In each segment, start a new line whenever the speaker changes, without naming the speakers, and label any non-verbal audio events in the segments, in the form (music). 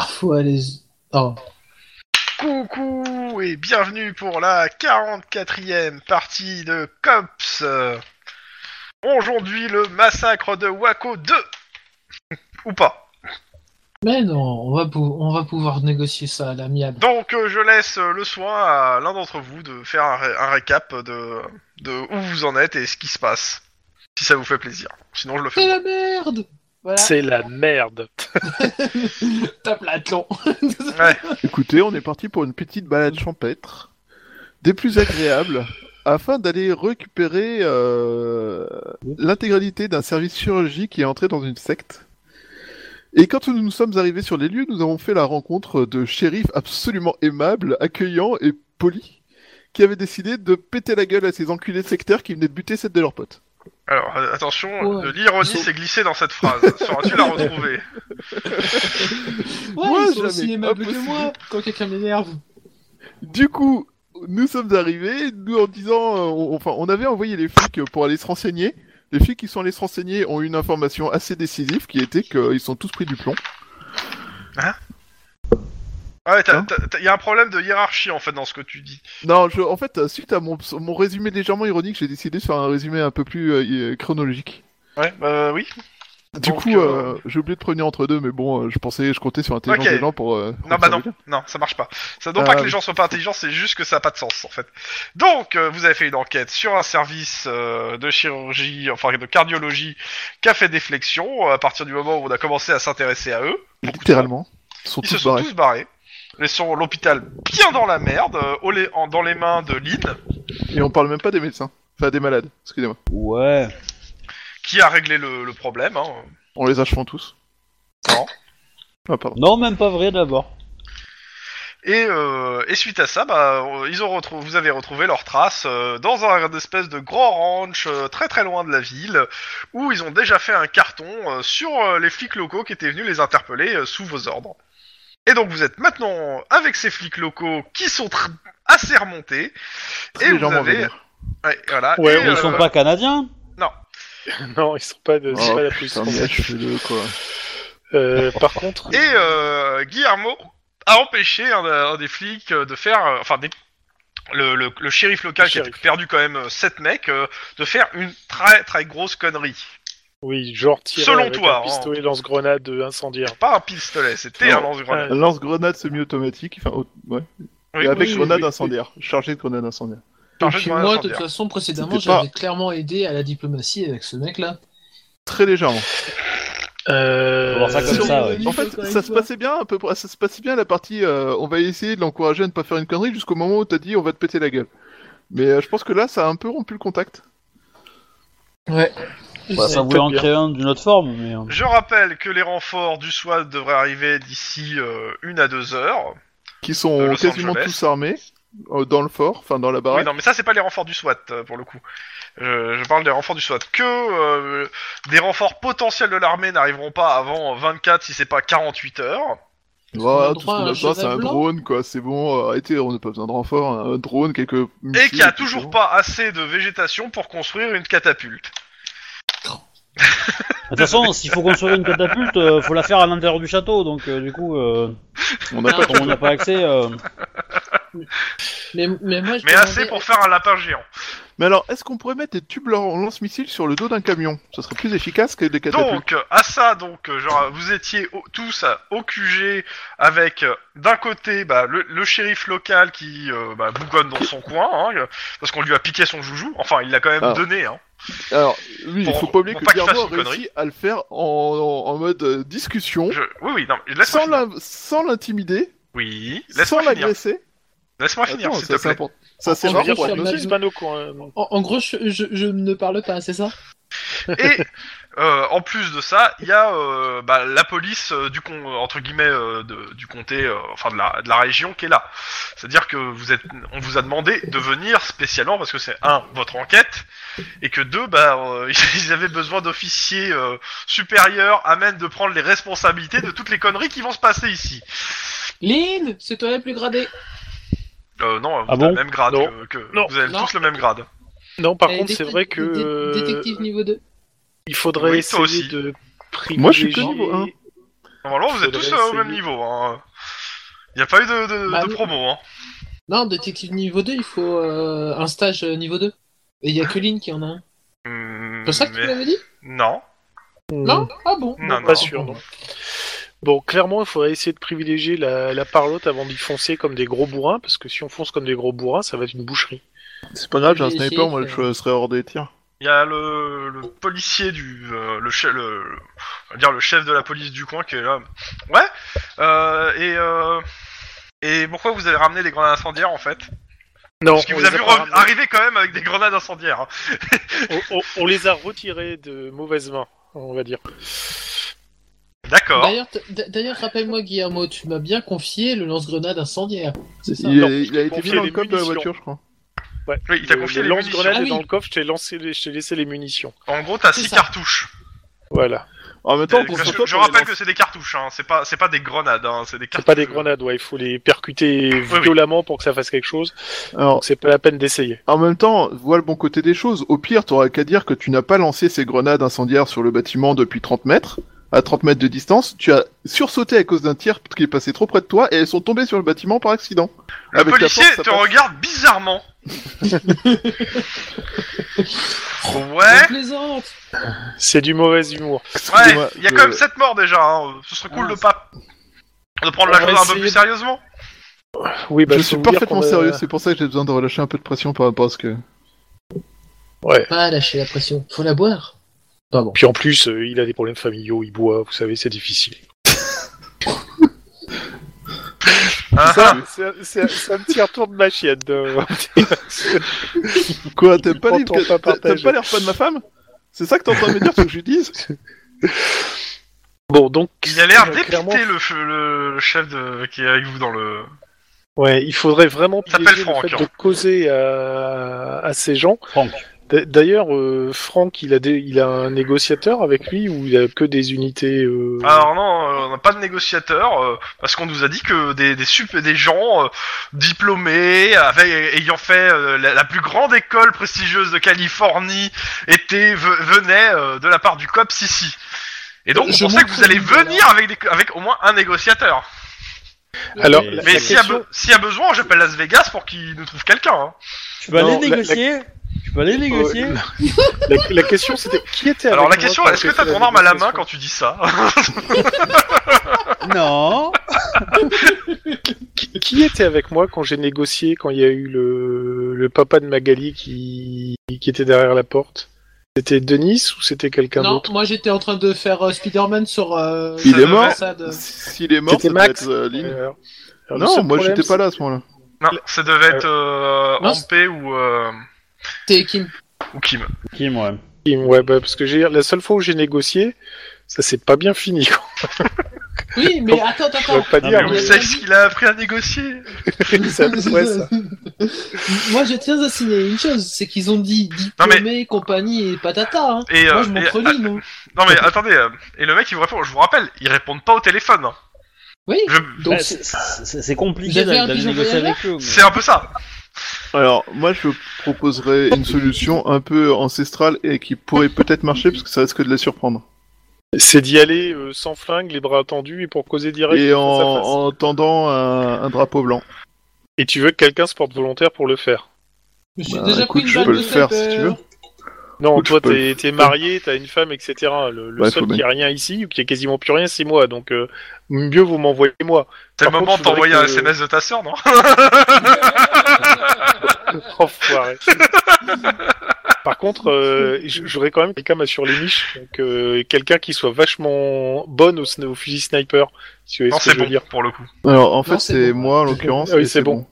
fois les... Oh.
Coucou et bienvenue pour la 44e partie de Cops. Euh, Aujourd'hui le massacre de Waco 2. Ou pas.
Mais non, on va, pou- on va pouvoir négocier ça à l'amiable.
Donc euh, je laisse euh, le soin à l'un d'entre vous de faire un, ré- un récap de, de où vous en êtes et ce qui se passe. Si ça vous fait plaisir. Sinon je le fais.
C'est la merde Voilà,
C'est la merde.
tape (laughs) l'athlon
Ouais.
Écoutez, on est parti pour une petite balade champêtre, des plus agréables, afin d'aller récupérer euh, l'intégralité d'un service chirurgique qui est entré dans une secte. Et quand nous nous sommes arrivés sur les lieux, nous avons fait la rencontre de shérifs absolument aimables, accueillants et polis, qui avaient décidé de péter la gueule à ces enculés sectaires qui venaient de buter cette de leurs potes.
Alors euh, attention,
Ouais.
euh, l'ironie
Ils sont-
s'est glissée dans cette phrase. Sauras-tu
(laughs)
la retrouver
Ouais,
Moi,
ils sont
jamais.
aussi aimables que
Impossible.
moi quand quelqu'un m'énerve.
Du coup, nous sommes arrivés, nous en disant, euh, on- enfin, on avait envoyé les flics pour aller se renseigner. Les flics qui sont allés se renseigner ont eu une information assez décisive qui était qu'ils sont tous pris du plomb.
Ah Ouais,
Hein
il y a un problème de hiérarchie en fait dans ce que tu dis.
Non, je, en fait, suite à mon, mon résumé légèrement ironique, j'ai décidé de faire un résumé un peu plus euh, chronologique.
Ouais, bah oui.
Du
Donc,
coup, euh, j'ai oublié de prévenir entre deux, mais bon, euh, je pensais, je comptais sur l'intelligence
Ok.
des gens pour. euh,
Non, bah non,
observer.
non, ça marche pas. Ça non pas
Euh,
que les gens soient pas intelligents, c'est juste que ça a pas de sens en fait. Donc, euh, vous avez fait une enquête sur un service euh, de chirurgie, enfin de cardiologie, qui a fait déflexion euh, à partir du moment où on a commencé à s'intéresser à eux.
Littéralement, ils sont
Ils se
tous
sont
barrés.
tous barrés. Laissons l'hôpital bien dans la merde, euh, au lait- en- dans les mains de Lynn,
Et on parle même pas des médecins, enfin des malades. Excusez-moi,
Ouais.
qui a réglé le, le problème. Hein.
on les achevant tous.
Non.
Ah pardon.
Non, même pas vrai d'abord.
Et, euh, et suite à ça, bah, euh, ils ont retrou- vous avez retrouvé leurs traces euh, dans un espèce de grand ranch euh, très très loin de la ville, où ils ont déjà fait un carton euh, sur euh, les flics locaux qui étaient venus les interpeller euh, sous vos ordres. Et donc vous êtes maintenant avec ces flics locaux qui sont tr- assez remontés.
Très
et vous
légèrement
avez...
vénère.
Ouais, voilà.
Ouais,
et,
Ils sont
euh,
pas canadiens
(laughs) non, ils sont pas de, c'est
Oh,
pas la police.
putain, mais achevez-le, quoi.
Euh, par contre,
et, euh, Guillermo a empêché un, un des flics euh, de faire... euh, enfin, des- le, le- le shérif local
Le
qui
shérif.
a perdu quand même 7 mecs, euh, de faire une très très grosse connerie.
oui, genre tirer
Selon
avec
toi, hein.
un pistolet lance-grenade incendiaire.
Pas un pistolet, c'était
Non.
un lance-grenade.
Un lance-grenade semi-automatique, enfin, au- ouais.
Oui,
Et avec
oui,
grenade
oui, oui.
incendiaire, chargé de grenade incendiaire.
Chargé
Puis
de grenade
moi, de toute
incendiaire.
façon, précédemment,
C'était pas-
j'avais clairement aidé à la diplomatie avec ce mec-là.
Très légèrement.
Euh,
Faut voir ça comme ça, ouais.
En fait, ça se passait bien, à peu près, ça se passait bien la partie. euh, on va essayer de l'encourager à ne pas faire une connerie jusqu'au moment où t'as dit on va te péter la gueule. Mais euh, je pense que là, ça a un peu rompu le contact.
Ouais.
Bah, Ça voulait en
bien.
créer un d'une autre forme, mais. euh,
Je rappelle que les renforts du SWAT devraient arriver d'ici euh, une à deux heures.
Qui
Euh,
sont
Los
quasiment
Angeles.
tous armés euh, dans le fort, enfin dans la
Oui,
baraque.
non, mais ça, c'est pas les renforts du SWAT, euh, pour le coup. Euh, je parle des renforts du SWAT. Que euh, des renforts potentiels de l'armée n'arriveront pas avant 24, si c'est pas 48 heures.
Voilà,
On a
tout ce
droit à
qu'on a
un
besoin, c'est
cheval
un
blanc
drone, quoi. C'est bon, euh, arrêtez, on n'a pas besoin de renfort. hein. Un drone, quelques.
Et
missiles,
qu'il y a
tout c'est
toujours
bon.
pas assez de végétation pour construire une catapulte.
De toute façon, s'il faut construire une catapulte, euh, faut la faire à l'intérieur du château, donc euh, du coup, euh,
On n'a pas
comme on n'y a pas accès. euh,
Mais, mais moi, je
Mais
demandais-
assez pour faire un lapin géant.
Mais alors, est-ce qu'on pourrait mettre des tubes lan- lance-missiles sur le dos d'un camion Ça serait plus efficace que des catapultes.
Donc, euh, à ça, donc, euh, genre, vous étiez au- tous à- au QG avec, euh, d'un côté, bah, le, le shérif local qui euh, bah, bougonne dans son coin, hein, euh, parce qu'on lui a piqué son joujou, enfin, il l'a quand même
Ah.
donné, hein.
Alors, oui, il
Pour-
faut pas oublier
pour
que
pas qu'il
Guillermo a
fasse une connerie.
réussi à le faire en, en- en mode euh, discussion,
Je- Oui, oui, non, mais laisse-moi
sans
finir.
la- sans l'intimider,
Oui,
sans
laisse-moi finir,
l'agresser.
laisse-moi finir,
Attends,
s'il
ça
te
c'est
plaît.
important. Ça c'est
on
rare
vient
pour
sur
être
la-
noté.
Nos hispano quoi. hein.
En, en gros, je, je, je ne parle pas, c'est ça
Et, euh, en plus de ça, il y a euh, bah, la police euh, du con- entre guillemets euh, de- du comté, euh, enfin de la, de la région qui est là. C'est-à-dire que vous êtes, on vous a demandé de venir spécialement parce que c'est un votre enquête et que deux, bah euh, (laughs) ils avaient besoin d'officiers euh, supérieurs à même de prendre les responsabilités de toutes les conneries qui vont se passer ici.
Lynn, c'est toi la plus gradée.
Euh, non, vous
Ah
avez
bon
le même grade
Non.
que, que-
Non.
vous avez
Non.
tous le même grade.
Non, par
Elle est
contre, c'est
Euh, Eh, détec-
vrai que
dé-
euh,
Détective niveau 2.
il faudrait
Oui, toi
essayer
aussi.
de privilégier.
hein. Moi, je suis que niveau un.
Normalement, vous êtes
Faudrait
tous euh, au
essayer.
même niveau. Hein. Y a pas eu de, de,
Bah
de
oui.
promo. Hein.
Non, détective niveau 2, il faut euh, un stage euh, niveau 2. Et il y a que Lynn qui en a un.
Hmm,
C'est pour ça que tu
mais-
l'avais dit
Non.
Non Ah bon Bon,
Non, non.
Hmm. Pas sûr, non. Bon, clairement, il faudrait essayer de privilégier la, la parlotte avant d'y foncer comme des gros bourrins, parce que si on fonce comme des gros bourrins, ça va être une boucherie.
C'est pas grave, j'ai un
J'ai
sniper,
essayé,
moi
c'est
je serais hors des tirs.
Il y a le, le policier du euh, le chef le, le- on va dire le chef de la police du coin qui est là. Ouais. Euh, et euh, et pourquoi vous avez ramené les grenades incendiaires en fait
Non,
Parce qu'il vous a
les
vu
pas
re-
ramenés.
arriver quand même avec des grenades incendiaires. hein.
on, on- on les a retirés de mauvaises mains, on va dire.
D'accord.
D'ailleurs, t- d- D'ailleurs, rappelle-moi, Guillermo, tu m'as bien confié le lance-grenade incendiaire. C'est ça
Il,
Non,
est- il a
je
été
confie
mis dans
les
le coffre de la
munitions.
voiture, je crois.
Oui, il t'a
Le-
confié
le
les
lance-grenade
munitions.
Ah
est
oui.
dans le coffre, je t'ai lancé les- je t'ai laissé les munitions.
En gros, t'as
C'est
6
ça.
cartouches.
Voilà.
En même
Euh,
temps,
parce que
concentre-toi
je
pour les
rappelle
lancer.
que c'est des cartouches, hein. c'est pas c'est pas des grenades, hein. c'est des
C'est
cartouches.
pas des grenades, ouais, il faut les percuter
oui.
violemment pour que ça fasse quelque chose.
Alors,
Donc c'est pas la peine d'essayer.
en même temps, vois le bon côté des choses. Au pire, t'auras qu'à dire que tu n'as pas lancé ces grenades incendiaires sur le bâtiment depuis 30 mètres, à 30 mètres de distance. Tu as sursauté à cause d'un tir qui est passé trop près de toi et elles sont tombées sur le bâtiment par accident.
Ah,
Le
Avec ta
policier
force, ça
te
passe.
regarde
(laughs)
bizarrement.
Elle
ouais,
plaisante
C'est du mauvais humour.
ouais, il y a
je-
quand même 7 morts déjà, hein. ce serait cool
Ah,
de pas de prendre la
On va
chose un peu
essayer
plus
de-
sérieusement.
Oui, bah,
je
peux
suis
vous dire
parfaitement
qu'on euh, a-
sérieux, c'est pour ça que j'ai besoin de relâcher un peu de pression par rapport à
(laughs)
ce que.
Pas lâcher la pression, faut la boire. Pas bon.
Puis en plus, euh, il a des problèmes familiaux, il boit, vous savez, c'est difficile.
Hein,
Ça,
hein.
c'est- c'est c'est un petit retour de ma chienne. euh.
Quoi, t'aimes pas, les...
Entends pas
t'aimes- t'aimes
partager.
pas les repas de ma femme C'est ça que t'es en train de me dire, ce que je
(laughs)
lui dise
bon, donc.
Il a l'air
euh,
dépité
clairement,
le, f- le chef de... qui est avec vous dans le.
Ouais, il faudrait vraiment
Il s'appelle
privilégier
Franck,
le fait
hein.
de causer à, à ces gens.
Franck.
D- D'ailleurs, euh, Franck, il a, des- il a un négociateur avec lui ou il a que des unités. euh,
Alors non, euh, on n'a pas de négociateur euh, parce qu'on nous a dit que des des, sup- des gens euh, diplômés, avec, ayant fait euh, la, la plus grande école prestigieuse de Californie, étaient ve- venaient euh, de la part du COPS ici. Et
Euh,
donc, on
Je
pensait que vous
montre
allez
une vidéo,
venir avec, des- avec au moins un négociateur.
Alors,
Mais-
la-
Mais
la
s'il y, a
question-
be- s'il y a besoin, j'appelle Las Vegas pour qu'il nous trouve quelqu'un. hein.
Tu peux aller
Non, la-
négocier Tu peux aller négocier
La, la question c'était qui était
Alors la
avec moi
question,
quand
est-ce
j'ai
que t'as
fait
ton arme à la main
négociation
quand tu dis ça (laughs)
Non
Qui- Qui était avec moi quand j'ai négocié, quand il y a eu le, le papa de Magali qui, qui était derrière la porte C'était Denis ou c'était quelqu'un
Non,
d'autre
moi j'étais en train de faire euh, Spider-Man sur. euh,
Il
sur
est
la
mort.
façade.
S'il est mort,
C'était
ça doit
Max.
être euh, Lynn.
Alors, alors, le
Non,
seul
moi
problème,
j'étais pas là à ce moment-là.
Non, ça devait être euh,
Non,
Ampé ou, euh,
T'es Kim.
ou Kim.
Kim, ouais.
c'est- Ouais, bah, parce que j'ai la seule fois où j'ai négocié, ça s'est pas bien fini. quoi.
Oui, mais attends, attends,
Je veux
attends.
pas
Non,
dire.
mais
Vous
oui.
savez ce qu'il a appris à négocier
mais
(laughs)
c'est à peu près ça.
Moi je tiens à signaler une chose, c'est qu'ils ont dit
Non, mais-
diplômé, compagnie et patata. Hein.
Et,
Moi
euh,
je
et-
montre Lynn. hein.
Non mais attendez, euh, et le mec il vous répond, je vous rappelle, ils répondent pas au téléphone. hein.
Oui,
Je-
donc
Bah, c'est- c'est c'est compliqué
J'avais
d'aller
un
d'aller
pigeon
négocier
voyageur
avec eux. mais-
C'est un peu ça.
Alors, moi je proposerais une solution un peu ancestrale et qui pourrait peut-être marcher parce que ça risque de les surprendre.
C'est d'y aller euh, sans flingue, les bras tendus et pour causer direct.
Et
face
en,
à face.
en tendant un, un drapeau blanc.
Et tu veux que quelqu'un se porte volontaire pour le faire
je me suis
Bah,
déjà
écoute,
pris une
je
balle
peux
de euh,
le faire si
sniper.
tu veux.
Non,
Écoute,
toi,
je peux-
t'es t'es marié, t'as une femme, etc. Le, le
Ouais, faut
seul
bien.
qui a rien ici, ou qui a quasiment plus rien, c'est moi. Donc, euh, mieux vous m'envoyez moi. (laughs)
C'est le
Par
moment
contre,
de t'envoyer un
faudrait que-
SMS de ta sœur, non (laughs)
Enfoiré. Par contre, euh, j- j'aurais quand même quelqu'un sur les niches, donc euh, quelqu'un qui soit vachement bonne au, sn- au fusil sniper, si tu vois
Non
ce que
c'est
je veux
bon
dire.
pour le coup.
Alors, en fait,
c'est
c'est
bon.
moi en l'occurrence.
Ah oui,
et
c'est bon.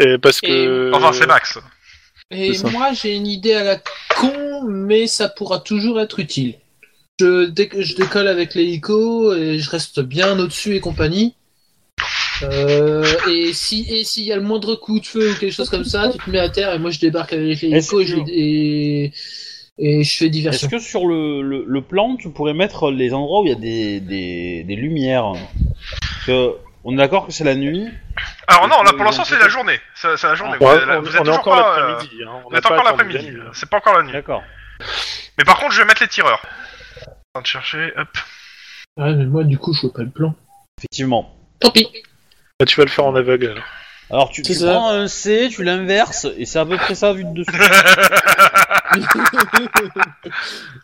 Et parce que
Enfin c'est Max.
Et
C'est ça.
moi, j'ai une idée à la con, mais ça pourra toujours être utile. Je, dès que je décolle avec l'hélico et je reste bien au-dessus et compagnie. Euh, et si et s'il y a le moindre coup de feu ou quelque chose comme ça, tu te mets à terre et moi je débarque avec l'hélico et,
Est-ce
je- et, et je fais
Est-ce
diversion.
que sur le, le, le plan, tu pourrais mettre les endroits où il y a des, des, des lumières Parce que on est d'accord que c'est la nuit.
Alors non,
Et
là
que-
pour l'instant c'est la journée. C'est c'est la journée. Vous
Ouais,
êtes-
on,
vous êtes
on est
toujours
encore
pas, euh,
l'après-midi. hein, on
Vous
n'a
êtes
pas
encore
attendu la
l'après-midi.
nuit, là.
C'est pas encore la nuit.
D'accord.
(laughs) Mais par contre je vais mettre les tireurs. En train de chercher, hop.
Ah, mais moi, du coup, je vois pas le plan.
Effectivement.
Tant
(laughs)
pis.
Bah, tu vas le faire en aveugle. alors.
Alors tu,
C'est
tu
ça.
prends un C, tu l'inverses, et c'est à peu près ça vu de dessus.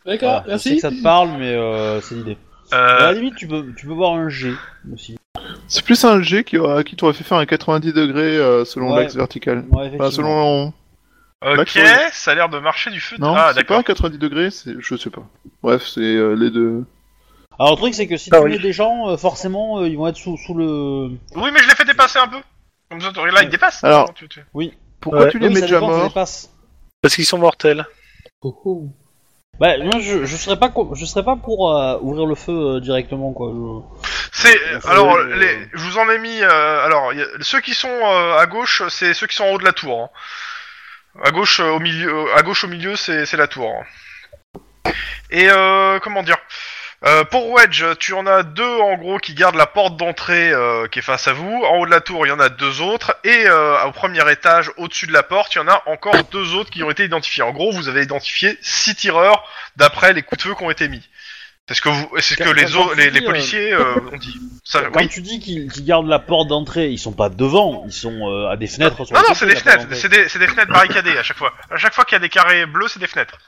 D'accord,
Voilà. Ah, Je sais
merci.
que ça te parle, mais euh, c'est l'idée. À la
Euh,
limite, tu peux, tu peux voir un G aussi.
C'est plus un G qui, aura- qui t'aurait fait faire un 90 degrés euh, selon
Ouais.
l'axe vertical.
Ouais,
Enfin,
effectivement.
selon.
Euh, ok,
D'accord.
ça a l'air de marcher du feu. de-
Non,
ah
c'est pas un
d'accord.
90 degrés, c'est... je sais pas. Bref, c'est euh, les deux.
Alors le truc c'est que si
Ah
tu
oui.
mets des gens, euh, forcément euh, ils vont être sous, sous le...
Oui, mais je l'ai fait dépasser un peu. Comme ça, t'aurais- là, il dépasse.
Alors.
Tu- tu-
Pourquoi
Ouais.
tu les
Oui,
mets
ça
déjà
dépend, ça
morts
dépasse.
Parce qu'ils sont mortels.
Oh, oh.
Bah moi je, je serais pas co- je serais pas pour euh, ouvrir le feu euh, directement quoi. Je-
C'est
c'est-
alors
euh,
les, je vous en ai mis euh, alors y a- ceux qui sont euh, à gauche c'est ceux qui sont en haut de la tour. hein. À gauche euh, au milieu euh, à gauche au milieu c'est c'est la tour. hein. Et euh, comment dire euh, pour Wedge, tu en as deux en gros qui gardent la porte d'entrée euh, qui est face à vous. En haut de la tour, il y en a deux autres. Et euh, au premier étage, au-dessus de la porte, il y en a encore deux autres qui ont été identifiés. En gros, vous avez identifié six tireurs d'après les coups de feu qui ont été mis. C'est ce que, vous, c'est ce que
Quand-
les,
quand
autres-
on
les,
dit,
les
euh,
policiers euh, ont dit. Ça,
Quand
oui.
tu dis qu'ils qu'ils gardent la porte d'entrée, ils sont pas devant, ils sont euh, à des fenêtres. sur
Non, Ah
le
non,
côté
c'est
de
des
la porte
fenêtres.
d'entrée.
C'est des, c'est des fenêtres barricadées à chaque fois. À chaque fois qu'il y a des carrés bleus, c'est des fenêtres.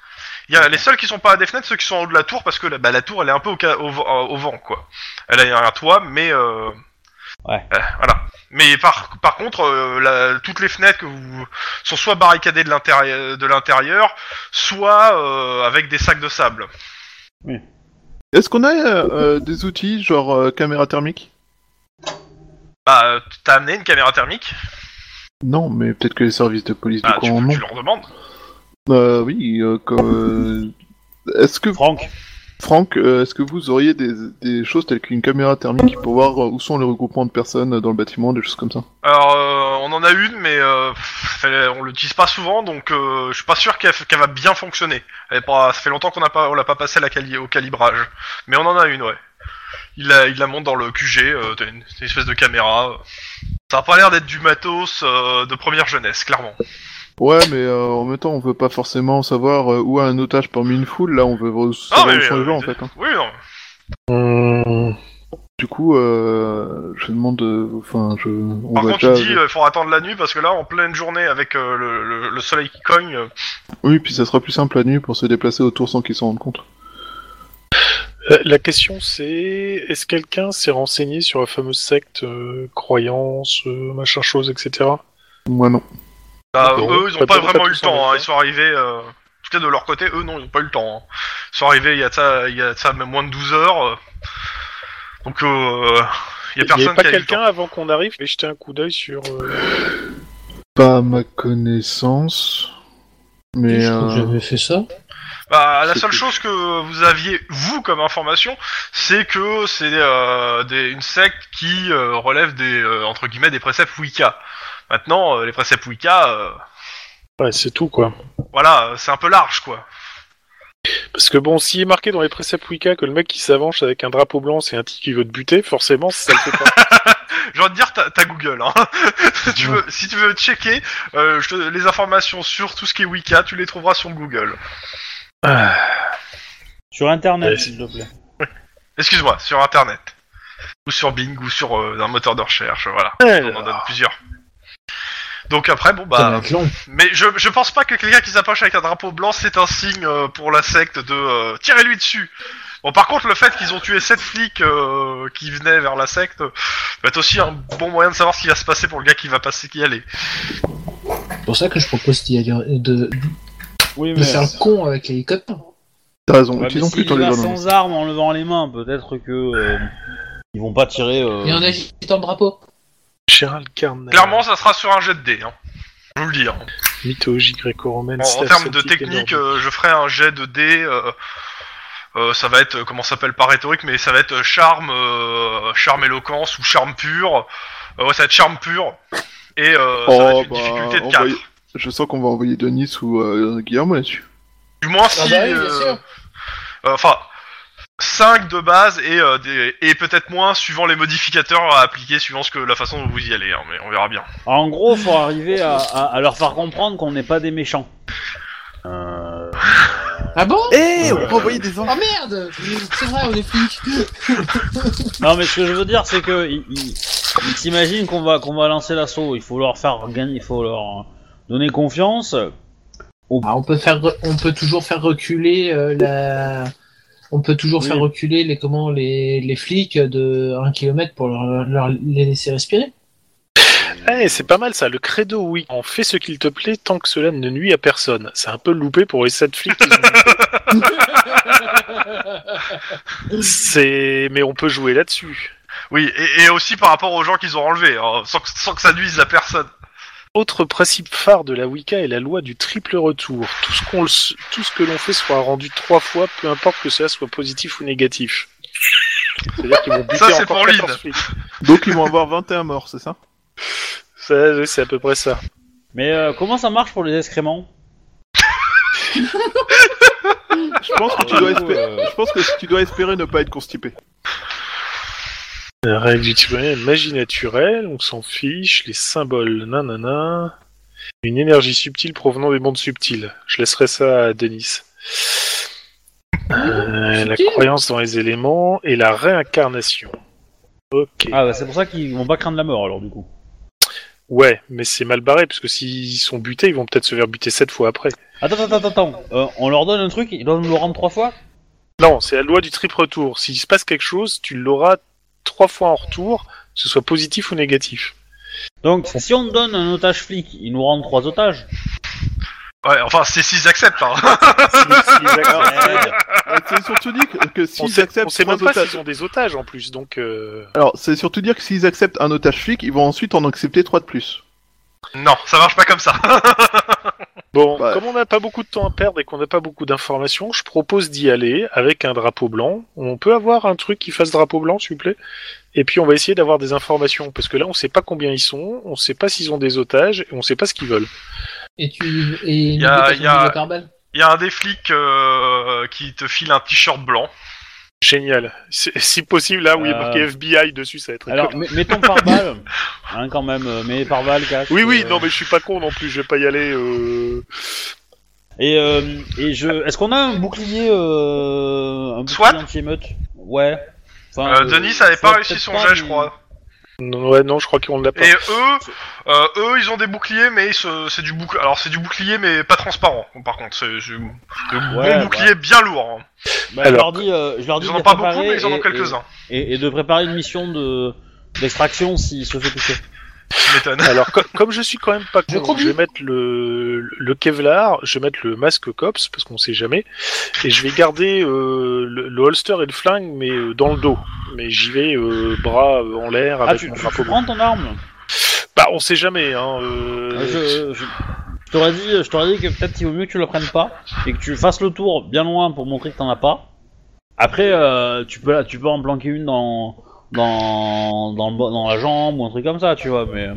Il y a les seuls qui sont pas à des fenêtres, ceux qui sont en haut de la tour, parce que la- bah, la tour, elle est un peu au, ca- au, vent- euh, au vent, quoi. Elle a un toit, mais... Euh...
Ouais.
euh, voilà. Mais par, par contre, euh, la- toutes les fenêtres que vous sont soit barricadées de l'intérieur, de l'intérieur, soit euh, avec des sacs de sable.
Est-ce qu'on a euh, euh, des outils genre euh, caméra thermique
Bah, euh, t'as amené une caméra thermique
Non, mais peut-être que les services de police
Bah,
du
tu,
coin en
tu leur demandes.
ont. Euh, oui, euh, comme, euh, Est-ce que
Franck,
Franck, euh, est-ce que vous auriez des, des choses telles qu'une caméra thermique pour voir euh, où sont les regroupements de personnes euh, dans le bâtiment, des choses comme ça
Alors, euh, on en a une, mais euh, pff, elle- on l'utilise pas souvent, donc euh, je suis pas sûr qu'elle qu'elle va bien fonctionner. Elle est pas, ça fait longtemps qu'on n'a pas, on l'a pas passé à la cali- au calibrage, mais on en a une, ouais. Il la, il la monte dans le QG, euh, t'as une, une espèce de caméra. Ça a pas l'air d'être du matos euh, de première jeunesse, clairement.
Ouais, mais euh, en même temps, on veut pas forcément savoir euh, où a un otage parmi une foule. Là, on veut voir- savoir
mais,
où sont
euh,
les gens, en
de-
fait. hein.
Oui, non.
Hum,
Du coup, euh, je demande... euh, Enfin, bah, je... On euh,
Par
va
contre,
déjà-
tu dis, il faudra attendre la nuit parce que là, en pleine journée, avec euh, le, le- le soleil qui cogne, euh,
Oui, puis ça sera plus simple la nuit pour se déplacer autour sans qu'ils s'en rendent compte.
La, Euh, la question c'est est-ce quelqu'un s'est renseigné sur la fameuse secte, euh, croyance, euh, machin chose, etc.
Moi, non.
Bah,
D'accord.
eux, ils ont
Pas
pas
tout- pas
vraiment eu
tous
le
en même
temps. hein.
temps.
Ils sont arrivés. Euh... en tout cas, de leur côté, eux, non, ils ont pas eu le temps. hein. Ils sont arrivés il y a de ça, il y a de ça même moins de 12 heures. euh. Donc, euh, il y a
Il n'y avait
personne
pas
qui a eu le
quelqu'un
temps.
avant qu'on arrive qui avait jeté un coup d'œil sur. euh,
Pas à ma connaissance... Mais...
je crois que
euh,
j'avais fait ça.
Bah, la
C'est
seule
tout.
chose que vous aviez, vous, comme information, c'est que c'est euh, des- une secte qui euh, relève des, euh, entre guillemets, des préceptes Wicca. Maintenant, euh, les préceptes Wicca, euh,
Ouais, c'est tout quoi.
voilà, c'est un peu large, quoi.
Parce que bon, s'il est marqué dans les préceptes Wicca que le mec qui s'avance avec un drapeau blanc c'est un type qui veut te buter, forcément ça le fait pas.
J'ai envie de dire, t'as t'as Google. Hein. (laughs) Si tu veux, si tu veux checker euh, je te- les informations sur tout ce qui est Wicca, tu les trouveras sur Google.
sur internet
Ouais.
s'il te plaît.
Excuse-moi, sur Internet. Ou sur Bing, ou sur euh, un moteur de recherche, voilà. On en donne plusieurs. Donc après, bon
Ça va
bah...
être long.
Mais je, je pense pas que quelqu'un qui s'approche avec un drapeau blanc, c'est un signe euh, pour la secte de... euh, Tirez-lui dessus Bon, par contre, le fait qu'ils ont tué sept flics euh, qui venaient vers la secte, va être aussi un bon moyen de savoir ce qui va se passer pour le gars qui va passer, qui y aller.
C'est pour ça que je propose d'y aller- de,
Oui
de faire le con avec l'hélicoptère.
T'as raison,
Ouais, mais
utilisons
s'il
plutôt les
va
ballons.
sans armes en levant les mains, peut-être que euh, ils vont pas tirer. euh,
Et on agite en drapeau.
Gérald Carnat.
Clairement, ça sera sur un jet de dés. Hein. Je vous le dis. hein.
Mythologie gréco-romaine.
En, en
staff
termes de
celtique et
technique,
nordique.
euh, je ferai un jet de dés. euh, euh, ça va être, euh, comment ça s'appelle, pas rhétorique, mais ça va être euh, charme, euh, charme éloquence ou charme pur. Euh, ouais, ça va être charme pur. Et euh, ça va être une
bah,
difficulté de
on
4.
va y- Je sens qu'on va envoyer Denis ou euh, Guillaume là-dessus.
Du moins si...
Ah bah oui, bien
euh,
sûr.
euh, Enfin... 5 de base et, euh, des- et peut-être moins suivant les modificateurs à appliquer, suivant ce que la façon dont vous y allez, hein, mais on verra bien.
En gros, faut arriver à, à- à leur faire comprendre qu'on n'est pas des méchants. Euh,
Ah bon
Eh, on peut envoyer des
Oh
enfants.
merde C'est vrai, on est flics.
Non, mais ce que je veux dire, c'est que ils ils- ils s'imaginent qu'on va qu'on va lancer l'assaut. Il faut leur faire gagner, il faut leur donner confiance.
Ah, on peut faire, re- on peut toujours faire reculer euh, la, on peut toujours
Oui.
faire reculer les comment les, les flics de 1 km pour leur, leur- les laisser respirer.
Eh, c'est pas mal ça, le credo, oui. On fait ce qu'il te plaît tant que cela ne nuit à personne. C'est un peu loupé pour les 7 flics. qu'ils
(laughs)
ont. c'est... Mais on peut jouer là-dessus.
Oui, et, et aussi par rapport aux gens qu'ils ont enlevés, hein, sans, que- sans que ça nuise à personne.
Autre principe phare de la Wicca est la loi du triple retour. Tout ce, qu'on le s- Tout ce que l'on fait soit rendu trois fois, peu importe que cela soit positif ou négatif. C'est-à-dire qu'ils vont buter
Ça, c'est
encore
pour Lynn.
14 flics.
Donc ils vont avoir 21 morts, c'est ça
Ça, oui, c'est à peu près ça.
Mais euh, comment ça marche pour les excréments
Je pense que tu dois espérer. Je pense que tu dois espérer ne pas être constipé.
La règle du Tibonien, Euh, magie naturelle, on s'en fiche, les symboles, nanana. Une énergie subtile provenant des mondes subtils. Je laisserai ça à Denis. Euh, la
Subtil
croyance dans les éléments et la réincarnation. Ok.
Ah, bah, c'est pour ça qu'ils vont pas craindre la mort alors du coup.
Ouais, mais c'est mal barré, parce que s'ils sont butés, ils vont peut-être se faire buter sept fois après.
Attends, attends, attends, attends. Euh, on leur donne un truc, ils doivent nous le rendre trois fois
Non, c'est la loi du triple retour. S'il se passe quelque chose, tu l'auras trois fois en retour, que ce soit positif ou négatif.
Donc, si on donne un otage flic, ils nous rendent
(laughs)
trois otages.
Ouais, enfin, c'est s'ils acceptent. Hein. (laughs)
S'ils- s'ils acceptent-
Euh, C'est surtout dit que- que
on
s'ils
sait, on
acceptent
sait
trois
même pas
otages-
s'ils ont des otages en plus, donc euh,
Alors, c'est surtout dire que s'ils acceptent un otage flic, ils vont ensuite en accepter trois de plus.
Non, ça marche pas comme ça.
bon,
Bah.
comme on n'a pas beaucoup de temps à perdre et qu'on n'a pas beaucoup d'informations, je propose d'y aller avec un drapeau blanc. On peut avoir un truc qui fasse drapeau blanc, s'il vous plaît. Et puis on va essayer d'avoir des informations parce que là, on sait pas combien ils sont, on sait pas s'ils ont des otages et on sait pas ce qu'ils veulent.
Et tu, et
Y a-
une
y a-
balle.
Il y a un des flics euh, qui te file un t-shirt blanc.
Génial. C'est- (laughs) Si possible, là où il est
Euh.
marqué FBI dessus, ça va être.
Alors, met- mettons par balle. Hein, quand même, euh, mais par balle, cash.
Oui, oui,
euh,
non, mais je suis pas con non plus, je vais pas y aller. euh,
Et, euh, et je. Est-ce qu'on a un bouclier. Euh, un
SWAT
bouclier anti-émeute Ouais. Enfin,
Euh,
euh,
Denis avait
SWAT,
pas réussi
peut-être
son
pas,
jet, je
mais-
crois.
Non, ouais, non, je crois qu'on l'a pas.
Et eux, euh, eux, ils ont des boucliers, mais ils se- c'est du bouclier. Alors c'est du bouclier, mais pas transparent. Par contre, c'est c'est du
Ouais,
bon bouclier bien lourd. hein.
Bah,
Alors-
je leur dis, euh, je leur dis
Ils en ont
d'être
pas beaucoup,
préparés
mais ils en
et-
ont
et-
quelques-uns.
Et, et de préparer une mission de d'extraction s'il se fait toucher.
Tu
(laughs)
m'étonnes.
Alors, co- comme je suis quand même pas
Je
con,
conduis.
je vais mettre le, le Kevlar, je vais mettre le masque COPS, parce qu'on sait jamais, et je vais garder euh, le, le holster et le flingue, mais euh, dans le dos. Mais j'y vais euh, bras euh, en l'air
Ah,
avec
tu,
mon
tu-
drapeau
tu prends ton arme
blanc. Bah, on sait jamais, hein. euh,
Euh, Je, je, je t'aurais dit, je t'aurais dit que peut-être il vaut mieux que tu le prennes pas et que tu fasses le tour bien loin pour montrer que t'en as pas. Après, euh, tu peux, tu peux en planquer une dans dans dans, le bo- dans la jambe ou un truc comme ça, tu vois. Mais euh,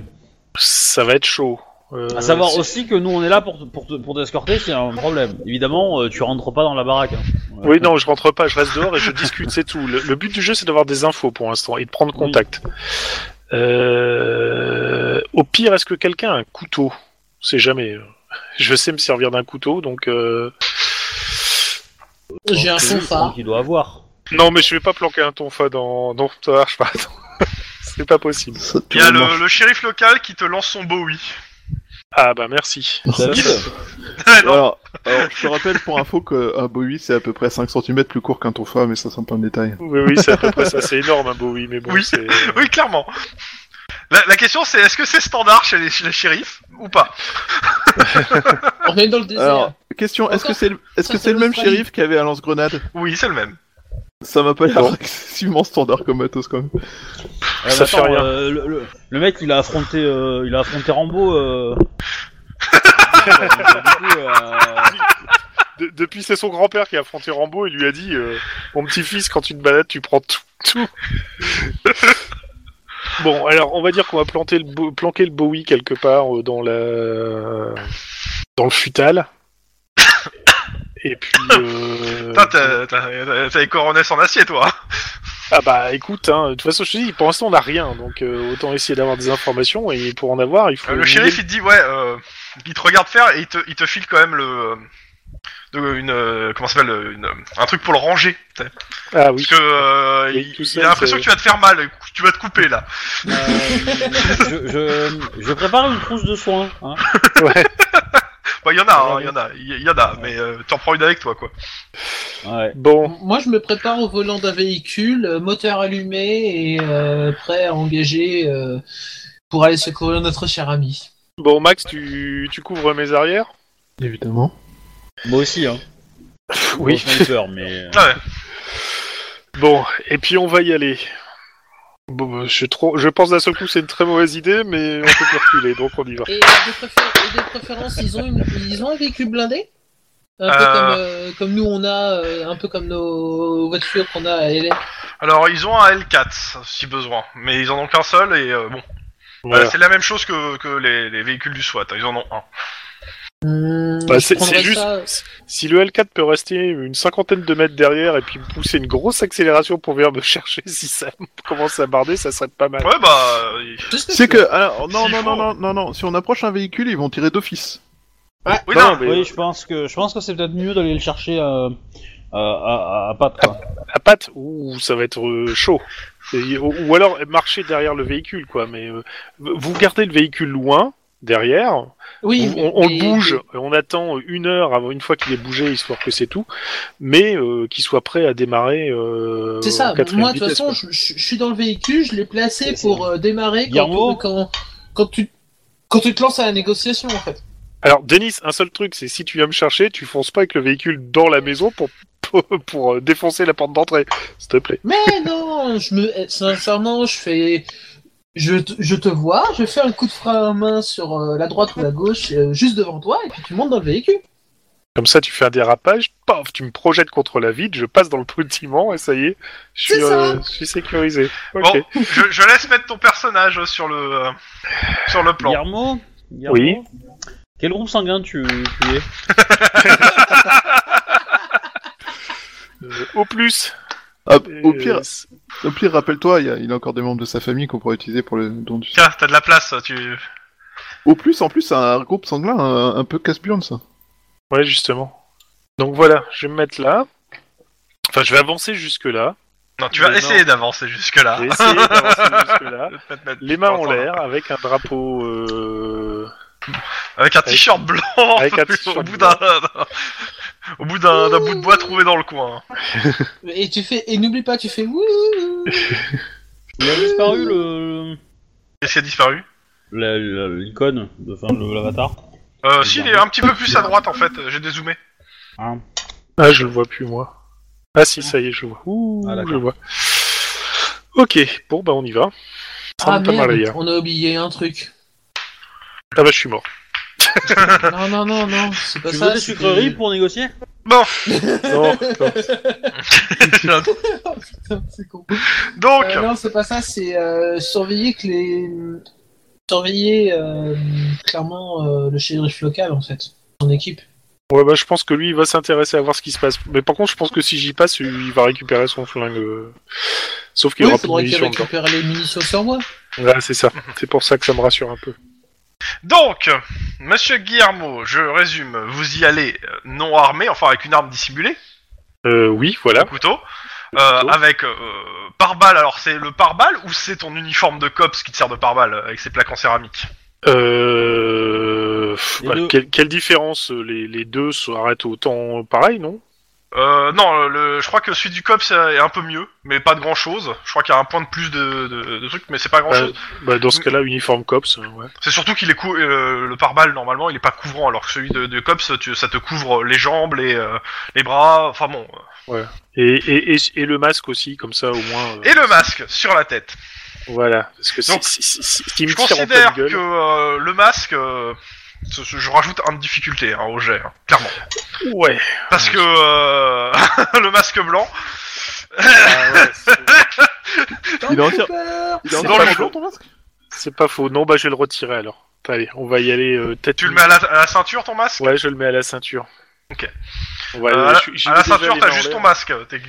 Ça va être chaud. Euh,
à savoir
c'est-
aussi que nous, on est là pour te- pour te- pour t'escorter s'il y a un problème. Évidemment, euh, tu rentres pas dans la baraque. hein.
Oui, non, je rentre pas, je reste dehors et je discute, c'est tout. Le, le but du jeu, c'est d'avoir des infos pour l'instant et de prendre contact. Euh, Au pire, est-ce que quelqu'un a un couteau On sait jamais. Je sais me servir d'un couteau, donc... euh,
J'ai un
C'est
son
lui, je crois,
phare.
qu'il doit avoir.
Non, mais je vais pas planquer un tonfa dans... Non, ça marche pas. (laughs) c'est pas possible.
Ça, tu
Il y a
vas
le,
voir.
le shérif local qui te lance son Bowie. (laughs)
Ah bah merci.
David,
Ouais, non,
Alors, alors, je te rappelle pour info qu'un Bowie c'est à peu près 5 cm plus court qu'un tonfa, mais ça c'est un peu un détail.
Oui, oui, c'est à peu près ça. C'est énorme, un Bowie, mais bon,
Oui.
c'est...
Oui, clairement. La, la question c'est est-ce que c'est standard chez les, chez les shérifs ou pas
On est dans le désert.
Alors, question, est-ce que c'est le, est-ce que c'est le même shérif qui avait un lance-grenade
Oui, c'est le même.
Ça m'a pas l'air excessivement standard comme matos quand même.
Euh,
Ça fait rien.
euh, le, le- le mec, il a affronté, euh, il a affronté Rambo. euh. Du coup, euh,
De- depuis, c'est son grand-père qui a affronté Rambo et lui a dit euh, Mon petit-fils, quand tu te balades, tu prends tout. tout. (laughs) bon, alors, on va dire qu'on va planter le Bo- planquer le Bowie quelque part euh, dans la... dans le (coughs) futal. Et puis... euh,
Putain, t'as- t'as t'as- t'as les coronets en acier, toi.
Ah bah écoute, hein, de toute façon je te dis, pour l'instant on n'a rien, donc euh, autant essayer d'avoir des informations, et pour en avoir il faut...
Euh, le shérif il te dit ouais, euh, il te regarde faire et il te, il te file quand même le, de- une, euh, comment ça s'appelle, euh, une, euh, un truc pour le ranger. tu sais.
Ah oui.
Parce que euh,
Oui,
il,
tout
il
seul,
a l'impression
c'est-
que tu vas te faire mal, tu vas te couper là.
Euh, je, je, je prépare une trousse de soins. Hein.
Ouais.
Bah il y en a, hein, il y en a, il y, il y en a, mais euh, t'en prends une avec toi quoi.
Ouais.
Bon,
Moi, je me prépare au volant d'un véhicule, euh, moteur allumé et euh, prêt à engager euh, pour aller secourir notre cher ami.
bon Max, tu, tu couvres mes arrières
Évidemment.
Moi aussi. Hein. Au sniper, mais... euh.
Ah ouais.
Bon, et puis on va y aller. Bon, bah, je, suis trop... je pense d'un seul coup c'est une très mauvaise idée, mais on peut plus reculer, donc on y va.
Et euh, de, préfé- et de préférence, ils ont, une- ils ont un véhicule blindé un peu
Euh.
comme, euh, comme nous on a, euh, un peu comme nos voitures qu'on a à LA.
Alors ils ont un L4 si besoin, mais ils en ont qu'un seul et euh, bon,
Voilà.
Euh, c'est la même chose que, que les, les véhicules du SWAT, hein, ils en ont un.
Hmm,
Bah,
je
c'est-
prendrais
c'est
ça-
Si le L4 peut rester une cinquantaine de mètres derrière et puis pousser une grosse accélération pour venir me (laughs) chercher si ça commence à barder, ça serait pas mal.
Ouais bah, euh, il-
c'est ce
C'est
tu
que. alors, non,
S'il
non,
faut.
non, non, non, non. Si on approche un véhicule, ils vont tirer d'office.
oui
Non,
non,
mais
Bah, Oui, je pense que je pense que c'est peut-être mieux d'aller le chercher euh, à, à, à, à patte. Quoi.
à patte, ouh, ça va être euh, chaud. Et- ou, ou alors marcher derrière le véhicule, quoi. Mais euh, vous gardez le véhicule loin, derrière,
Oui,
on, on-
mais-
on
euh,
le bouge, on attend une heure avant une fois qu'il est bougé, histoire que c'est tout, mais euh, qu'il soit prêt à démarrer. euh,
C'est
en
ça,
quatrième
moi de toute
vitesse,
façon,
quoi.
je, je- je suis dans le véhicule, je l'ai placé
C'est-
pour euh, démarrer quand,
Guillermo
quand, quand, tu, quand tu te lances à la négociation en fait.
Alors, Denis, un seul truc, c'est si tu viens me chercher, tu fonces pas avec le véhicule dans la maison pour (laughs) pour, pour, euh, défoncer la porte d'entrée, s'il te plaît.
Mais non, je me, eh, sincèrement, je fais, je, te- je te vois, je fais un coup de frein à main sur euh, la droite ou la gauche, euh, juste devant toi, et puis tu montes dans le véhicule.
Comme ça, tu fais un dérapage, paf, tu me projettes contre la vide, je passe dans le bâtiment et ça y est, je suis,
C'est ça.
euh, je suis sécurisé. Ok.
Bon, je, je laisse mettre ton personnage sur le euh, sur le plan.
Guillermo, Guillermo
Oui.
Quel groupe sanguin tu, tu es
Euh, au plus.
Ah, au
euh,
pire, au pire, rappelle-toi, il y a, il a encore des membres de sa famille qu'on pourrait utiliser pour le don du.
Tiens, t'as de la place, tu.
Au plus, en plus, c'est un groupe sanglin, un, un peu casse-burne, ça.
Ouais, justement. Donc voilà, je vais me mettre là. Enfin, je vais avancer jusque-là.
Non, tu vas
Mais non.
essayer d'avancer jusque là.
Ah.
(laughs)
Je vais essayer
(laughs)
d'avancer jusque-là. Les mains en
Attends,
l'air, avec un drapeau... euh,
Avec un t-shirt blanc.
(laughs) Avec
(laughs)
un
au
t-shirt
bout d'un. Au bout d'un d'un bout de bois trouvé dans le coin. hein.
Et tu fais, et n'oublie pas, tu fais oui.
Il a disparu le
Qu'est-ce qui a disparu
la- la- l'icône de fin de l'avatar.
euh, si, il est un petit peu plus à droite en fait, j'ai dézoomé.
Hein
Ah, je le vois plus, moi. Ah si, ça y est, je vois. Ouh,
Ah, d'accord.
je vois. Ok, bon, bah on y va.
Ah
Santa
merde,
Maria.
on a oublié un truc.
Ah bah je
(laughs)
suis mort.
Non non non non, c'est pas
Tu
ça.
veux des
c'est-
sucreries pour négocier
Non, non.
(laughs) Putain, c'est con.
Donc,
Euh, non, c'est pas ça, c'est euh, surveiller que les. Surveiller euh, clairement euh, le shérif local en fait, son équipe.
Ouais, bah je pense que lui, il va s'intéresser à voir ce qui se passe. Mais par contre, je pense que si j'y passe, il va récupérer son flingue. euh, Sauf qu'il
Oui,
aura
il faudrait qu'il
plus de munitions dedans.
récupère les munitions sur moi.
Ouais, c'est ça. C'est pour ça que ça me rassure un peu.
donc, monsieur Guillermo, je résume, vous y allez euh, non armé, enfin avec une arme dissimulée,
Euh, oui, voilà.
un couteau, euh,
couteau.
avec euh, pare-balles, alors c'est le pare-balles ou c'est ton uniforme de cops qui te sert de pare-balles euh, avec ses plaques en céramique
Euh... pff,
Les
bah,
deux.
quelle, quelle différence euh, les, les deux s'arrêtent autant pareil, non
Euh, non, le, je crois que celui du cops est un peu mieux, mais pas de grand chose. Je crois qu'il y a un point de plus de, de, de trucs, mais c'est pas grand chose.
bah, Dans ce
Mm.
cas-là, uniforme cops, euh, ouais.
C'est surtout qu'il est cou- euh, le pare-balles normalement, il est pas couvrant, alors que celui de, de cops, tu- ça te couvre les jambes, les, euh, les bras, enfin bon.
Et, et, et, et le masque aussi, comme ça au moins. euh,
Et le masque sur la tête.
Voilà. Parce que si-
Donc,
si- si- si- s'il
Je
me tire en pleine
considère que
gueule.
euh, le masque, euh, ce- ce- je rajoute un de difficulté hein, au jet, hein, clairement,
Ouais.
parce que euh, (laughs) le masque blanc.
Ah ouais, c'est-
Il est
Tant
entier-
plus peur.
Il est
C'est
encore
dans le
pas
jeu.
ton masque
c'est pas faux. Non, bah je vais le retirer alors. Allez, on va y aller euh, tête.
Tu le mets à la, à la ceinture ton masque.
Ouais, je le mets à la ceinture.
Ok.
Voilà,
Euh, à la-
je- j'y
à la
vais déjà
ceinture,
les
t'as
mains en
juste
l'air.
ton masque. euh, t'es-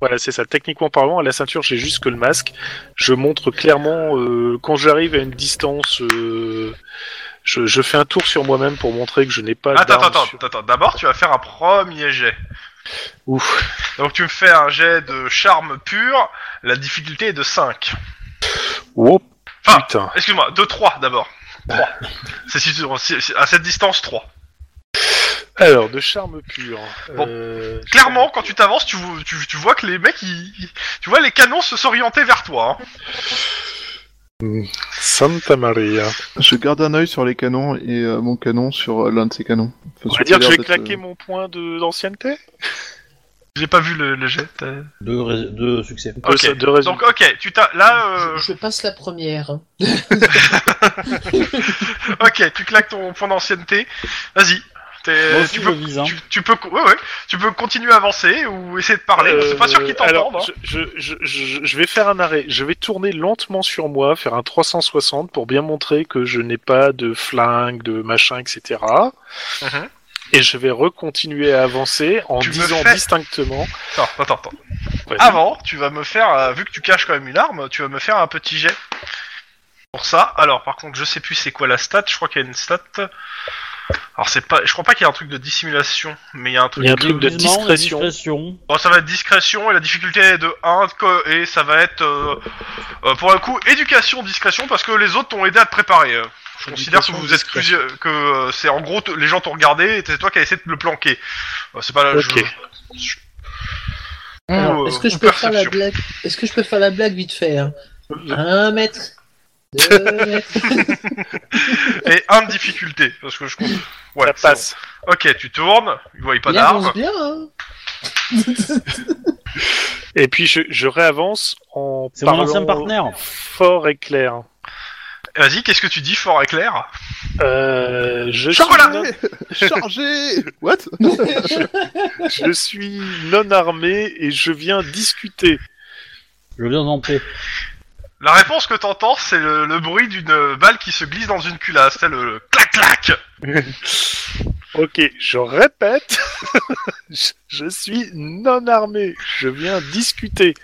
Voilà, c'est ça. Techniquement parlant, à la ceinture, j'ai juste que le masque. Je montre clairement euh, quand j'arrive à une distance. euh, Je, je fais un tour sur moi-même pour montrer que je n'ai pas.
Attends,
d'arme
attends,
sur-
attends, attends. D'abord, tu vas faire un premier jet.
Ouf.
Donc, tu me fais un jet de charme pur. La difficulté est de 5.
Oh
Ah.
putain.
Excuse-moi, de 3 d'abord.
Bah.
3. C'est si tu- si- si- à cette distance 3.
Alors, de charme pur.
Bon.
Euh, je-
Clairement, quand tu t'avances, tu, vo- tu- tu vois que les mecs, ils, ils- tu vois les canons se s'orienter vers toi. hein.
Santa Maria.
Je garde un œil sur les canons et euh, mon canon sur euh, l'un de ces canons. Enfin,
On
sur
va dire que
l'air
je vais
d'être,
claquer
euh,
mon point de- d'ancienneté
J'ai pas vu le, le jet. euh.
Deux, rés- deux succès.
De
Ok.
sa- de raison.
Donc, ok, tu t'as là, euh,
Je passe la première.
ok, tu claques ton point d'ancienneté. Vas-y. T'es-
Moi aussi,
tu
je
peux,
vise, hein.
tu, tu peux, co- ouais, ouais. tu peux continuer à avancer ou essayer de parler.
Euh,
c'est pas sûr qu'ils
alors,
t'entendent. hein.
Je, je, je, je vais faire un arrêt. Je vais tourner lentement sur moi, faire un 360 pour bien montrer que je n'ai pas de flingue, de machin, etc.
Mhm.
Et je vais recontinuer à avancer en
Tu me
disant
fais- Ah,
distinctement.
Attends, attends, attends.
Vas-y.
Avant, tu vas me faire, euh, vu que tu caches quand même une arme, tu vas me faire un petit jet. Pour ça, alors par contre, je sais plus c'est quoi la stat, je crois qu'il y a une stat. Alors c'est pas, je crois pas qu'il y a un truc de dissimulation, mais il y a un
Il
truc.
y a un truc de
Déguisement,
discrétion.
discrétion.
Bon, ça va être discrétion et la difficulté est de 1, co- et ça va être euh, euh, pour le coup éducation, discrétion, parce que les autres t'ont aidé à te préparer. euh. Je considère que
Éducation,
vous êtes
discrétion.
plusieurs- que euh, c'est en gros t- les gens t'ont regardé et c'est toi qui as essayé de le planquer. Euh, c'est pas là.
Ok.
Alors,
euh,
est-ce que je
ou
peux faire la
perception.
blague Est-ce que je peux faire la blague vite fait hein Un mètre,
(laughs)
deux mètres.
Et 1 de difficulté, parce que je compte. Ouais,
ça
c'est bon.
passe.
Ok, tu tournes, il voit pas
Il avance
d'arbre.
bien. Hein
Et puis je, je réavance en
C'est mon
parlant
ancien partenaire.
fort et clair.
Vas-y, qu'est-ce que tu dis fort et clair
Euh, je, suis
Chocolat
non,
euh, Chargé What
je suis non armé et je viens discuter.
Je viens en paix.
La réponse que t'entends, c'est le, le bruit d'une balle qui se glisse dans une culasse, c'est le clac-clac
Ok, je répète, (laughs) je, je suis non armé, je viens discuter.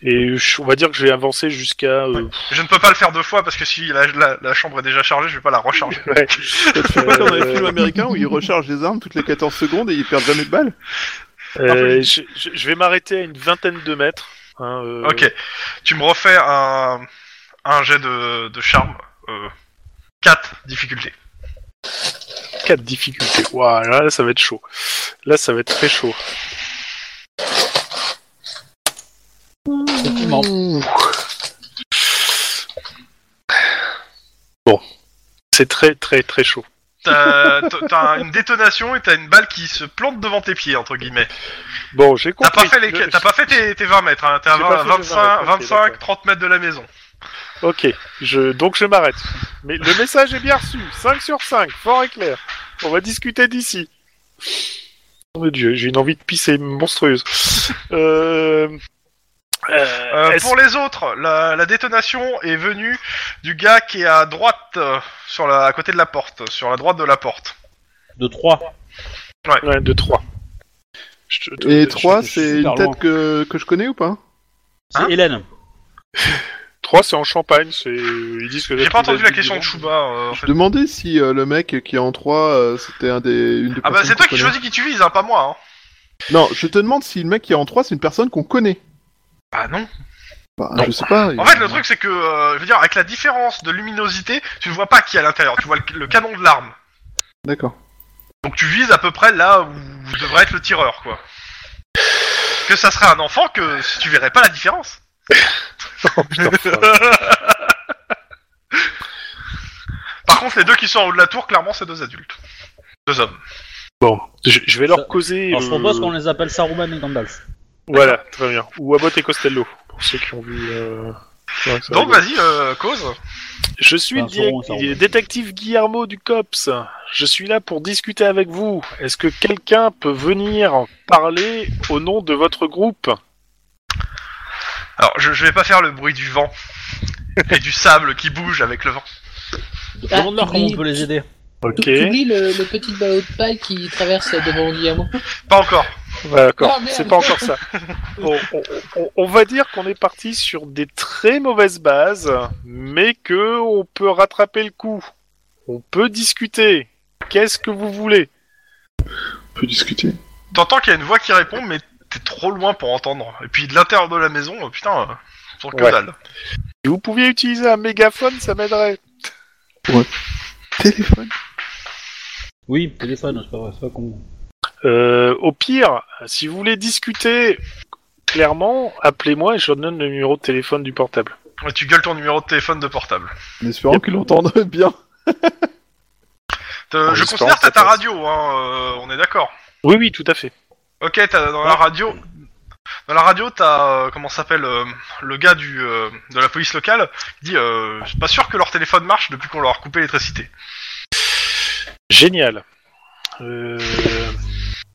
Et je- on va dire que je vais avancer jusqu'à... euh, (laughs)
Je ne peux pas le faire deux fois parce que si la, la- la chambre est déjà chargée, je vais pas la recharger.
ouais.
(laughs)
C'est pas comme dans les
Euh,
films américains où ils rechargent les armes toutes les 14 secondes et ils perdent jamais de balles
euh, je, je- je vais m'arrêter à une vingtaine de mètres. hein, euh,
Ok, tu me refais un, un jet de, de charme. Euh, 4 difficultés.
Quatre difficultés. Waouh, là, là, ça va être chaud. Là, ça va être très chaud.
Effectivement.
C'est très très très chaud. (laughs)
T'as t'as une détonation et t'as une balle qui se plante devant tes pieds, entre guillemets.
Bon, j'ai
T'as
compris.
pas fait, les,
Je-
t'as pas fait tes, tes 20 mètres, hein. t'es à
J'ai pas
20,
fait les 20
25,
mètres, ok,
25,
d'accord.
30 mètres de la maison.
Ok, je, donc je m'arrête. Mais le message est bien reçu. 5 sur 5, fort et clair. On va discuter d'ici. Oh mon dieu, j'ai une envie de pisser monstrueuse. Euh... euh,
Euh,
est-ce-
pour les autres, la, la détonation est venue du gars qui est à droite, euh, sur la, à côté de la porte, sur la droite de la porte.
De 3.
Ouais, de 3. Je, te-
Et
je-
3,
je-
c'est
super
une tête
loin.
que, que je connais ou pas
C'est
Hein
Hélène.
trois, c'est en champagne. C'est... Ils disent que
J'ai pas entendu la question de
Chou.
Chouba. euh, en
Je
fait.
demandais si euh, le mec qui est en 3, c'était un des, une des
Ah bah
personnes
c'est toi
qu'on
qui
connaît.
choisis qui tu vises, hein, pas moi. Hein.
Non, je te demande si le mec qui est en 3, c'est une personne qu'on connaît.
Ah non.
Bah,
Non.
je sais pas.
En fait le truc c'est que, euh, je veux dire, avec la différence de luminosité, tu ne vois pas qui est à l'intérieur, tu vois le, le canon de l'arme.
D'accord.
Donc tu vises à peu près là où devrait être le tireur, quoi. Que ça serait un enfant que tu verrais pas la différence. Par contre les deux qui sont en haut de la tour, clairement c'est deux adultes. Deux hommes.
Bon, je, je vais
Ça-
leur causer.
Alors je
euh,
propose qu'on les appelle Saruman et Gandalf.
Voilà, très bien. Ou Abbott et Costello, pour ceux qui ont vu. euh, ouais, ça
Donc
va.
vas-y, euh, cause.
Je suis
Enfin,
le direct-
sûrement, ça, on va.
détective Guillermo du COPS. Je suis là pour discuter avec vous. Est-ce que quelqu'un peut venir parler au nom de votre groupe
Alors je, je vais pas faire le bruit du vent et du sable qui bouge avec le vent.
Ah,
Demande-leur comment
oui.
on peut les aider.
Tu-
Ok.
Tu oublies le, le petit ballot de paille qui traverse devant Guillermo
Pas encore.
Voilà, D'accord,
Ah, merde.
c'est pas
(laughs)
encore ça. Bon, on, on- on va dire qu'on est parti sur des très mauvaises bases, mais que on peut rattraper le coup. On peut discuter. Qu'est-ce que vous voulez
On peut discuter.
T'entends qu'il y a une voix qui répond, mais t'es trop loin pour entendre. Et puis de l'intérieur de la maison, euh, putain, euh, sans que
Ouais.
dalle.
Si vous pouviez utiliser un mégaphone, ça m'aiderait.
Téléphone
Oui, téléphone, c'est pas vrai, c'est pas con.
Euh, au pire, si vous voulez discuter clairement, appelez-moi et je donne le numéro de téléphone du portable.
Ouais, tu gueules ton numéro de téléphone de portable.
En espérant qu'ils l'entendent (laughs) bien.
Te-
En
je
espérant
considère
que
que t'as
ça
ta
passe.
radio, hein, euh, on est d'accord.
Oui, oui, tout à fait.
Ok, t'as dans la radio. Dans la radio, t'as euh, comment ça s'appelle euh, le gars du euh, de la police locale qui dit euh, je suis pas sûr que leur téléphone marche depuis qu'on leur a coupé l'électricité.
Génial. Euh,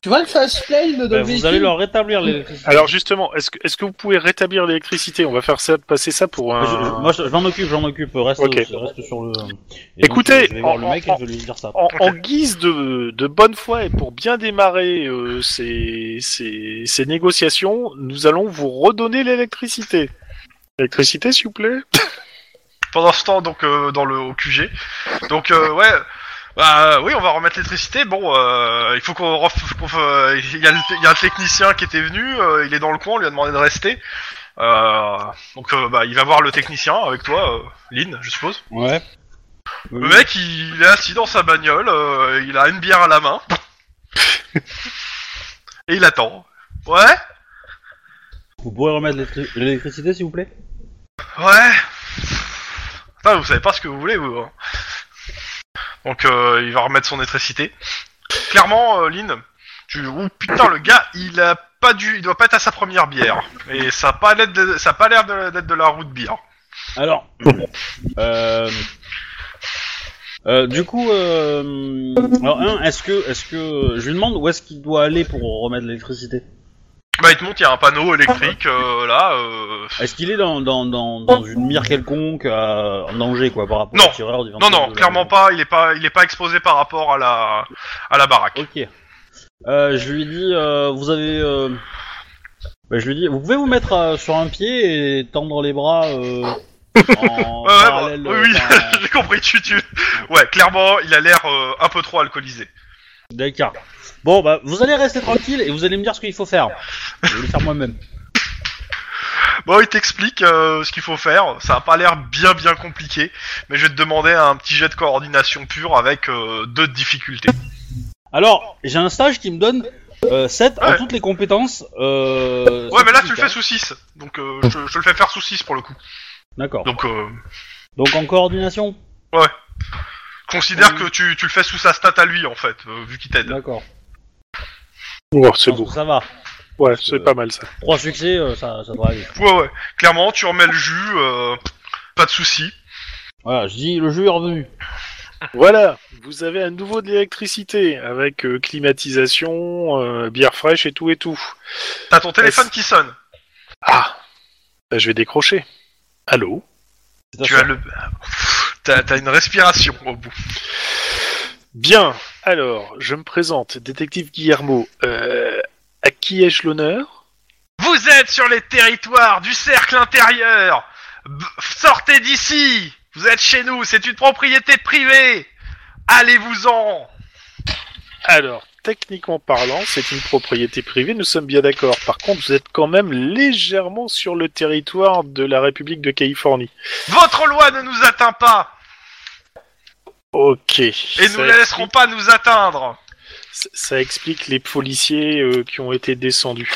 Tu vois le flashlight de
Bah,
le
vous
véhicule
allez leur rétablir l'électricité.
Alors justement, est-ce que, est-ce que vous pouvez rétablir l'électricité On va faire ça, passer ça pour un...
Je- je- moi, je, je m'en occupe, j'en m'occupe. Reste,
euh, Ok.
reste sur le. Et
Écoutez,
donc, je vais voir
en-
le mec
en-
et je vais lui dire ça.
En, en guise de, de bonne foi et pour bien démarrer euh, ces, ces, ces négociations, nous allons vous redonner l'électricité. L'électricité, s'il vous plaît
Pendant ce temps, donc euh, dans le au QG. Donc euh, ouais. Bah euh, oui, on va remettre l'électricité. Bon, euh, il faut qu'on. ref- faut qu'on fe- Il y, a le- il y a un technicien qui était venu. euh, il est dans le coin. On lui a demandé de rester. Euh, donc euh, bah il va voir le technicien avec toi, euh, Lynn, je suppose.
Ouais.
Le mec, il, il est assis dans sa bagnole, euh, il a une bière à la main. Et il attend. Ouais
Vous pourrez remettre l'électri- l'électricité, s'il vous plaît
Ouais Putain, vous savez pas ce que vous voulez, vous. hein. Donc, euh, il va remettre son électricité. Clairement, euh, Lynn, tu... Ouh, putain, le gars, il a pas dû... Il doit pas être à sa première bière. Et ça a pas l'air de... ça a pas l'air de- d'être de la route bière. (laughs)
Alors, euh, euh, du coup, euh, alors un, est-ce que, est-ce que, je lui demande où est-ce qu'il doit aller pour remettre l'électricité.
Bah, il te montre, il y a un panneau électrique, euh, là... euh,
Est-ce qu'il est dans, dans, dans, dans une mire quelconque euh, en danger quoi par rapport
Non.
au tireur du
Non,
29
non,
de la-
clairement pas, il est pas, il est pas exposé par rapport à la, à la baraque.
Ok. Euh, je lui dis, euh, vous avez, euh, bah, je lui dis, vous pouvez vous mettre euh, sur un pied et tendre les
(laughs)
bras euh, en
Ouais, ouais,
parallèle.
bah,
euh,
oui, (laughs)
enfin,
j'ai compris, tu, tu... Ouais, clairement, il a l'air euh, un peu trop alcoolisé.
D'accord. Bon, bah, vous allez rester tranquille et vous allez me dire ce qu'il faut faire. Je vais le faire moi-même.
Bon, il t'explique euh, ce qu'il faut faire, ça a pas l'air bien bien compliqué, mais je vais te demander un petit jet de coordination pure avec euh, deux difficultés.
Alors, j'ai un stage qui me donne euh, 7 en
Ouais.
toutes les compétences. Euh,
Ouais, mais là tu le
scientifiques,
fais
hein.
sous 6, donc euh, je, je le fais faire sous 6 pour le coup.
D'accord.
Donc, euh,
Donc en coordination
considère
Oui.
que tu, tu le fais sous sa stat à lui, en fait, euh, vu qu'il t'aide.
D'accord.
Oh, c'est
Je pense
beau.
que Ça va.
Ouais, c'est
Euh,
pas mal ça.
Trois succès, euh, ça, ça devrait aller.
Ouais, ouais, clairement, tu remets le jus, euh, pas de soucis.
Voilà, je dis, le jeu est revenu.
Voilà, vous avez à nouveau de l'électricité avec euh, climatisation, euh, bière fraîche et tout et tout.
T'as ton téléphone
Est-ce-
qui sonne.
Ah, bah, je vais décrocher. Allô
C'est à
Tu
ça.
as le. (laughs) T'as t'as une respiration au bout.
Bien, alors, je me présente, détective Guillermo. Euh, à qui ai-je l'honneur
Vous êtes sur les territoires du cercle intérieur B- Sortez d'ici Vous êtes chez nous, c'est une propriété privée Allez-vous-en
Alors, techniquement parlant, c'est une propriété privée, nous sommes bien d'accord. Par contre, vous êtes quand même légèrement sur le territoire de la République de Californie.
Votre loi ne nous atteint pas
Ok.
et nous ne laisserons pas nous atteindre
Ça- ça explique les policiers euh, qui ont été descendus.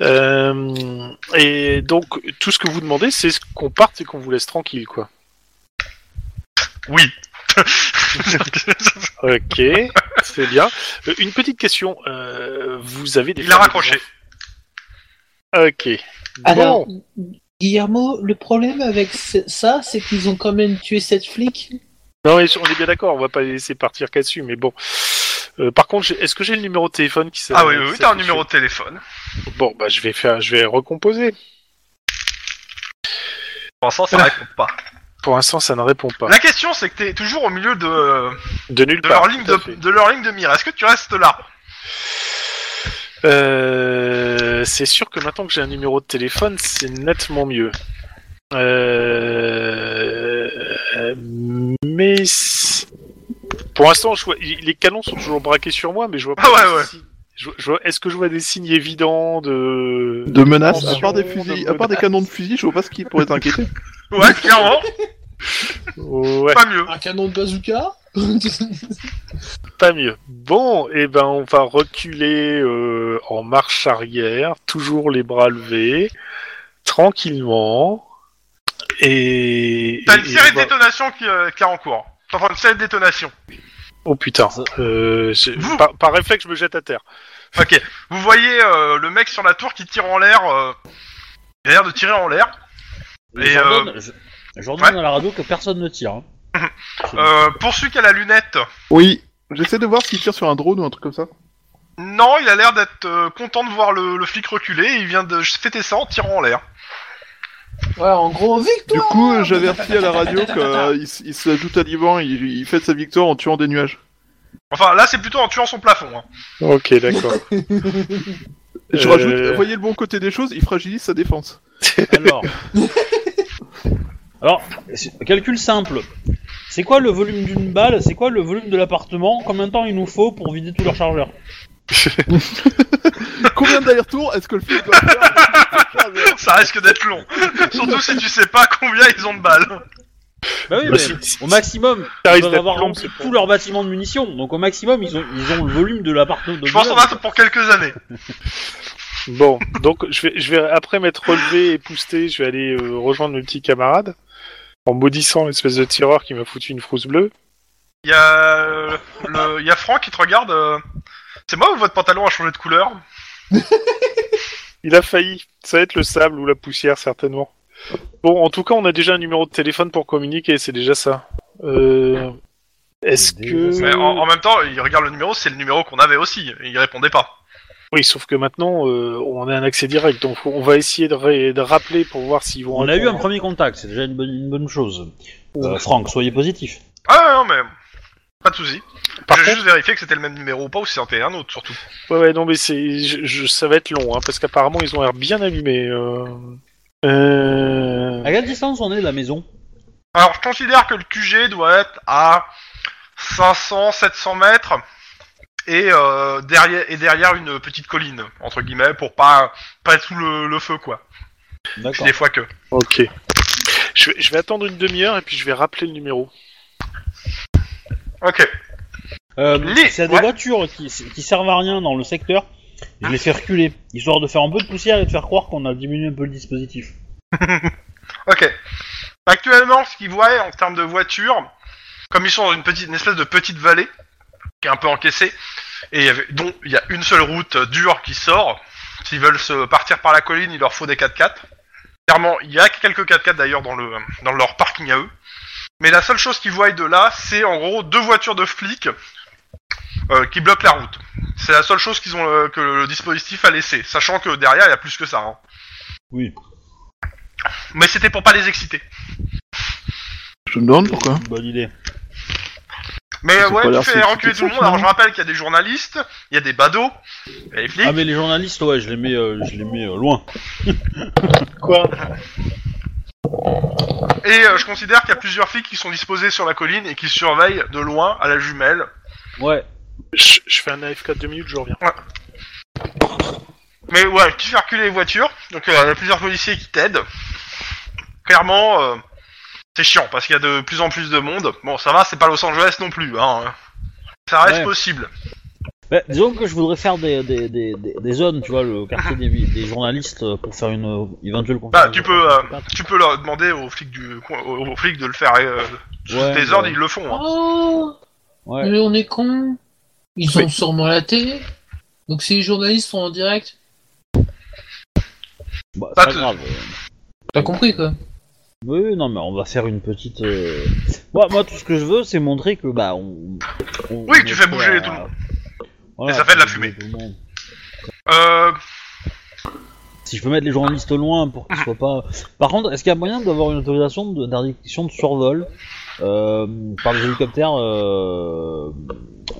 Euh, et donc, tout ce que vous demandez, c'est ce qu'on parte et qu'on vous laisse tranquille, quoi.
Oui.
Ok, (laughs) c'est bien. Euh, une petite question. euh, vous avez des...
Il a raccroché.
Ok.
Alors,
Bon,
Guillermo, le problème avec ce- ça, c'est qu'ils ont quand même tué cette flic.
non, mais on est bien d'accord, on va pas les laisser partir qu'à-dessus, mais bon. Euh, par contre, j'ai- est-ce que j'ai le numéro de téléphone qui s'est...
(laughs) Ah oui, oui, oui, t'as un numéro de téléphone.
Bon, bah je vais faire, je vais recomposer.
Pour l'instant, ça répond pas.
Pour l'instant, ça ne répond
(laughs)
pas.
La question, c'est que t'es toujours au milieu de, euh,
De nulle
de,
part.
leur, ligne
tout à
de,
fait.
de leur ligne de mire. Est-ce que tu restes là
Euh, c'est sûr que maintenant que j'ai un numéro de téléphone, c'est nettement mieux. Euh, Mais si- Pour l'instant, je vois- les canons sont toujours braqués sur moi, mais je vois pas.
Ah ouais,
de
ouais.
signes- je- je vois- Est-ce que je vois des signes évidents de.
De menaces, à
Attention,
part des
de
fusils,
menaces.
à part des canons de fusil, je vois pas ce qui pourrait t'inquiéter.
(laughs) Ouais, clairement,
Ouais,
pas mieux.
Un canon de bazooka (laughs)
pas mieux. Bon, et ben on va reculer euh, en marche arrière, toujours les bras levés, tranquillement. Et.
T'as
et-
une
et
série
on
de
va-
détonations qui, euh, qui est en cours. Enfin, une série de détonations.
Oh putain. Euh, c'est-
Vous.
par, par réflexe, je me jette à terre.
Ok, vous voyez euh, le mec sur la tour qui tire en l'air. euh, Il a l'air de tirer en l'air. Et,
J'ordonne je- j'ordonne à la radio que personne ne tire.
(laughs)
hein.
Euh, poursuit qu'à la lunette.
(laughs) Oui. J'essaie de voir s'il tire sur un drone ou un truc comme ça.
Non, il a l'air d'être euh, content de voir le, le flic reculer. Il vient de fêter ça en tirant en l'air.
Ouais, en gros,
Du
victoire
coup, euh, j'avertis à la radio euh, qu'il se la joue taliban, il, il fête sa victoire en tuant des nuages.
Enfin, là, c'est plutôt en tuant son plafond. hein. (laughs)
Ok, d'accord.
Et je
Euh. (laughs)
rajoute, voyez le bon côté des choses, il fragilise sa défense.
(laughs) Alors, alors c'est- calcul simple. C'est quoi le volume d'une balle C'est quoi le volume de l'appartement Combien de temps il nous faut pour vider tous leurs chargeurs
Combien d'allers-retours est-ce que le flic doit faire
Ça risque d'être long. (laughs) Surtout si tu sais pas combien ils ont de balles.
Bah oui,
Bah,
mais
si- si-
au maximum,
Ça
ils
risque
doivent
d'être
avoir
long,
rempli
c'est pour-
tout leur bâtiment de munitions. Donc au maximum, ils ont, ils ont le volume de l'appartement. de
Je pense qu'on
l'immeuble.
a pour quelques années.
Bon, donc je vais, je vais après m'être relevé et pousté, je vais aller euh, rejoindre mes petits camarades en maudissant l'espèce de tireur qui m'a foutu une frousse bleue.
Il y a, euh, le, il y a Franck qui te regarde. euh, C'est moi ou votre pantalon a changé de couleur
Il a failli. Ça va être le sable ou la poussière certainement. Bon, en tout cas, on a déjà un numéro de téléphone pour communiquer, c'est déjà ça. Euh, Est-ce
C'est déjà
que
Mais en, en même temps, il regarde le numéro, c'est le numéro qu'on avait aussi. et Il répondait pas.
oui, sauf que maintenant euh, on a un accès direct, donc faut- on va essayer de, ré- de rappeler pour voir s'ils vont.
On a eu un
répondre.
premier contact, c'est déjà une bonne, une bonne chose. Euh, Franck, soyez positif.
Ah non, mais pas de souci.
Par
Je vais
contre-
juste vérifier que c'était le même numéro ou pas, ou si c'était un autre surtout.
Ouais, ouais, non, mais c'est, je, je- ça va être long, hein, parce qu'apparemment ils ont l'air bien allumés. Euh... Euh...
À quelle distance on est de la maison
Alors, je considère que le QG doit être à 500-700 mètres et euh, derrière et derrière une petite colline entre guillemets pour pas pas être sous le, le feu quoi. Puis
D'accord.
des fois que.
Ok. Je vais, je vais attendre une demi-heure et puis je vais rappeler le numéro.
Ok.
Euh,
Les-
S'il y a des
ouais.
voitures qui, qui servent à rien dans le secteur, je les fais reculer, histoire de faire un peu de poussière et de faire croire qu'on a diminué un peu le dispositif.
Ok. Actuellement, ce qu'ils voient en termes de voitures, comme ils sont dans une petite, une espèce de petite vallée qui est un peu encaissée, et il y avait- dont il y a une seule route euh, dure qui sort. S'ils veulent se partir par la colline, il leur faut des 4x4. Clairement, il y a quelques 4x4 d'ailleurs dans le dans leur parking à eux. Mais la seule chose qu'ils voient de là, c'est en gros deux voitures de flics euh, qui bloquent la route. C'est la seule chose qu'ils ont euh, que le dispositif a laissé, sachant que derrière il y a plus que ça. hein.
Oui.
Mais c'était pour pas les exciter.
Je me demande pourquoi.
Bonne idée.
Mais
Ça
euh,
a
ouais,
pas
tu
l'air
fais
si
reculer
compliqué
tout le
que
monde.
ça,
Alors je
finalement.
rappelle qu'il y a des journalistes, il y a des badauds, il y a des flics.
Ah mais les journalistes, ouais, je les mets, euh, je les mets euh, loin.
Quoi
Et euh, je considère qu'il y a plusieurs flics qui sont disposés sur la colline et qui surveillent de loin à la jumelle.
Ouais.
je, je fais un AFK de deux minutes, je reviens.
Mais ouais, tu fais reculer les voitures. Donc euh, il y a plusieurs policiers qui t'aident. Clairement, euh, c'est chiant parce qu'il y a de plus en plus de monde. Bon, ça va, c'est pas Los Angeles non plus. Hein. Ça reste
Ouais.
possible.
Bah, disons que je voudrais faire des, des, des, des- des zones, tu vois, le quartier des, des journalistes euh, pour faire une euh, éventuelle
Bah,
conférence.
tu peux, euh, tu peux leur demander aux flics du, aux aux flics de le faire. euh, sous
Ouais,
tes
ouais.
ordres, ils le font. hein.
Oh
Mm.
Ouais.
Mais on est con Ils
Oui.
ont sûrement la télé Donc si les journalistes sont en direct,
Bah,
Pas
c'est pas
te-
grave. euh.
t'as compris quoi
Oui, oui, non, mais on va faire une petite. euh, Moi, moi, tout ce que je veux, c'est montrer que bah on. on-
Oui,
on
tu
est
fais
prêt
bouger
à-
tout le monde.
Voilà,
Et ça fait de la
tout
fumée.
le monde.
Euh,
Si je peux mettre les journalistes loin pour
Ah.
qu'ils soient pas. Par contre, est-ce qu'il y a moyen d'avoir une autorisation de- d'interdiction de survol euh, par les hélicoptères, euh,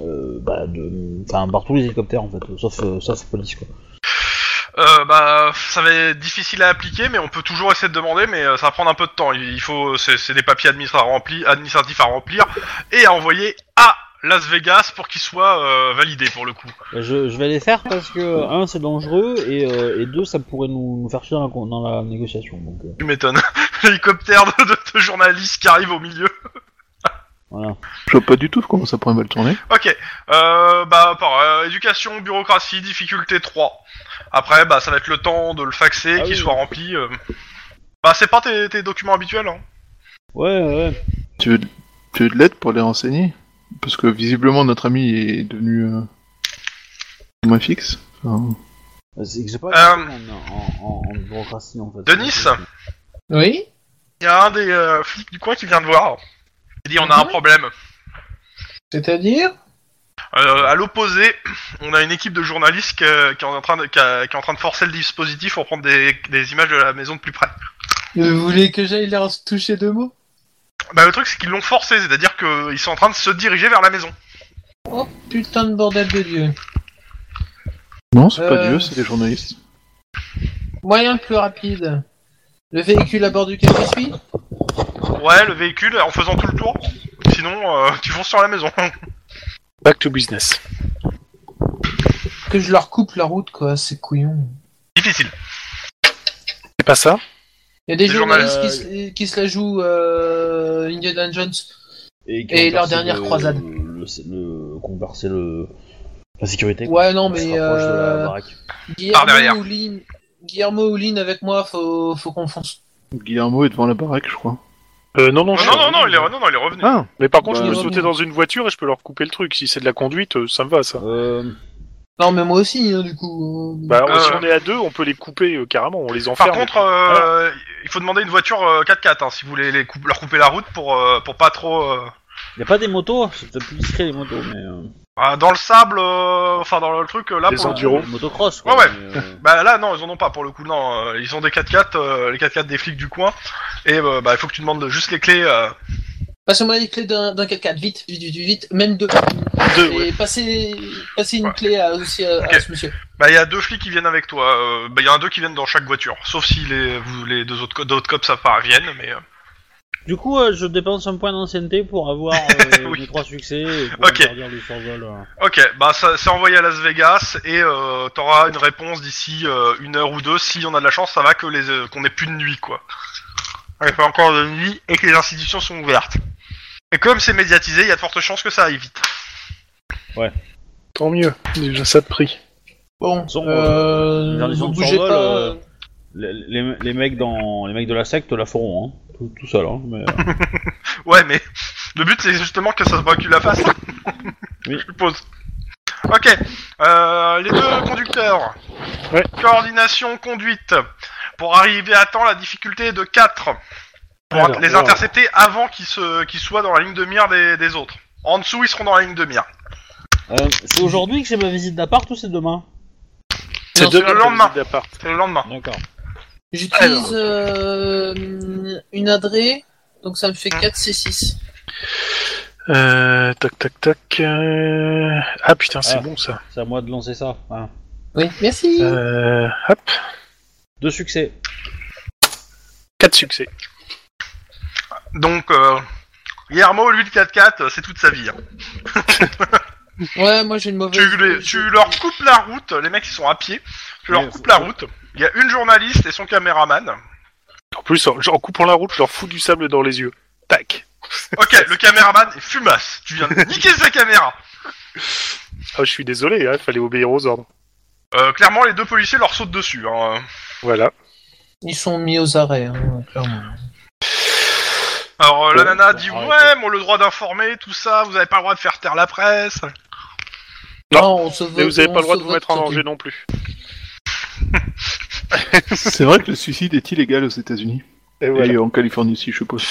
euh, bah, de, enfin par tous les hélicoptères en fait, euh, sauf euh, sauf police quoi.
Euh, bah, ça va être difficile à appliquer, mais on peut toujours essayer de demander, mais euh, ça va prendre un peu de temps. Il il faut, c'est c'est des papiers administra- remplis- administratifs à remplir et à envoyer à Las Vegas pour qu'il soit euh, validé pour le coup.
Bah, Je, je vais les faire parce que, un, c'est dangereux, et, euh, et deux, ça pourrait nous, nous faire chier dans la, con- dans la négociation. Donc, euh,
Tu m'étonnes. (laughs) L'hélicoptère de, de, de journalistes qui arrive au milieu.
voilà.
Je vois pas du tout comment ça pourrait mal tourner.
Ok, euh, bah, par euh, éducation, bureaucratie, difficulté 3. Après, bah, ça va être le temps de le faxer,
Ah
qu'il
oui.
soit rempli. euh. Bah, c'est pas tes, tes documents habituels, hein.
Ouais, ouais.
Tu veux, de- tu veux de l'aide pour les renseigner Parce que visiblement notre ami est devenu euh, moins fixe. Enfin,
Bah, C'est que j'ai pas
Euh,
compris en, en, en, en bureaucratie, en fait.
Denis
Oui
Il y a un des euh, flics du coin qui vient de voir. Il dit on a un
Mhm.
problème.
C'est-à-dire
Euh, à l'opposé, (clears throat) on a une équipe de journalistes que- qui, est en train de, qui, a- qui est en train de forcer le dispositif pour prendre des, des images de la maison de plus près.
Vous voulez que j'aille leur toucher deux mots
Bah le truc c'est qu'ils l'ont forcé, c'est-à-dire qu'ils sont en train de se diriger vers la maison.
Oh putain de bordel de Dieu.
Non, c'est pas
Euh.
Dieu, c'est les journalistes.
Moyen plus rapide. Le véhicule à bord duquel je suis
Ouais, le véhicule en faisant tout le tour. Sinon, euh, (laughs) tu fonces sur la maison.
Back to business.
Que je leur coupe la route, quoi, c'est couillon.
Difficile.
C'est pas ça
Il y a des
Des
journalistes qui,
journalistes.
se, qui se la jouent euh, Indiana Jones.
qui ont
Et leur
percé
dernière
le-
croisade.
Le, le, le, qu'on perçait le, la sécurité.
Ouais, non,
On se
mais
rapproche de la
euh,
baraque.
Par derrière.
Guillermo ou Lynn- Guillermo ou Lynn avec moi, faut, faut qu'on fonce.
Guillermo est devant la baraque, je crois.
euh, Non, non,
Non,
je-
non, non, non, il est, non, non, il est revenu.
Ah
Mais par contre,
Bah,
je peux
euh,
sauter dans une voiture et je peux leur couper le truc. Si c'est de la conduite, euh, ça me va, ça.
Euh,
Non, mais moi aussi, hein, du coup. euh,
Bah,
Euh.
si on est à deux, on peut les couper euh, carrément, on les
Par
enferme.
contre, euh, il faut demander une voiture euh, 4x4 hein, si vous voulez les coup- leur couper la route pour, euh, pour pas trop... euh,
y a pas des motos C'est peut-être plus discret les motos, mais. euh,
ah, dans le sable, euh, enfin dans le truc, euh, là...
Les
pour le-
enduro.
euh, Motocross, quoi.
Ouais, ouais.
mais, euh,
Bah là non, ils en ont pas pour le coup. Non, euh, ils ont des 4x4, euh, les 4x4 des flics du coin. Et euh, bah il faut que tu demandes juste les clés. euh.
Passez-moi les clés d'un d'un 4x4, vite, vite, vite, vite, même deux.
Deux,
Et passez, passez une
Ouais.
clé à, aussi à, à
Ok.
ce monsieur.
Bah il y a deux flics qui viennent avec toi. euh, bah il y en a deux qui viennent dans chaque voiture. Sauf si les, vous, les deux autres co- d'autres cops ça part viennent, mais. euh.
Du coup, euh, je dépense un point d'ancienneté
(laughs)
pour avoir euh,
Oui.
mes trois succès et pour
Ok.
interdire le survol. euh.
Ok, bah ça c'est envoyé à Las Vegas et euh, t'auras une réponse d'ici euh, une heure ou deux. Si on a de la chance, ça va que les euh, qu'on ait plus de nuit quoi. Ah, Il fait encore de nuit et que les institutions sont ouvertes. Et comme c'est médiatisé, il y a de fortes chances que ça aille vite.
Tant mieux, déjà ça de prix.
Bon,
Son,
euh,
euh, dans les
vous
ondes
bougez
survol,
pas.
euh,
euh,
Les, les- les mecs dans, les mecs de la secte la feront, hein. tout, tout seul. Hein. Mais, euh,
Ouais, mais (laughs) le but c'est justement que ça se voit que tu la fasses.
Oui.
(laughs) Je suppose. Ok, euh, les deux conducteurs.
Ouais.
Coordination conduite. Pour arriver à temps, la difficulté est de 4. Pour
Alors,
les
wow.
intercepter avant qu'ils se, qu'ils soient dans la ligne de mire des, des autres. En dessous, ils seront dans la ligne de mire.
euh, c'est aujourd'hui que j'ai ma visite d'appart ou c'est demain
C'est
non,
deux
c'est le lendemain.
visite d'appart.
C'est le lendemain.
D'accord.
J'utilise euh, une adrée, donc ça me
Ah.
fait 4C6.
Euh, tac, tac, tac. euh, Ah putain, c'est
Ah.
bon ça.
C'est à moi de lancer ça. hein.
Oui, merci.
Euh, hop,
Deux succès.
quatre succès.
Donc, euh, Guillermo, lui, le 4x4, c'est toute sa vie. hein.
Ouais, moi j'ai une mauvaise.
Tu, les- tu leur coupes la route, les mecs, ils sont à pied. Tu leur
Ouais,
coupes
faut-
la route. Il y a une journaliste et son caméraman.
En plus, en, en coupant la route, je leur fous du sable dans les yeux. Tac.
Ok, le caméraman est fumasse. Tu viens de niquer sa caméra.
Ah, je suis désolé, il fallait obéir aux ordres.
Euh, clairement, les deux policiers leur sautent dessus. Hein.
Voilà.
Ils sont mis aux arrêts, hein, clairement.
Alors, euh, la
Oh,
nana
bon,
dit
arrêtez.
Ouais, mais on a le droit d'informer, tout ça, vous avez pas le droit de faire taire la presse.
Non,
on se
Mais
vote-
vous avez
on
pas le droit
se
de vous
vote
mettre en
sur
danger
du-
non plus.
(laughs) C'est vrai que le suicide est illégal aux États-Unis.
Et voilà.
Et en Californie aussi, je suppose.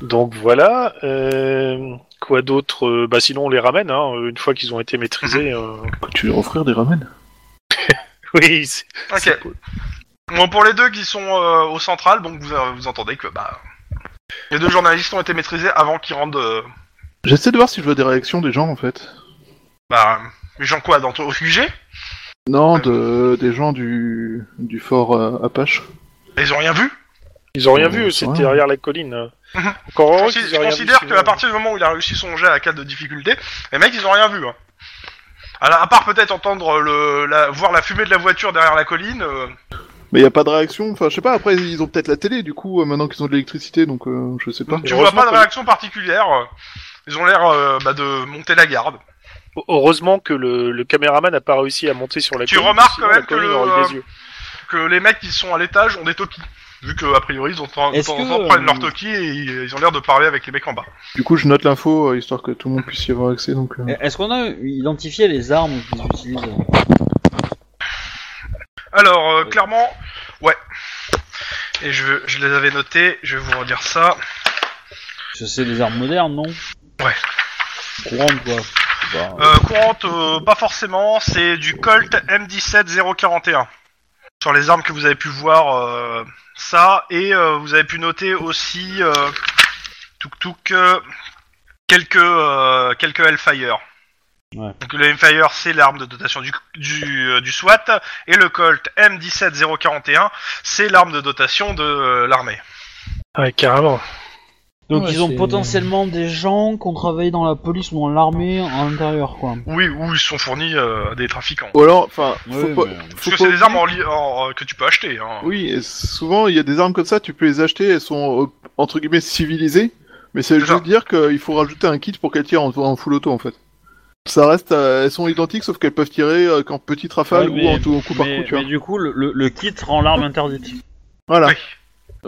Donc voilà. euh, Quoi d'autre Euh, Bah sinon on les ramène, hein, une fois qu'ils ont été
Mhm.
maîtrisés. euh,
(laughs)
Quand tu leur offrir des ramen
Oui, c'est-
Ok. Bon, pour les deux qui sont euh, au central, donc vous, euh, vous entendez que bah. Les deux journalistes ont été maîtrisés avant qu'ils rendent. euh,
J'essaie de voir si je vois des réactions des gens en fait.
bah. Les gens quoi dans, Au sujet
Non, de, des gens du, du fort euh, Apache.
Ils ont rien vu
Ils ont rien
Oh,
vu,
ça
c'était
va.
derrière la colline. hein. Encore heureux
Je Mhm. consi-
qu'ils
je
aient rien vu,
considère
sinon-
qu'à partir du moment où il a réussi son jet à 4 de difficulté, les mecs ils ont rien vu. hein. Alors, à part peut-être entendre le, la- voir la fumée de la voiture derrière la colline. euh,
Mais il a pas de réaction. Enfin, je sais pas. Après, ils ont peut-être la télé, du coup, euh, maintenant qu'ils ont de l'électricité, donc euh, je sais pas.
Tu vois
heureusement
pas de
que-
réaction particulière. euh, Ils ont l'air euh, bah, de monter la garde.
Heureusement que le, le caméraman n'a pas réussi à monter sur la
Tu
colline.
remarques
sinon
quand même
la colline
que le-
aurait eu des yeux.
Que les mecs qui sont à l'étage ont des talkies. Vu que a priori ils ont de temps de
Est-ce
temps en
que,
temps prennent
euh,
leur talkie et ils ils ont l'air de parler avec les mecs en bas.
Du coup, je note l'info euh, histoire que tout le monde puisse y avoir accès. Donc, euh.
Est-ce qu'on a identifié les armes qu'ils utilisent
Alors euh, clairement, ouais. Et je, je les avais notés, je vais vous redire ça.
Je sais, les armes modernes, non
Ouais.
Courantes, quoi. Je sais pas.
Euh, courante, euh, pas forcément, c'est du Colt M17 041. Sur les armes que vous avez pu voir, euh, ça, et euh, vous avez pu noter aussi, euh, tuk tuk, euh, quelques, euh, quelques Hellfire.
Ouais.
Donc le Hellfire, c'est l'arme de dotation du, du, euh, du SWAT, et le Colt M17 041, c'est l'arme de dotation de euh, l'armée.
Ouais, carrément.
Donc
Ouais,
ils ont
c'est-
potentiellement des gens qui ont travaillé dans la police ou dans l'armée à l'intérieur, quoi.
Oui, où ils sont fournis euh, à des trafiquants.
Ou alors, enfin, faut
Ouais,
pas.
mais-
faut
Parce que
pas
c'est des armes
oublier-
en li- en- euh, que tu peux acheter. Hein.
Oui, et souvent il y a des armes comme ça, tu peux les acheter, elles sont euh, entre guillemets civilisées, mais ça veut
C'est ça.
juste dire qu'il faut rajouter un kit pour qu'elles tirent en, en full auto en fait. Ça reste, euh, elles sont identiques sauf qu'elles peuvent tirer euh, qu'en petite rafale
Ouais,
ou
mais-
en tout, au coup par
mais,
coup, tu
mais
vois.
du coup, le, le- le kit rend l'arme interdite.
Voilà.
Oui.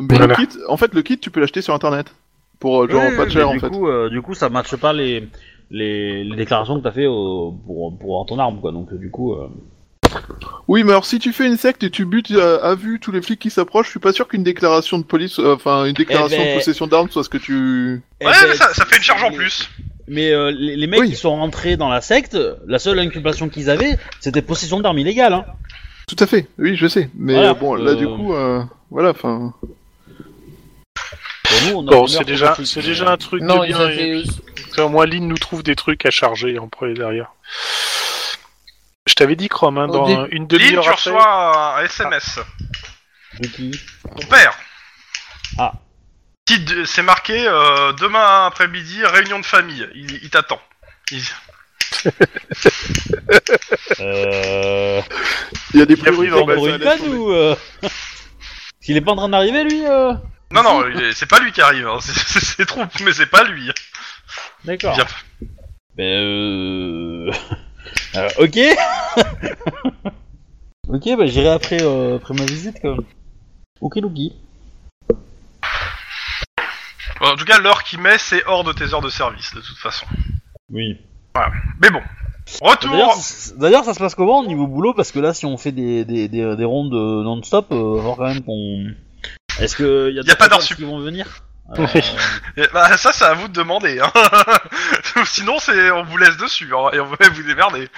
Mais
Voilà.
Le kit, en fait, le kit, tu peux l'acheter sur internet pour euh, genre
Oui,
pas
oui,
cher
mais
en
du
fait.
Coup, euh, du coup, ça matche pas les, les, les déclarations que t'as fait au- pour, pour avoir ton arme, quoi. Donc euh, du coup, euh,
Oui, mais alors si tu fais une secte et tu butes euh, à vue tous les flics qui s'approchent, je suis pas sûr qu'une déclaration de police, euh, enfin une déclaration
ben-
de possession d'armes soit ce que tu.
eh
Ouais,
ben,
mais ça, ça
c'est-
fait une charge en
mais-
plus.
Mais euh, les, les mecs
Oui.
qui sont rentrés dans la secte, la seule inculpation qu'ils avaient, c'était possession d'armes illégales. Hein.
Tout à fait. Oui, je sais. Mais
Voilà.
euh, bon, là du
Euh,
coup, euh, voilà, enfin.
Pour nous, on a
Bon,
une
c'est
heure
déjà,
pour le
c'est
truc,
déjà
euh,
un truc
Non,
de
ils
bien. et-
avaient aussi-
Ça, Au moins, Lynn nous trouve des trucs à charger en premier derrière. Je t'avais dit, Chrome, hein,
Au
dans
dé-
un- une
Lynn,
demi-heure
tu
après...
reçois un SMS.
Ah. de qui
Ton père.
Ah.
Qui de- C'est marqué euh, demain après-midi, réunion de famille. Il, il t'attend. Il-
Euh...
Il y a des
Eh
Il y a
priorités.
pris dans
en fait,
Pour
ça
une
laisse
panne
tomber.
ou euh... (laughs) S'il est pas en train d'arriver lui euh...
Non, non, il est- c'est pas lui qui arrive. hein. (laughs) C'est- C'est ses troupes, mais c'est pas lui.
D'accord.
Bien.
Ben euh... (laughs) euh, ok. (laughs) ok, bah j'irai après, euh, après ma visite quand même. Ok, Luki.
Bon, en tout cas, l'heure qu'il met, c'est hors de tes heures de service, de toute façon.
Oui.
Mais bon.
D'ailleurs,
Retour.
c- d'ailleurs, ça se passe comment au niveau boulot Parce que là, si on fait des, des, des, des rondes euh, non-stop, euh, va falloir quand même qu'on. Est-ce que y a,
Y a pas d'heures
personnes
sup.
qui vont (laughs) venir Euh,
Oui.
Eh, bah, ça, c'est à vous de demander. hein. (laughs) Sinon, c'est on vous laisse dessus hein, et on va vous démerder.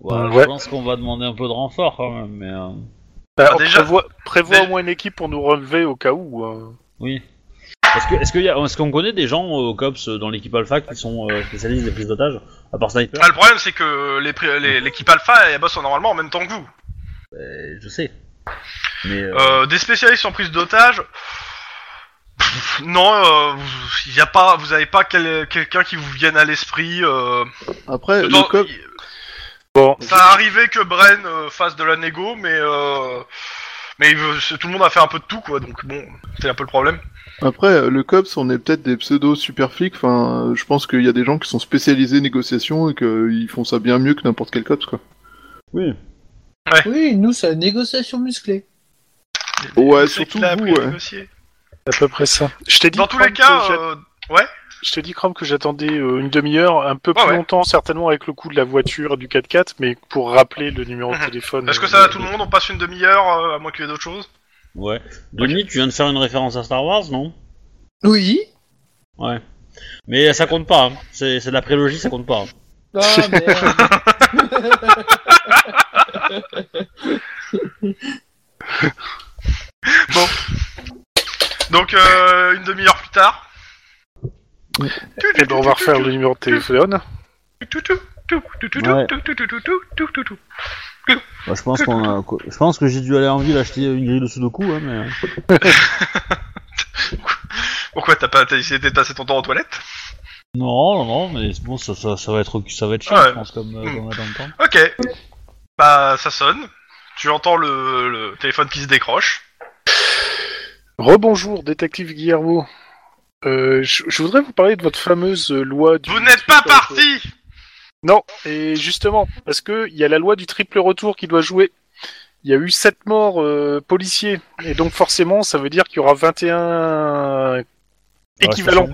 ouais,
Ouais.
Je pense qu'on va demander un peu de renfort quand même, mais. euh,
Bah,
Ah,
on
déjà-
prévoit, prévoit
déjà-
au moins une équipe pour nous relever au cas où. hein.
Oui. Est-ce que est-ce qu'il y a- est-ce qu'on connaît des gens euh, au cops euh, dans l'équipe Alpha qui sont euh, spécialistes des prises d'otages à part Sniper
Bah, le problème, c'est que les pri- les- l'équipe Alpha, elle bosse normalement en même temps que vous.
Euh, Je sais. Mais euh,
Euh, des spécialistes en prise d'otage. Pff, Non, euh, vous- il y a pas, vous avez pas quel- quelqu'un qui vous vienne à l'esprit. euh,
Après,
dans-
le cop,
il-
Bon,
ça a arrivé que Bren euh, fasse de la négo, mais euh, mais il veut- c'est- tout le monde a fait un peu de tout, quoi. Donc bon, c'est un peu le problème.
après le cops, on est peut-être des pseudo super flics. Enfin, euh, je pense qu'il y a des gens qui sont spécialisés négociation et qu'ils font ça bien mieux que n'importe quel cops, quoi.
oui.
Oui, nous, c'est la négociation musclée.
Ouais,
C'est
surtout
qu'il a
vous,
appris à
ouais.
négocier.
à peu près ça. Je t'ai dit,
Dans tous
Chrome,
les cas,
que j'a-
euh,
je t'ai dit, Chrome, que j'attendais euh, une demi-heure, un peu
Ouais,
plus
ouais.
longtemps, certainement avec le coup de la voiture et du 4x4, mais pour rappeler le numéro de
Mhm.
téléphone.
est-ce que
euh,
ça va tout le monde On passe une demi-heure, euh, à moins qu'il y ait d'autres choses.
Ouais. Denis, tu viens de faire une référence à Star Wars, non
Oui.
Ouais. Mais ça compte pas. hein. C'est c'est de la prélogie, ça compte pas. hein.
Ah,
euh,
merde.
Donc euh, une demi-heure plus tard.
Eh ben, on va refaire le numéro de téléphone.
Tout, tout, tout, tout, tout, tout,
Ouais.
tout, tout, tout, tout, tout, tout, tout.
Bah, je pense qu'on a- que- je pense que j'ai dû aller en ville acheter une grille de sudoku, hein, mais.
Pourquoi t'as pas t'as essayé de passer ton temps aux toilettes
Non, non, non, mais bon, ça, ça, ça va être, ça va être chiant,
Ouais.
je pense, comme, euh,
Hmm.
comme attente.
Ok. Bah ça sonne. Tu entends le, le téléphone qui se décroche.
Rebonjour, détective Guillermo. Euh, je, je voudrais vous parler de votre fameuse euh, loi du.
Vous n'êtes pas
triple retour.
parti
Non, et justement, parce que il y a la loi du triple retour qui doit jouer. Il y a eu 7 morts euh, policiers, et donc forcément, ça veut dire qu'il y aura 21 équivalents.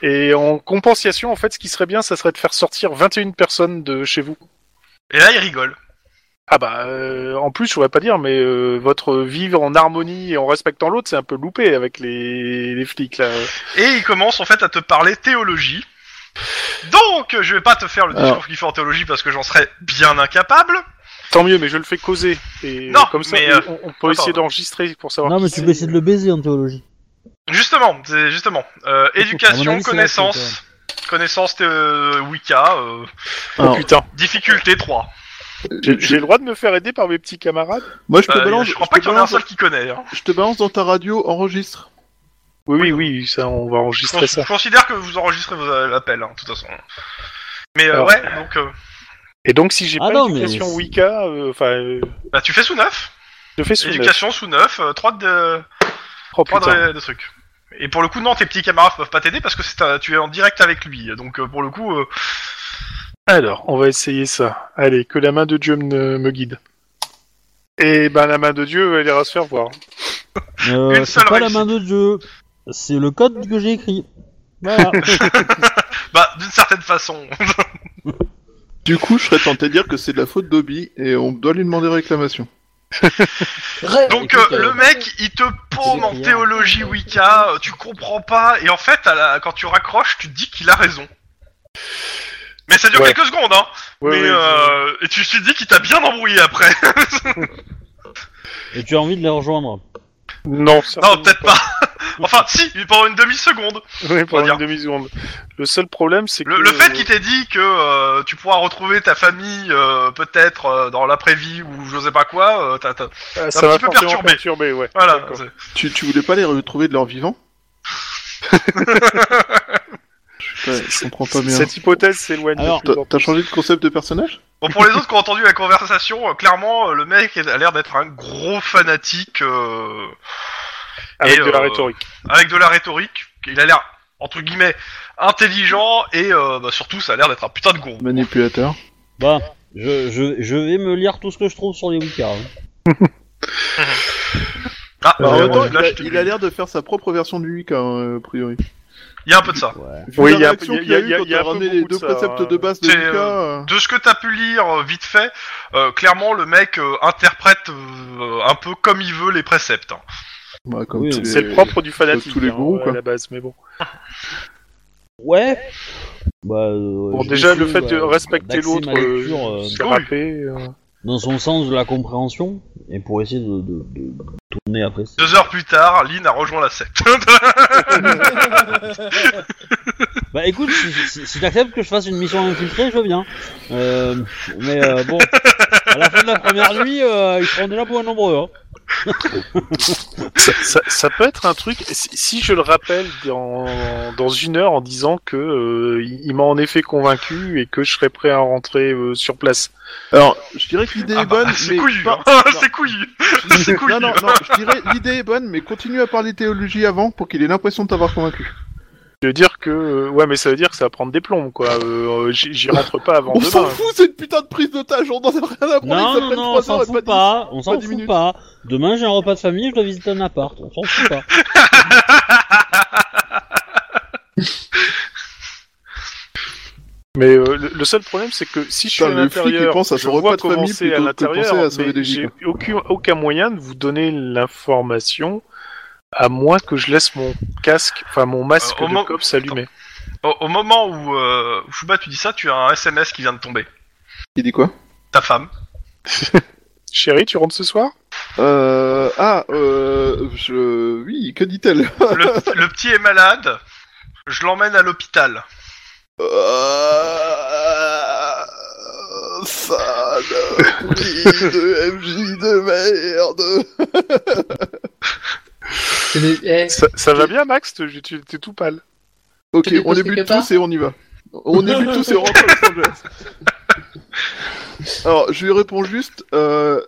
Et en compensation, en fait, ce qui serait bien, ça serait de faire sortir 21 personnes de chez vous.
Et là il rigole.
Ah bah, euh, en plus, je voudrais pas dire, mais euh, votre vivre en harmonie et en respectant l'autre, c'est un peu loupé avec les, les flics, là.
Et il commence en fait à te parler théologie. Donc je vais pas te faire le discours qu'il fait en théologie parce que j'en serais bien incapable.
Tant mieux, mais je le fais causer. Et
Non,
comme ça,
mais, euh,
on, on peut
attends.
essayer d'enregistrer pour savoir.
Non,
qui
mais tu
c'est.
peux essayer de le baiser en théologie.
Justement, c'est justement. Euh, éducation,
À mon avis, c'est la
connaissance, connaissance de Wicca, euh,
Oh, putain,
difficulté 3.
j'ai j'ai le droit de me faire aider par mes petits camarades
Moi, je te
Euh,
balance.
je crois
je
pas
te
qu'il y en ait un
balance-
seul qui connaît. hein.
je te balance dans ta radio, enregistre.
Oui, oui, oui, ça, on va
Je,
enregistrer
cons-
ça.
je considère que vous enregistrez vos euh, appels, hein, de toute façon. Mais euh,
Alors.
ouais, donc euh,
Et donc, si j'ai
Ah
pas
non,
l'éducation
mais-
Wicca, euh, enfin, euh,
bah, tu fais sous neuf.
je fais sous neuf.
Éducation sous neuf, euh, trois de,
Oh,
trois
putain.
de, de trucs. Et pour le coup, non, tes petits camarades peuvent pas t'aider parce que c'est un- tu es en direct avec lui. Donc euh, pour le coup, euh,
Alors, on va essayer ça. Allez, que la main de Dieu me, me guide. Et ben, la main de Dieu, elle ira se faire voir.
Euh,
Une
c'est
seule
pas la
réussite.
main de Dieu, c'est le code que j'ai écrit.
(laughs)
Voilà.
bah d'une certaine façon. (laughs)
Bah,
Du coup, je serais tenté de dire que c'est de la faute d'Obi et on doit lui demander réclamation.
Rêve.
Donc
Écoute,
euh,
euh,
le mec, il te paume
des
en
prières.
théologie Wicca, euh, tu comprends pas, et en fait, à la- quand tu raccroches, tu te dis qu'il a raison. Mais ça dure
Ouais.
quelques secondes, hein.
Ouais,
mais
ouais,
euh, et tu te dis qu'il t'a bien embrouillé après.
Et tu as envie de les rejoindre.
je- Non,
Non,
(laughs) certainement
peut-être pas. (laughs) enfin, si, mais pendant une demi-seconde.
Oui,
On va
pendant
dire.
une demi-seconde. Le seul problème, c'est que...
Le, le fait qu'il t'ait dit que euh, tu pourras retrouver ta famille euh, peut-être euh, dans l'après-vie ou je sais pas quoi, euh, t'as- t'as-
Ah,
un
ça va
petit peu
forcément
perturbé.
perturber, ouais.
voilà.
D'accord.
c'est-
Tu, tu voulais pas les retrouver de leur (laughs) vivant je, sais pas, je comprends pas bien.
Cette hypothèse s'éloigne. de
Alors-
plus
T'as
en
t'as
plus.
changé de concept de personnage
Bon, pour les autres qui ont entendu la conversation, euh, clairement, euh, le mec a l'air d'être un gros fanatique euh,
Avec
Et,
de la
euh,
rhétorique.
avec de la rhétorique. Il a l'air entre guillemets intelligent et euh, bah, surtout ça a l'air d'être un putain de gourou.
Manipulateur.
Bah, je, je, je vais me lire tout ce que je trouve sur les wikis. hein.
Ah,
Euh,
Bah, en
vraiment,
même temps,
tu
il a-
lâches, tu-
il a l'air de faire sa propre version du Wicca, hein, a priori.
il y a un peu de ça.
Vu
Oui,
la
il y a-
réaction
il y a-
qu'il y a
il y a-
eu quand
il y a
t'as
un peu
ramené les
beaucoup
deux
de ça,
préceptes
hein.
de base de
C'est,
Wicca. euh,
De ce que t'as pu lire euh, vite fait, euh, clairement le mec euh, interprète euh, un peu comme il veut les préceptes. hein.
bah, comme
oui,
tous
C'est
les-
le propre du fanatique,
tous les
hein,
gourous, quoi.
à la base, mais bon.
Ouais. Bah, euh,
Bon,
je
déjà,
vais
le
essayer,
fait de
bah,
respecter
d'axer
l'autre,
ma lecture,
euh,
euh,
se
oui.
râper, euh.
dans son sens de la compréhension, et pour essayer de, de, de tourner après. ça.
Deux heures plus tard, Lynn a rejoint la secte.
Bah écoute, si, si, si t'acceptes que je fasse une mission infiltrée, je viens. Euh, mais euh, bon, à la fin de la première nuit, euh, ils seront déjà pour un nombreux. Hein.
ça, ça- ça peut être un truc. Si, si je le rappelle dans, dans une heure en disant que euh, il, il m'a en effet convaincu et que je serais prêt à rentrer euh, sur place.
Alors, je dirais que l'idée
(laughs) Ah
est
bah,
bonne,
c'est
mais...
couillu,
par-
(laughs)
hein,
non.
(laughs) c'est couillu. c'est couillu.
Non, non, non, je dirais l'idée est bonne, mais continue à parler théologie avant pour qu'il ait l'impression de t'avoir convaincu.
Je veux dire que euh, ouais, mais ça veut dire que ça va prendre des plombs quoi. Euh, j'y j'y rentre pas avant
On s'en
demain.
fout, c'est une putain de prise d'otage, on n'en a rien à prendre, ils
Non,
s'apprennent
non, non, on
trois
s'en
heures et
fout
dix.
pas, on s'en
pas dix
fout
minutes.
pas. Demain j'ai un repas de famille, je dois visiter un appart, on s'en fout pas.
Mais euh, le, le seul problème c'est que si je suis
Putain,
à
le flic, il
l'intérieur,
pense à
je
son
vois
repas de famille
commencer
plutôt
à
que de
l'intérieur,
penser à sauver
mais
des vies,
j'ai aucun aucun moyen de vous donner l'information à moins que je laisse mon casque, enfin mon masque
Euh, au
de
moment-
cops allumé.
Au, au moment où, euh, où Chouba, tu dis ça, tu as un SMS qui vient de tomber.
Il dit quoi
Ta
(laughs)
femme.
Chérie, tu rentres ce soir
Euh... Ah, euh... Je... Oui, que dit-elle
Le, le petit est malade. Je l'emmène à l'hôpital.
Euh, Sale prix de MJ de merde
C'est des-
euh,
eh,
Ça, ça va bien, Max Tu- tu- T'es tout pâle.
Ok,
Tu déposes
on
quelque
débute
part
tous et on y va. On débute tous et on rentre à Los Angeles. Alors, je lui réponds juste, euh,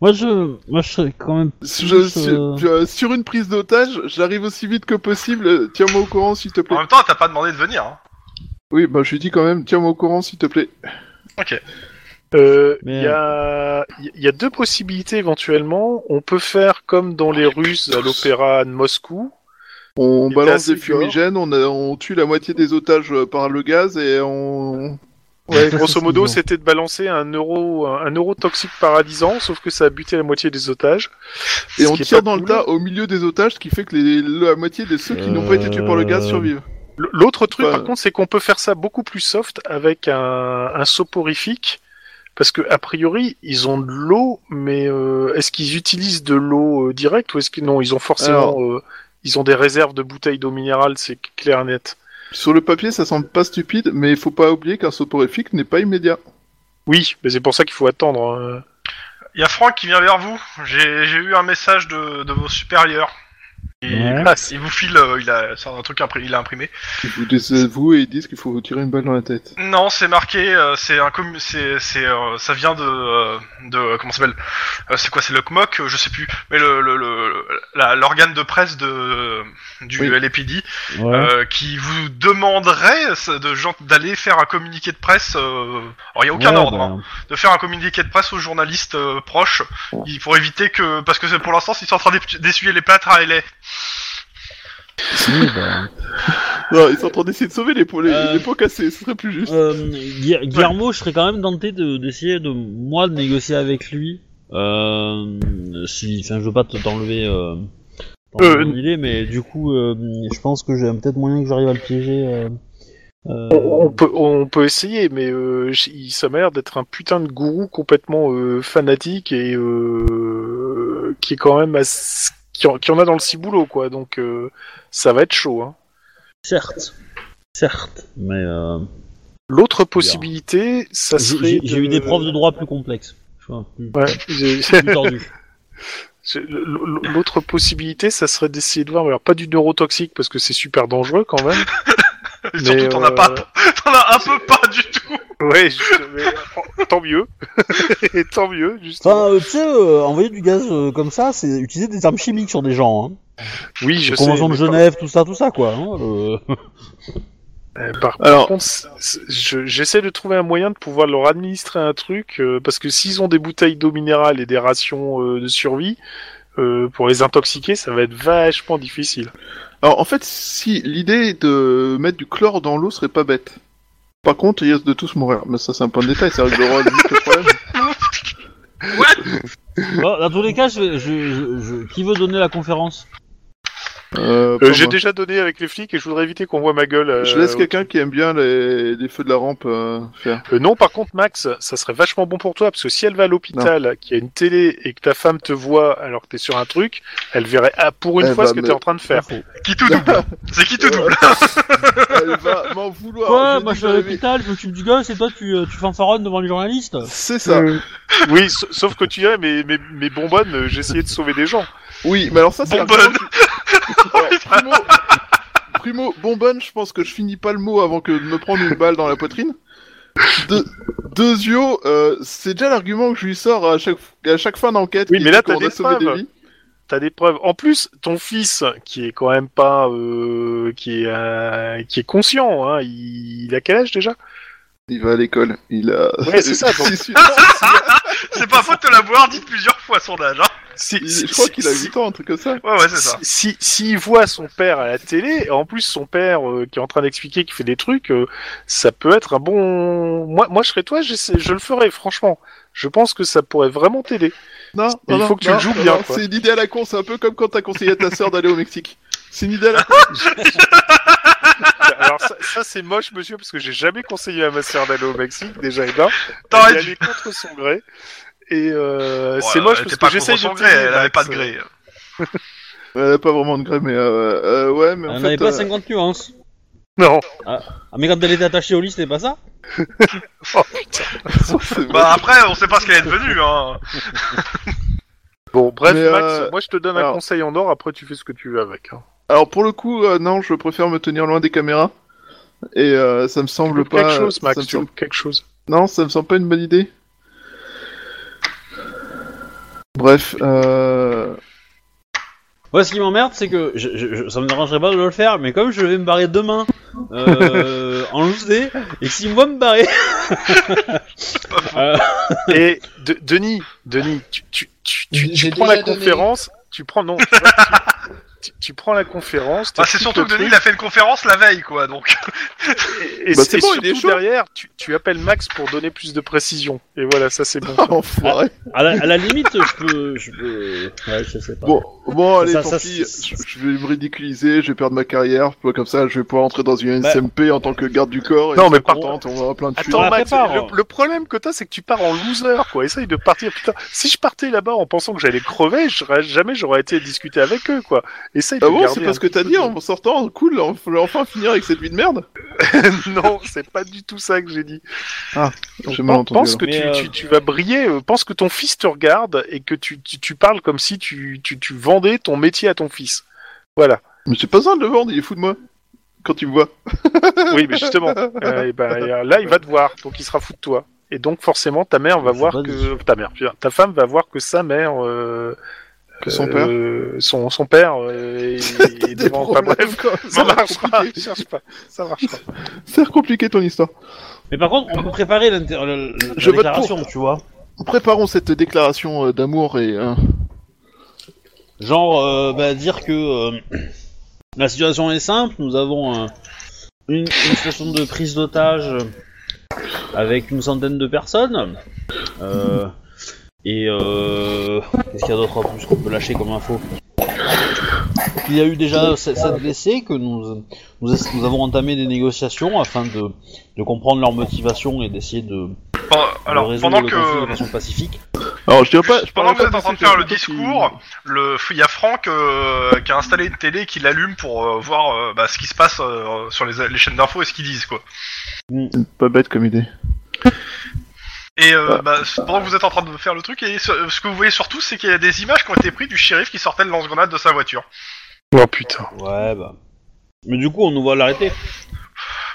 Moi, je, moi, je serais quand même.
je-
plus, euh,
sur, je- sur une prise d'otage, j'arrive aussi vite que possible, tiens-moi au courant s'il te plaît.
En même temps, t'as pas demandé de venir. Hein.
Oui, bah je lui dis quand même, tiens-moi au courant s'il te plaît.
Euh, Il
Mais-
y, a, il y a deux possibilités éventuellement. On peut faire comme dans les Russes à l'opéra de Moscou. Il
On
était
balance
assez
des fumigènes, on, a- on tue la moitié des otages euh, par le gaz et on...
Ouais, (laughs)
Ça,
grosso
c'est
modo,
souvent.
c'était de balancer un euro, un, un euro toxique paralysant, sauf que ça a buté la moitié des otages.
Et
Ce
on
qui est
tire
pas
dans le
cool.
tas au milieu des otages, ce qui fait que les- la moitié de ceux qui n'ont pas été tués par le gaz
Euh,
survivent.
L- L'autre truc,
Ouais.
par contre, c'est qu'on peut faire ça beaucoup plus soft avec un, un soporifique, parce que a priori, ils ont de l'eau, mais euh, est-ce qu'ils utilisent de l'eau euh, directe ou est-ce que non, ils ont forcément,
Alors-
euh, ils ont des réserves de bouteilles d'eau minérale, c'est clair et net.
Sur le papier, ça semble pas stupide, mais il faut pas oublier qu'un soporifique n'est pas immédiat.
Oui, mais c'est pour ça qu'il faut attendre. hein.
Il y a Franck qui vient vers vous. J'ai j'ai eu un message de, de vos supérieurs. Il,
Ouais.
Ah,
il vous file, euh, il a c'est un truc imprimé, il a imprimé.
Ils vous désavouent et ils disent qu'il faut vous tirer une balle dans la tête.
Non, c'est marqué, euh, c'est un commu- c'est c'est euh, ça vient de euh, de comment ça s'appelle Euh, C'est quoi C'est le CMOC, euh, je sais plus. Mais le le- le- la- l'organe de presse de du
Oui.
LAPD
Ouais.
euh, qui vous demanderait ça, de gens- d'aller faire un communiqué de presse. euh, alors il y a aucun
Ouais,
ordre.
bah,
hein. de faire un communiqué de presse aux journalistes euh, proches il- pour éviter que parce que c'est- pour l'instant ils sont en train d'ép- d'essuyer les plâtres à LA.
oui, bah.
Non, ils sont en train d'essayer de sauver les, pots- les,
Euh.
les pots cassés, ce serait plus juste.
Euh, Guilla- Guillermo, je serais quand même tenté de- d'essayer de, moi de négocier avec lui. Euh, si, enfin, je veux pas te- t'enlever euh, t'enlever
Euh,
mon idée, mais du coup, euh, je pense que j'ai peut-être moyen que j'arrive à le piéger. euh, euh,
On, on peut, on peut essayer, mais euh, j- il- ça m'a l'air d'être un putain de gourou complètement euh, fanatique et euh, qui est quand même ass- qui, en, qui en a dans le ciboulot, quoi. Donc euh, ça va être chaud. Hein.
Certes, certes, mais euh,
L'autre possibilité, ça
j'ai-
serait.
j'ai j'ai eu des preuves de droit plus complexes. Tu vois, plus,
Ouais, (laughs) j'ai- (laughs)
plus tordues.
C'est- l- l- L'autre possibilité, ça serait d'essayer de voir, alors pas du neurotoxique parce que c'est super dangereux quand même.
Et Surtout
mais,
t'en as pas,
euh,
(laughs) t'en as un peu pas du tout.
Ouais, juste- mais, euh, tant mieux. (laughs) Et tant mieux, justement.
Enfin, euh, tu sais, euh, envoyer du gaz euh, comme ça, c'est utiliser des armes chimiques sur des gens. Hein.
oui, je sais.
Convention de
mais
Genève, tout ça, tout ça, quoi. hein, euh.
Euh, Par, par
Alors-
contre, c'est- c'est- je- j'essaie de trouver un moyen de pouvoir leur administrer un truc, euh, parce que s'ils ont des bouteilles d'eau minérale et des rations euh, de survie, euh, pour les intoxiquer, ça va être vachement difficile.
Alors en fait, si l'idée de mettre du chlore dans l'eau serait pas bête. Par contre, ils risquent de tous mourir. Mais ça, c'est un point de détail, ça réglera vite le problème.
Bon, dans tous les cas, je vais- je- je- je- qui veut donner la conférence
Euh,
Euh,
pas
J'ai
moi.
déjà donné avec les flics et je voudrais éviter qu'on voit ma gueule. euh,
Je laisse
au-
quelqu'un qui aime bien les, les feux de la rampe euh, faire.
Euh, non, par contre, Max, ça serait vachement bon pour toi, parce que si elle va à l'hôpital, qu'il y a une télé et que ta femme te voit alors que t'es sur un truc, elle verrait ah, pour une
Eh
fois
bah,
ce que
mais-
t'es en train de faire.
Qui tout
(laughs)
double C'est qui tout double
(laughs) Elle va m'en vouloir.
Quoi
Oh, je
Moi,
dis
je suis à
que j'avais-
l'hôpital, je m'occupe du gosse, et toi, tu, euh, tu fanfaronnes devant les journalistes
C'est
Euh,
ça.
oui, sa- sauf que tu dirais, mais, mais, mais bonbonne, euh, j'essayais de sauver des gens.
Oui, mais alors ça, c'est
Bonbonne.
(laughs)
l'argument qui- Ouais, primo, primo, bonbonne, je pense que je finis pas le mot avant que de me prendre une balle dans la poitrine. De, Deuxio, euh, c'est déjà l'argument que je lui sors à chaque, à chaque fin d'enquête.
Oui,
qui
mais
dit
là, t'as
qu'on a
des
sauvé
preuves.
vies.
T'as des preuves. En plus, ton fils, qui est quand même pas, euh, qui est, euh, qui est conscient, hein, il, il a quel âge déjà
Il va à l'école. Il a.
Ouais,
(laughs)
c'est ça, donc. (laughs)
Il suit- il-
C'est pas faute de l'avoir dit plusieurs fois son âge. Hein
si,
je crois qu'il a
si-
8 ans, un truc comme ça.
ouais ouais c'est
si,
ça.
si, s'il voit son père à la télé, en plus son père euh, qui est en train d'expliquer qu'il fait des trucs, euh, ça peut être un bon. Moi, moi, je serais toi, j'essaie- je le ferais franchement. Je pense que ça pourrait vraiment t'aider.
Non,
Mais il faut que tu le joues bien, quoi.
C'est une idée à la con, c'est un peu comme quand t'as conseillé à ta sœur d'aller au Mexique. C'est une idée à la con.
Alors ça, ça, c'est moche, monsieur, parce que j'ai jamais conseillé à ma sœur d'aller au Mexique déjà. Et ben, elle
T'aurais
est
dû.
allée contre son gré. Et euh,
Ouais,
c'est moche
elle
parce
était pas
que j'essaie
contre
de bah,
son
t'aider,
gré, elle avait
Max.
pas de gré.
Euh, pas vraiment de gré, mais euh, euh, ouais, mais en
Elle
fait.
n'avait pas
euh,
50 nuances.
Non.
Ah, mais quand elle était attachée au lit, c'était pas ça
(laughs)
Bah après, on sait pas ce qu'elle est devenue.
(laughs)
Hein.
Bon, bref,
Mais,
Max,
euh,
moi je te donne un
alors-
conseil en or, après tu fais ce que tu veux avec. hein.
Alors pour le coup, euh, non, je préfère me tenir loin des caméras. Et euh, ça me semble
Trouve
pas.
quelque chose,
ça
Max,
me
tu trouves
semble-
quelque
(laughs)
chose.
Non, ça me semble pas une bonne idée. Bref, euh...
Moi, ce qui m'emmerde, c'est que je, je- je- ça me dérangerait pas de le faire, mais comme je vais me barrer demain euh, (laughs) en loose day, et que s'il me voit me barrer,
Et de- Denis, Denis, tu, tu, tu, tu, tu
J'ai
prends
déjà
la
donné.
conférence, tu prends non, tu, vois, tu- tu- tu prends la conférence.
Bah, c'est
t'expliques
surtout
le
que Denis
truc,
il a fait une conférence la veille, quoi.
(laughs)
Donc
Et, et
Bah,
c'est
c'est bon, il est
surtout
chaud.
derrière, tu, tu appelles Max pour donner plus de précision. Et voilà, ça c'est bon. ça.
(laughs) enfoiré.
à la, à la limite, je peux, je peux, ouais, je sais pas.
(laughs) Bon, bon, allez,
Ça,
tant
ça,
pis. Je-
c'est-
Je vais me ridiculiser, je vais perdre ma carrière. puis Comme ça, je vais pouvoir entrer dans une
Bah.
SMP en tant que garde du corps. Et
Non,
je
mais
serai
par-
contente, on va avoir plein de
on
Attends,
la
thunes.
Max,
prépare. hein.
le, le problème que t'as, c'est que tu pars en loser, quoi. Essaye de partir. Putain, si je partais là-bas en pensant que j'allais crever, j'aurais- jamais j'aurais été discuter avec eux, quoi. Essaye
Ah
de
bon,
garder
c'est parce
un
que t'as
peu
dit
de-
en sortant, cool, on va enfin finir avec cette vie de merde.
(laughs) non, c'est pas du tout ça que j'ai dit.
hein. J'ai mal
Pense,
entendu.
pense
alors.
que
Mais,
tu,
euh,
tu, tu vas briller, euh, pense que ton fils te regarde et que tu, tu, tu parles comme si tu, tu, tu vendais ton métier à ton
(laughs)
fils. Voilà.
Mais j'ai pas besoin de le vendre, il est fou de moi. Quand il me voit.
Oui, mais justement, euh, eh ben, euh, là, il va te voir, donc il sera fou de toi. Et donc, forcément, ta mère va
C'est
voir
pas
que ta mère, putain, ta femme va voir que sa mère, euh,
Que son père.
euh, son, son père, euh, est- est
Des
devant. Enfin,
problèmes,
bref,
quoi.
ça
Ça va
marche pas.
compliquer.
Cherche pas. Ça marche pas.
C'est compliqué ton histoire.
Mais par contre, on peut préparer l'inter- le- le-
Je
la
vote
déclaration, tu vois.
Préparons cette déclaration euh, d'amour et. euh,
Genre, euh, bah, dire que euh, la situation est simple, nous avons euh, une, une situation de prise d'otage avec une centaine de personnes. Euh, et euh, qu'est-ce qu'il y a d'autre en plus qu'on peut lâcher comme info Il y a eu déjà se- sept blessés, que nous, nous, es- nous avons entamé des négociations afin de, de comprendre leur motivation et d'essayer de,
Bon,
de
alors
résoudre
pendant
le
que
conflit de façon pacifique.
Alors je dirais pas. Je
pendant
parlerai
que vous êtes
pas
en train de
ces
faire le
gens qui-
discours, le il y a Franck euh, qui a installé une télé qui l'allume pour euh, voir euh, bah, ce qui se passe euh, sur les, les chaînes d'infos et ce qu'ils disent quoi.
Pas bête comme idée.
Et euh,
Ah.
bah, pendant que vous êtes en train de faire le truc, et ce, ce que vous voyez surtout, c'est qu'il y a des images qui ont été prises du shérif qui sortait le lance-grenade de sa voiture.
Oh putain.
Ouais, bah. Mais du coup, on nous voit l'arrêter.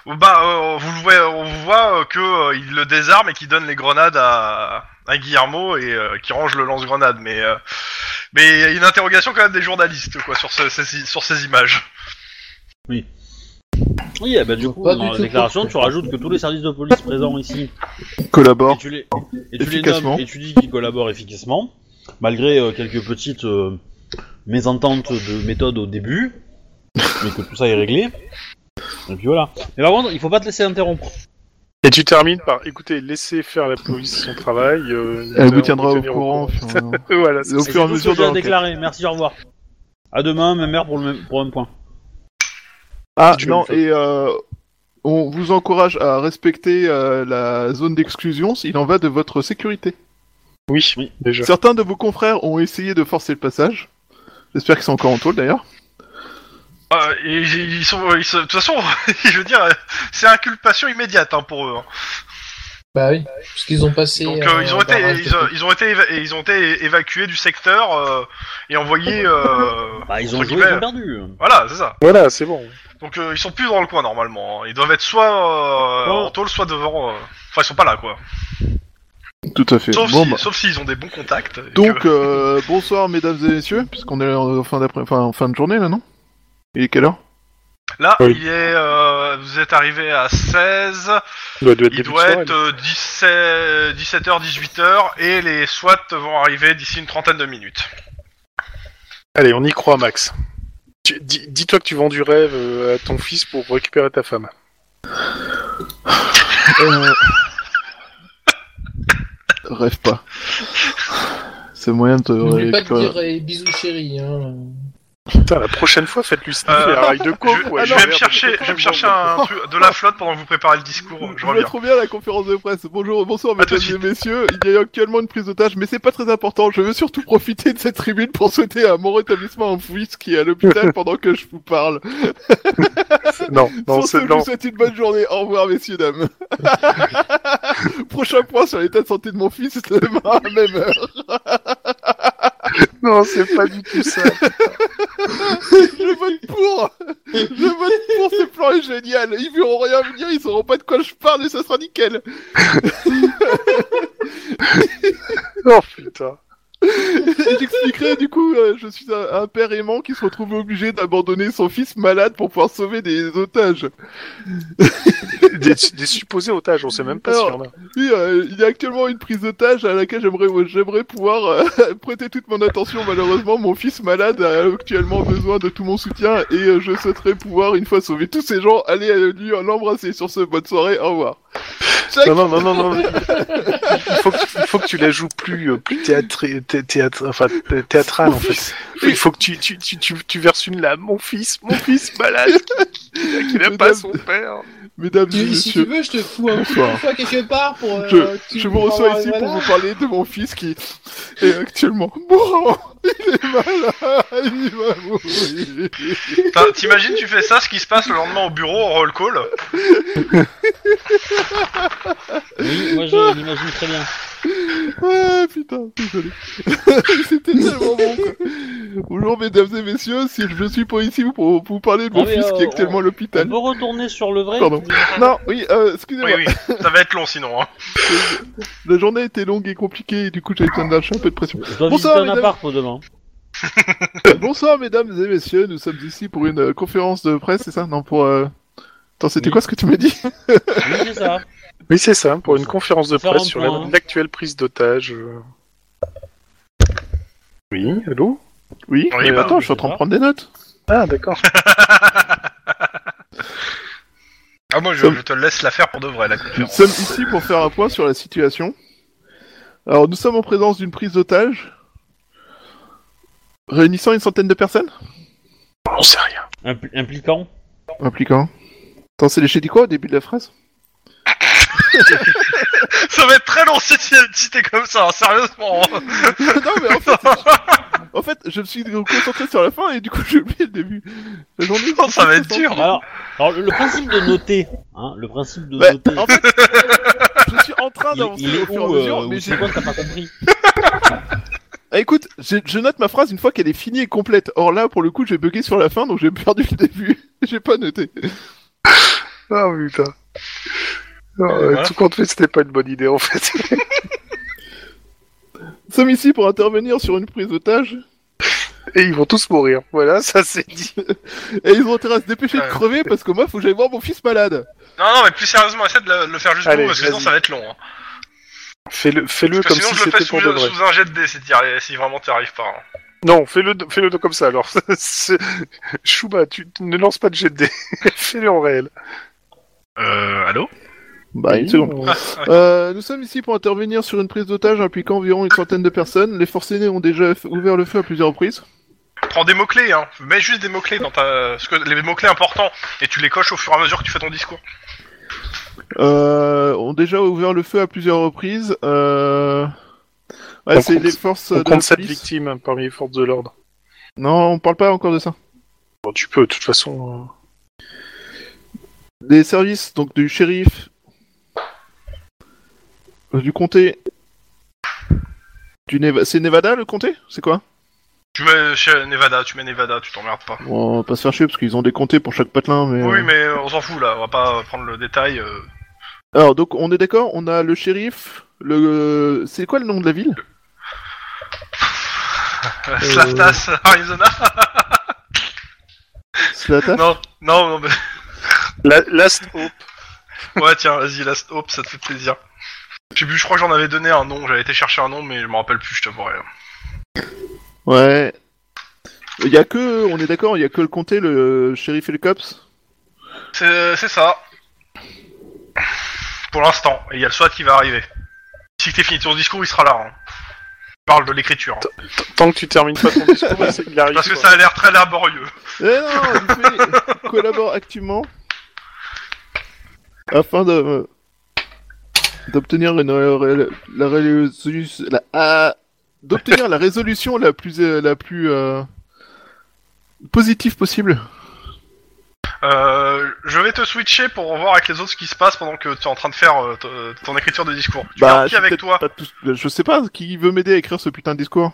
Bah, euh, vous le voyez, on voit euh, que euh, il le désarme et qu'il donne les grenades à, à Guillermo et euh, qui range le lance-grenade. Mais euh, mais il y a une interrogation quand même des journalistes quoi sur ce- ces- sur ces images.
Oui, eh ben du coup,
Pas du
dans la
tout
déclaration, tu rajoutes que tous les services de police présents ici, et
Collabore.
tu les, et tu les
Efficacement.
nommes, et tu dis qu'ils collaborent efficacement, malgré euh, quelques petites euh, mésententes de méthode au début, mais que tout ça est réglé. Et puis voilà. Mais par contre, il faut pas te laisser interrompre.
Et tu termines par, écoutez, laissez faire la police son travail. euh, nous
Elle vous
allons
tiendra au
tenir
courant. (laughs) finalement.
(laughs) voilà, c'est
Au
Et
fur et à
c'est tout ce
mesure de
que j'ai à
l'enquête.
déclarer. Merci, au revoir. À demain, même heure pour le même, pour le même point.
Ah
Tu
non
me fais-
et euh, on vous encourage à respecter euh, la zone d'exclusion. Il en va de votre sécurité.
Oui, déjà.
Certains de vos confrères ont essayé de forcer le passage. J'espère qu'ils sont encore en tôle d'ailleurs.
Euh, et ils ils sont, ils se- de toute façon, (laughs) je veux dire, euh, c'est inculpation immédiate hein, pour eux. hein.
Bah oui, parce qu'ils ont passé.
Donc
un
euh, ils ont été,
barrage
ils, ont- ils ont été, éva- ils ont été évacués du secteur euh, et envoyés. euh,
(laughs) Bah, ils
entre
ont joué,
guillemets.
ils ont perdu.
Voilà, c'est ça.
Voilà, c'est bon.
Donc euh, ils sont plus dans le coin normalement. hein. Ils doivent être soit euh,
Non.
en tôle, soit devant. euh, Enfin, ils sont pas là quoi.
Tout à fait.
Sauf
Bon,
si-
bah,
sauf s'ils ont des bons contacts. et
Donc
que-
euh, bonsoir mesdames et messieurs puisqu'on est en fin d'après, enfin en fin de journée là non Il est quelle heure
là,
oui.
il est, euh, vous êtes arrivé à 16.
Il doit, doit être
Il
début de
doit
soirée,
être euh, 17, 17h, 18h et les SWAT vont arriver d'ici une trentaine de minutes.
Allez, on y croit, Max. Tu- dis- Dis-toi que tu vends du rêve euh, à ton fils pour récupérer ta femme.
Euh, (laughs) Rêve pas. C'est moyen de te
N'oublie pas de
récupérer-
dire eh, bisous chérie. Hein.
Putain, la prochaine fois, faites-lui sniffer
Euh,
un rail de coke.
je,
ouais,
je
merde,
vais me
mais
chercher,
putain,
je vais me
bon,
chercher un truc de la flotte pendant que vous préparez le discours. Je
Je vois (laughs)
reviens.
trop bien la conférence de presse. Bonjour, bonsoir,
À tout de
mesdames et messieurs. Il y a actuellement une prise d'otage, mais c'est pas très important. Je veux surtout profiter de cette tribune pour souhaiter à mon rétablissement en fouisse qui est à l'hôpital pendant que je vous parle.
Non, non,
Sur ce,
c'est
je vous
non.
souhaite une bonne journée. Au revoir, messieurs, dames. Prochain point sur l'état de santé de mon fils demain à même heure.
Non, c'est pas du tout ça.
Je vote pour. Je vote pour. Ce plan est génial. Ils verront rien venir. Ils sauront pas de quoi je parle et ça sera nickel.
Oh putain.
Et J'expliquerai, du coup, euh, je suis un, un père aimant qui se retrouve obligé d'abandonner son fils malade pour pouvoir sauver des otages.
Des, des supposés otages, on sait même pas s'il y en a.
Oui, euh, il y a actuellement une prise d'otage à laquelle j'aimerais j'aimerais pouvoir euh, (laughs) prêter toute mon attention. Malheureusement, mon fils malade a actuellement besoin de tout mon soutien et euh, je souhaiterais pouvoir, une fois sauvé tous ces gens, aller euh, lui euh, l'embrasser. Sur ce, bonne soirée, au revoir. Jack,
Non, non, non, non, non. Il faut que, il faut que tu la joues plus, euh, plus théâtrée, thé- théâtre, enfin, thé- théâtrale, en fait. Il faut que tu, tu, tu, tu, tu verses une là. Mon fils, mon fils malade, qui- qui, qui n'a pas son père.
mesdames et
Tu- si tu
messieurs,
veux, je te fous un coup de
Bonsoir.
poing quelque part pour. euh,
Je-
tu-
je vous
pour
reçois
avoir-
ici
voilà.
pour vous parler de mon fils qui est actuellement mourant. (laughs) Il est malade, il va mourir.
T'as- T'imagines, tu fais ça, ce qui se passe le lendemain au bureau en roll call.
Oui,
(laughs)
moi je l'imagine très bien.
Ah putain, désolé. (laughs) C'était tellement bon. quoi. Bonjour mesdames et messieurs, si je suis pas ici pour vous parler de mon
Ah oui,
fils
euh,
qui est actuellement à
On
l'hôpital.
peut retourner sur le vrai
Pardon. Non, oui, euh, excusez-moi.
Oui, oui, ça va être long sinon. Hein.
La journée était longue et compliquée, et du coup j'avais besoin de lâcher un peu de pression.
Je dois
Bonsoir,
visiter un
mesdames.
appart pour demain.
Bonsoir mesdames et messieurs, nous sommes ici pour une euh, conférence de presse, c'est ça Non, pour... euh, Attends, c'était
Oui.
quoi ce que tu m'as dit
Oui, c'est ça.
Oui, c'est ça, pour une conférence de
Faire
presse
un
sur
point,
la-
hein.
l'actuelle prise d'otage. euh. Oui, allô
Oui,
Oui,
mais
bah,
attends,
oui,
je suis en
c'est
train de
ça.
prendre des notes.
Ah, d'accord.
Ah, moi, je,
Somme-
je te laisse la faire pour de vrai, la
Nous
conférence.
sommes ici pour faire un point sur la situation. Alors, nous sommes en présence d'une prise d'otage réunissant une centaine de personnes
On sait rien.
Impl- impliquant.
Impliquant. Attends, c'est les j'ai dit quoi au début de la phrase
(laughs) Ça va être très long si tu- si t'es comme ça, hein, sérieusement. hein.
Non, mais en fait, en fait, je me suis concentré sur la fin et du coup, j'ai oublié le début. La journée.
Non, Oh, ça va être dur.
Alors, alors le, le principe de noter, hein, le principe de
Ouais,
noter,
Bah, en fait, je suis en train
il, est-
d'avancer
il est
au fur et à
où
mesure,
euh, ou
mais j'ai
C'est quoi que t'as pas compris
Ah, écoute, je, je note ma phrase une fois qu'elle est finie et complète. Or là, pour le coup, j'ai bugué sur la fin, donc j'ai perdu le début. (laughs) j'ai pas noté.
Ah, putain. Non, euh,
voilà.
Tout compte fait, c'était pas une bonne idée, en fait. (laughs)
Nous sommes ici pour intervenir sur une prise d'otage.
Et ils vont tous mourir. Voilà, ça c'est dit.
Et ils ont intérêt à se dépêcher de
Ouais.
crever parce que moi, faut que j'aille voir mon fils malade.
Non, non, mais plus sérieusement, essaie de le, le faire jusqu'au
Allez,
bout, parce que sinon
vas-y.
ça va être long. Hein.
Fais-le fais -le
Parce que
comme
sinon,
si
je le fais
c'était pour de
sous,
vrai.
sous un jet de dés si, t'y arri- si vraiment t'y arrives pas. hein.
Non, fais-le fais -le comme ça, alors. (laughs) C'est- Chouba, tu tu ne lances pas de jet de dés. (laughs) Fais-le en réel.
Euh, allô
Bah,
une
seconde.
Ah.
Euh, nous sommes ici pour intervenir sur une prise d'otage impliquant environ une centaine de personnes. Les forcenés ont déjà f- ouvert le feu à plusieurs reprises.
Prends des mots-clés, hein. Mets juste des mots-clés dans ta. ce que, les mots-clés importants, et tu les coches au fur et à mesure que tu fais ton discours.
Euh, ont déjà ouvert le feu à plusieurs reprises. Euh... ouais,
On
c'est
compte-
les forces
On
de la
compte cette
police.
victime parmi les forces de l'ordre.
Non, on parle pas encore de ça.
Bon, tu peux, de toute façon. euh,
Des services, donc du shérif, euh, du comté. Du Neva- C'est Nevada le comté C'est quoi
Tu mets chez Nevada, tu mets Nevada, tu t'emmerdes pas.
Bon, On va pas se faire chier parce qu'ils ont des comtés pour chaque patelin, mais.
Oui,
euh,
mais on s'en fout là, on va pas prendre le détail. euh.
Alors, donc, on est d'accord, on a le shérif, le. C'est quoi le nom de la ville
Euh. (laughs) Slavtas, Arizona
Slata
Non, non, non, mais.
La, last hope.
Ouais, tiens, vas-y, Last Hope, ça te fait plaisir. Je sais plus, je crois que j'en avais donné un nom, j'avais été chercher un nom, mais je me rappelle plus, je t'avouerai.
Ouais. Il y a que. On est d'accord, il y a que le comté, le shérif et le cops
C'est c'est ça. Pour l'instant, et il y a le SWAT qui va arriver. Si t'es fini ton discours, il sera là. hein. parle de l'écriture. hein.
Tant que tu termines pas
(laughs)
ton discours, c'est- il arrive.
Parce que
quoi.
ça a l'air très laborieux.
Eh non, (laughs) il collabore activement afin de d'obtenir une ré- la résolution la ah, d'obtenir la résolution la plus euh, la plus euh, positive possible.
Euh, je vais te switcher pour voir avec les autres ce qui se passe pendant que tu es en train de faire euh, t- ton écriture de discours. Tu gardes qui
Bah, c'est
avec
peut-être
toi
pas tous- Je sais pas qui veut m'aider à écrire ce putain de discours.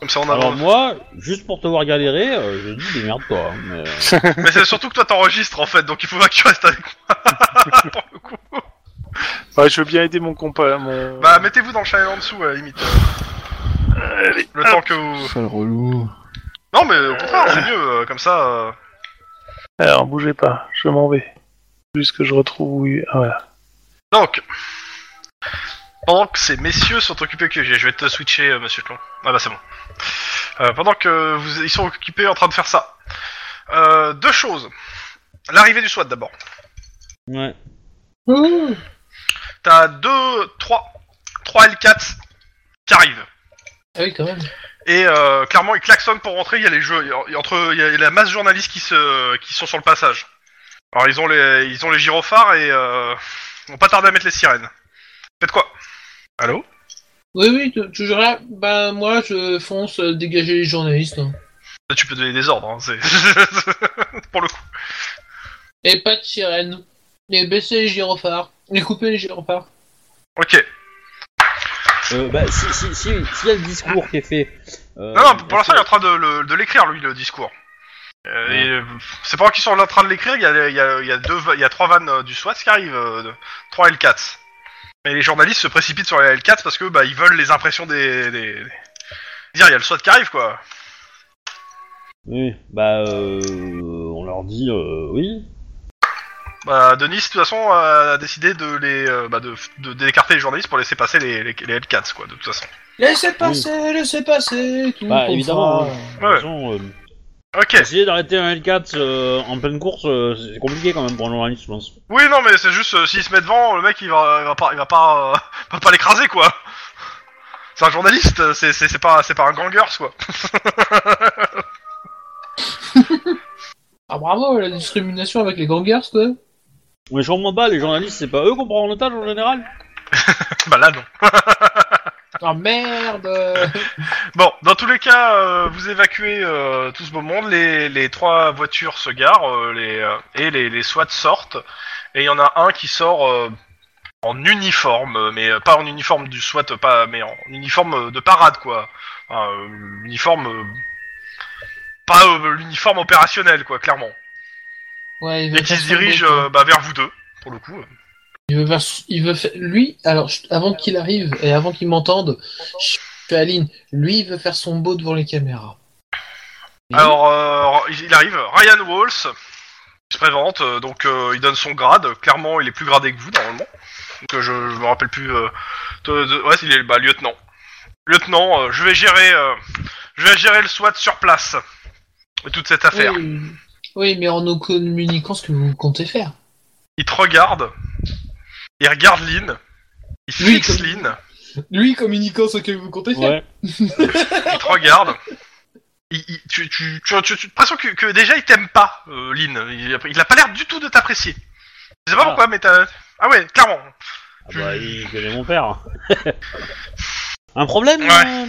Comme ça on
Alors
avance.
moi, juste pour te voir galérer, euh, je dis démerde-toi. hein, mais-
Mais c'est surtout que toi t'enregistres en fait, donc il faudra que tu restes avec moi. Pour le coup.
Ouais, je veux bien aider mon compa. Mon...
Bah mettez-vous dans le chalet en dessous à la limite. euh, Le temps que vous...
Sale relou.
Non mais au contraire c'est mieux euh, comme ça. euh.
Alors, bougez pas, je m'en vais. Juste que je retrouve. où- ah, Voilà.
Donc pendant que ces messieurs sont occupés que je vais te switcher euh, Monsieur Clon. Ah bah c'est bon. Euh, pendant que vous ils sont occupés en train de faire ça. Euh, deux choses. L'arrivée du SWAT d'abord.
Ouais.
Ah.
Ouh.
T'as deux, trois, trois L4 qui arrivent.
Ah oui, quand même.
Et euh, clairement, ils klaxonnent pour rentrer. Il y a les jeux, il y a- entre, il y a la masse journaliste qui se, qui sont sur le passage. Alors ils ont les, ils ont les gyrophares et euh, ils vont pas tarder à mettre les sirènes. Faites quoi Allô
Oui, oui, t- toujours là. Bah, moi, je fonce euh, dégager les journalistes. hein.
Là, Tu peux donner des ordres. Hein, c'est (laughs) pour le coup.
Et pas de sirène. Et baisser les gyrophares. Et couper les gyrophares.
Ok.
Euh, bah, si, si, si, s'il y a le discours qui est fait. euh,
non, non. Pour l'instant, il est en
est-ce
train de, le- de l'écrire lui le discours. Euh,
Ouais.
et, euh, C'est pendant qu'ils sont en train de l'écrire, il y a, il y a- il y a deux, va- il y a trois vannes euh, du SWAT qui arrivent, euh, de- trois L4. Mais les journalistes se précipitent sur les L4 parce que bah ils veulent les impressions des, des... des- dire il y a le SWAT qui arrive quoi.
que- Oui, bah, euh, on leur dit euh, oui.
Bah, Denis, de toute façon, a décidé de les, euh, bah, de, de- d'écarter les journalistes pour laisser passer les, les, les Hellcats, quoi, de toute façon.
Laissez passer, laissez passer. Tout
Bah,
comme
évidemment.
ça.
hein. De toute
Ouais.
façon, euh,
Ok.
essayer d'arrêter un L4 euh, en pleine course, euh, c'est compliqué quand même pour un journaliste, je pense.
Oui, non, mais c'est juste, euh, s'il se met devant, le mec, il va, il va pas, il va pas, euh, (laughs) va pas l'écraser, quoi. C'est un journaliste, euh, c'est, c'est, c'est pas, c'est pas un gangers, quoi. (laughs)
Ah, bravo, la discrimination avec les gangers, quoi.
Mais je comprends pas, les journalistes, c'est pas eux qu'on prend en otage en général
bah là, non.
Ah, merde.
Bon, dans tous les cas, euh, vous évacuez euh, tout ce beau monde, les, les trois voitures se garent, euh, les, euh, et les, les SWAT sortent, et il y en a un qui sort euh, en uniforme, euh, mais euh, pas en uniforme du SWAT, pas, mais en uniforme euh, de parade, quoi. Enfin, euh, uniforme... euh, pas euh, l'uniforme opérationnel, quoi, clairement.
Ouais, il veut
Et qui
faire
se
son
dirige
boulot, quoi.
euh, bah, vers vous deux, pour le coup.
Il veut faire, il veut faire- lui, alors je- avant qu'il arrive et avant qu'il m'entende, je fais Aline, lui il veut faire son beau devant les caméras. Et
Alors, euh, il arrive, Ryan Walls il se présente, euh, donc euh, il donne son grade, clairement il est plus gradé que vous normalement, donc euh, je, je me rappelle plus, euh, de- de- ouais il est bah, lieutenant. Lieutenant, euh, je vais gérer euh, je vais gérer le SWAT sur place, et toute cette
oui,
affaire.
oui, oui, mais en nous communiquant ce que vous comptez faire.
Il te regarde, il regarde Lynn, il
Lui,
fixe
comme-
Lynn,
Lui communiquant ce que vous comptez faire.
Ouais.
il te regarde, il, il- tu, tu, tu, tu- tu- l'impression que, que déjà il t'aime pas, euh, Lynn, il, il a pas l'air du tout de t'apprécier. Je sais pas
Ah.
pourquoi, mais t'as... Ah ouais, clairement
Ah bah, il
Hmm.
connaît mon père. (laughs) un problème
Ouais.
euh,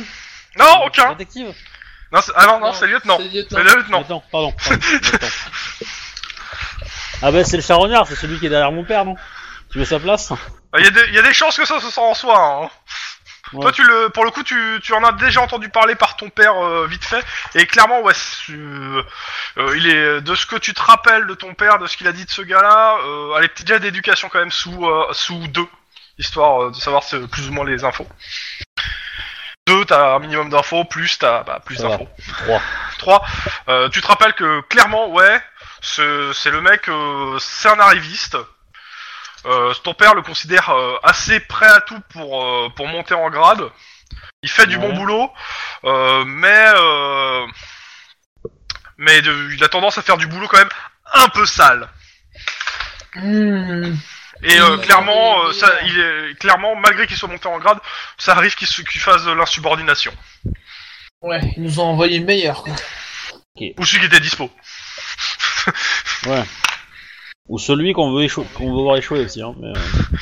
Non, aucun.
Détective
Non, c'est- ah non, non, c'est lieutenant.
C'est lieutenant.
C'est lieutenant.
Attends, pardon. pardon, attends. ah bah, c'est le charognard, c'est celui qui est derrière mon père, non Tu veux sa place
Il Ah, y, a des- il y a des chances que ça se sent en soi. hein.
Ouais.
Toi, tu le, pour le coup, tu, tu en as déjà entendu parler par ton père euh, vite fait. Et clairement, ouais, c'est- euh, euh, il est de ce que tu te rappelles de ton père, de ce qu'il a dit de ce gars-là. Euh, elle est déjà d'éducation quand même sous euh, sous deux, histoire euh, de savoir c'est plus ou moins les infos. Deux, t'as un minimum d'infos, plus t'as bah, plus
Ça va.
d'infos.
3.
3. Euh, tu te rappelles que clairement, ouais, ce- c'est le mec, euh, c'est un arriviste. Euh, ton père le considère euh, assez prêt à tout pour, euh, pour monter en grade. Il fait du
Ouais.
bon boulot, euh, mais, euh, mais de- il a tendance à faire du boulot quand même un peu sale.
Hmm.
Et euh, clairement, euh, ça, il est clairement, malgré qu'il soit monté en grade, ça arrive qu'il se- qu'il fasse de l'insubordination.
Ouais, ils nous ont envoyé le meilleur. quoi.
Ou celui qui était dispo.
Ou celui qu'on veut, échou- qu'on veut voir échouer aussi. Hein, mais, euh,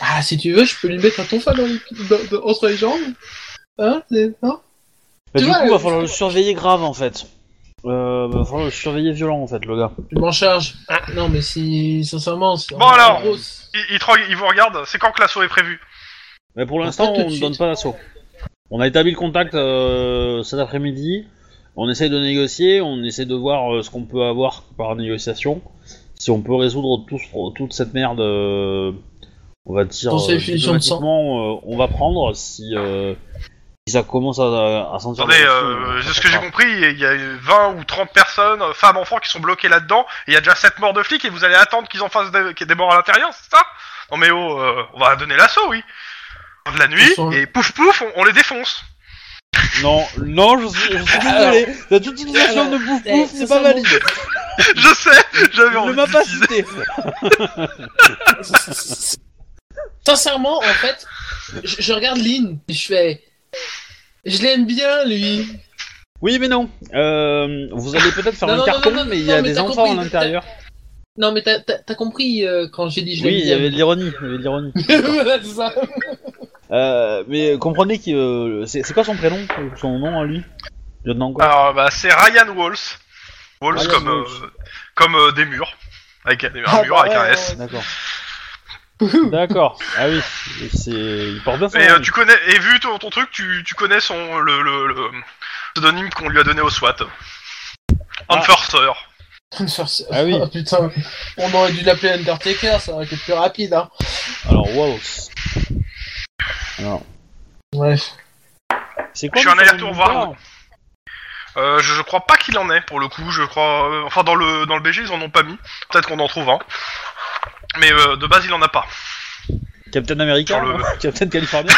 Ah, si tu veux, je peux lui mettre un tonfa dans le- dans- dans- entre les jambes. Hein c'est- Non
bah,
Tu
du
vois,
coup,
euh,
va falloir le surveiller grave en fait. Euh, va falloir le surveiller violent en fait, le gars.
Je m'en charge. Non, mais si, sincèrement. c'est-
Ah. Bon, alors.
gros, c'est-
Il, il, te re- il vous regarde, c'est quand que l'assaut est prévu
Mais pour l'instant,
tout de
on ne
suite.
donne pas d'assaut. On a établi le contact euh, cet après-midi. On essaie de négocier, on essaie de voir euh, ce qu'on peut avoir par négociation. Si on peut résoudre tout ce- toute cette merde, euh, on va dire.
Dans ces
euh,
fusions de sang.
diplomatiquement, euh, on va prendre si, euh, si ça commence à, à sentir.
Attendez,
le
euh,
dessous,
de
on
ce que j'ai
fera.
compris, il y a 20 ou 30 personnes, euh, femmes, enfants, qui sont bloqués là-dedans. et Il y a déjà 7 morts de flics et vous allez attendre qu'ils en fassent des, qu'il y ait des morts à l'intérieur, c'est ça Non mais oh, euh, on va donner l'assaut, oui. De la nuit,
Ils sont-
et pouf pouf, on, on les défonce. (laughs)
Non, non, je suis, je suis désolé. La
(laughs)
utilisation de bouffe
Eh,
bouffe, c'est pas valide.
Je sais, j'avais
Ne
envie
m'a
de
pas
l'utiliser.
cité.
(laughs) Sincèrement, en fait, je, je regarde Lynn et je fais. Je l'aime bien, lui.
Oui, mais non. Euh, vous allez peut-être
(laughs)
faire
Non,
un
non, non,
carton,
non, non,
mais il y
non,
a
mais
des
t'as
enfants à
compris, t'as-
l'intérieur.
Non, mais t'as- t'as t'as compris euh, quand j'ai dit je l'aime
Oui, il y
bien.
avait de l'ironie, il y avait de l'ironie.
Voilà, (laughs) c'est ça.
Euh, mais comprenez que euh, c'est c'est quoi son prénom, ou son nom à lui Lieutenant quoi
Alors bah c'est Ryan Walls. Walls
Ryan
comme euh,
Walls.
comme euh, des murs. Avec un, un
Ah,
mur
bah
avec un
ouais,
S.
(laughs)
D'accord. D'accord. Ah oui, c'est il porte bien son
Et
nom.
euh, tu connais et vu ton, ton truc, tu, tu connais son le le, le pseudonyme qu'on lui a donné au SWAT.
Ah.
Enforcer.
Enforcer.
Ah oui.
Oh, (laughs) putain, on aurait dû l'appeler Undertaker, ça aurait été plus rapide. Hein.
Alors wow. Alors,
Bref.
(laughs) c'est
Je
quoi
suis
le
en aller-retour
prénom
voir,
du gars
oui. Euh, je, je crois pas qu'il en ait pour le coup. Je crois euh, enfin dans le dans le BG ils en ont pas mis. Peut-être qu'on en trouve un. Mais euh, de base il en a
(laughs)
pas. (laughs)
Captain America,
Sur le-
hein (laughs) Captain California.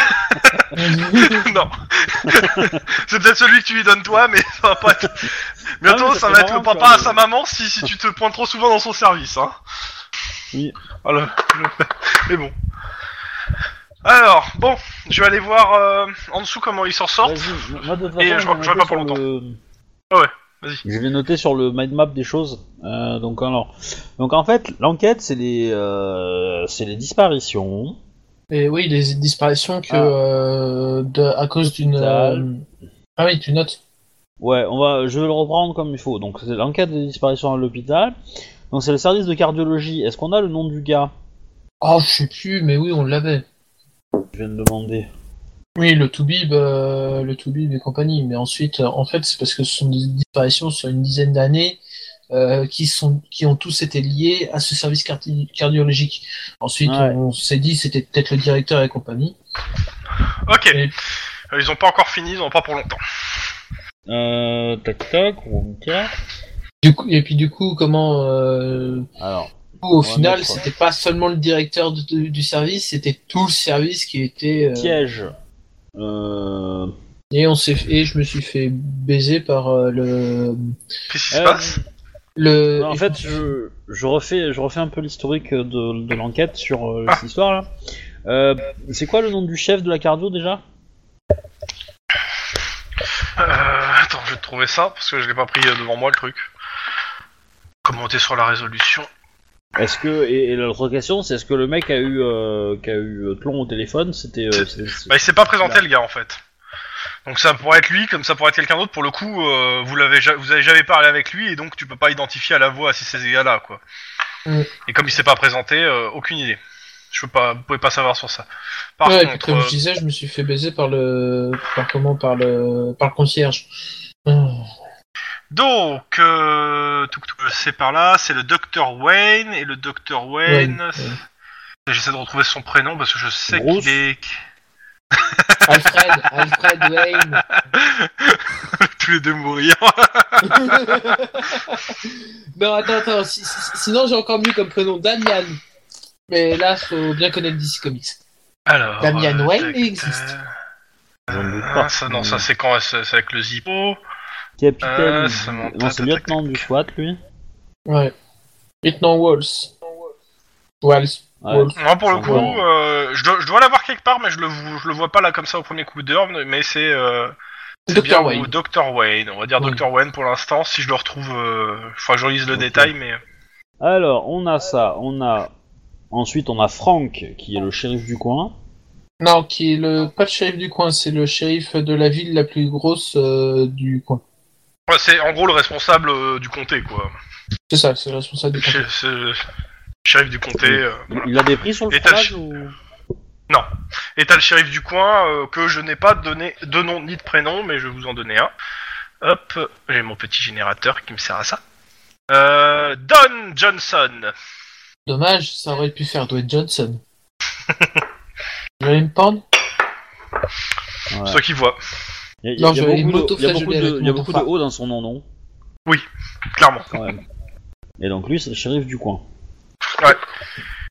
non. (laughs) c'est peut-être celui que tu lui donnes toi, mais ça va pas être. Bientôt,
Ah, mais ça
ça
fait
va être le
marrant,
papa
quoi,
à sa maman si, si tu te pointes trop souvent dans son service. Hein.
Oui.
Voilà. Je- (laughs) Mais bon. Alors, bon, je vais aller voir euh, en dessous comment ils s'en sortent.
Vas-y, moi de toute
Et euh,
façon,
je- je vois
noté
pas pour
sur
longtemps.
le-
Ah ouais, vas-y.
Je vais noter sur le mind map des choses. Euh, donc alors, donc en fait, l'enquête c'est les, euh, c'est les disparitions.
Et oui, les disparitions que
Ah.
euh, de- à cause d'une.
Hôpital.
euh, Ah oui, tu notes.
Ouais, on va, je vais le reprendre comme il faut. Donc c'est l'enquête des disparitions à l'hôpital. Donc c'est le service de cardiologie. Est-ce qu'on a le nom du gars
Oh, je sais plus, mais oui, on l'avait.
Je viens de demander.
Oui, le Toubib, euh, le Toubib et compagnie. Mais ensuite, euh, en fait, c'est parce que ce sont des disparitions sur une dizaine d'années euh, qui sont, qui ont tous été liées à ce service cardi- cardiologique. Ensuite,
Ouais.
on, on s'est dit c'était peut-être le directeur et compagnie.
Ok.
Et-
Euh, Ils ont pas encore fini, ils ont pas pour longtemps.
Euh, tac tac, Wonka.
Du coup, et puis du coup, comment euh,
Alors,
Du coup, au
Ouais,
final,
mais je crois.
c'était pas seulement le directeur de- de- du service, c'était tout le service qui était. euh,
piège. Euh...
et on s'est et je me suis fait baiser par euh, le
Qu'est-ce qui se
euh,
passe
le. Euh,
Ouais, en fait, je, je refais, je refais un peu l'historique de, de l'enquête sur euh,
Ah.
cette histoire-là. Euh, c'est quoi le nom du chef de la cardio déjà
Euh, Attends, je vais te trouver ça parce que je l'ai pas pris euh, devant moi le truc. Commenter sur la résolution.
Est-ce que et, et l'autre question, c'est est-ce que le mec a eu euh, qui a eu euh, Tlon au téléphone C'était euh, c'était-
Bah, il s'est pas présenté
Là.
le gars en fait. Donc ça pourrait être lui, comme ça pourrait être quelqu'un d'autre. Pour le coup, euh, vous l'avez, ja- vous avez jamais parlé avec lui et donc tu peux pas identifier à la voix si c'est ce gars-là quoi.
Mm.
Et comme il s'est pas présenté, euh, aucune idée. Je peux pas, vous pouvez pas savoir sur ça. Par
Ouais, et puis,
contre,
comme
euh,
je disais, je me suis fait baiser par le par comment par le par le concierge. Ah,
donc euh, tout- tout- c'est par là, c'est le docteur Wayne et le docteur Wayne.
Wayne,
c'est- J'essaie de retrouver son prénom parce que je sais
Bruce.
qu'il est
Alfred,
(laughs)
Alfred Wayne.
tous les deux mourir.
non, attends, attends. si- si- sinon, j'ai encore mieux comme prénom Damian. Mais là, faut bien connaître DC Comics.
(laughs) Alors.
Damian
euh,
Wayne
tac,
existe.
J'en doute
tac.
pas.
Ah, ça, non, ça c'est quand c'est c'est avec le Zippo.
Capitaine.
Euh, ça m'en
non, c'est
tape,
lieutenant du SWAT, lui.
Ouais. Lieutenant Walls. Walls.
Ouais.
Moi, pour le
Ça
coup,
va.
euh, je dois, je dois l'avoir quelque part, mais je le, vo- je le vois pas là comme ça au premier coup d'œil, mais c'est... euh, c'est
Dr.
bien,
Wayne.
ou Dr. Wayne, on va dire
Oui.
Dr. Wayne pour l'instant, si je le retrouve, euh, faudra que je relise le
Ok.
détail, mais...
Alors, on a ça, on a... Ensuite, on a Franck, qui est le shérif du coin.
Non, qui est le pas le shérif du coin, c'est le shérif de la ville la plus grosse euh, du coin.
Ouais, c'est en gros le responsable euh, du comté, quoi.
C'est ça, c'est le responsable du coin.
Ch- ce- Shérif du comté. euh,
Il-
voilà.
Il a des prix sur le
Et t'as
fromage
ch-
ou...
Et t'as le shérif du coin euh, que je n'ai pas donné de nom ni de prénom, mais je vais vous en donner un. Hop, j'ai mon petit générateur qui me sert à ça. Euh, Don Johnson.
Dommage, ça aurait pu faire Dwayne Johnson. (laughs) Je vais me pendre.
Ouais.
Ceux qui voient,
Il y a,
Non,
il y a
je- il
beaucoup de, il y
m'auto-flageolait
a beaucoup de-
avec
il y a
mon
beaucoup de
phare.
O dans son nom, non
clairement.
Quand même. Et donc lui, c'est le shérif du coin.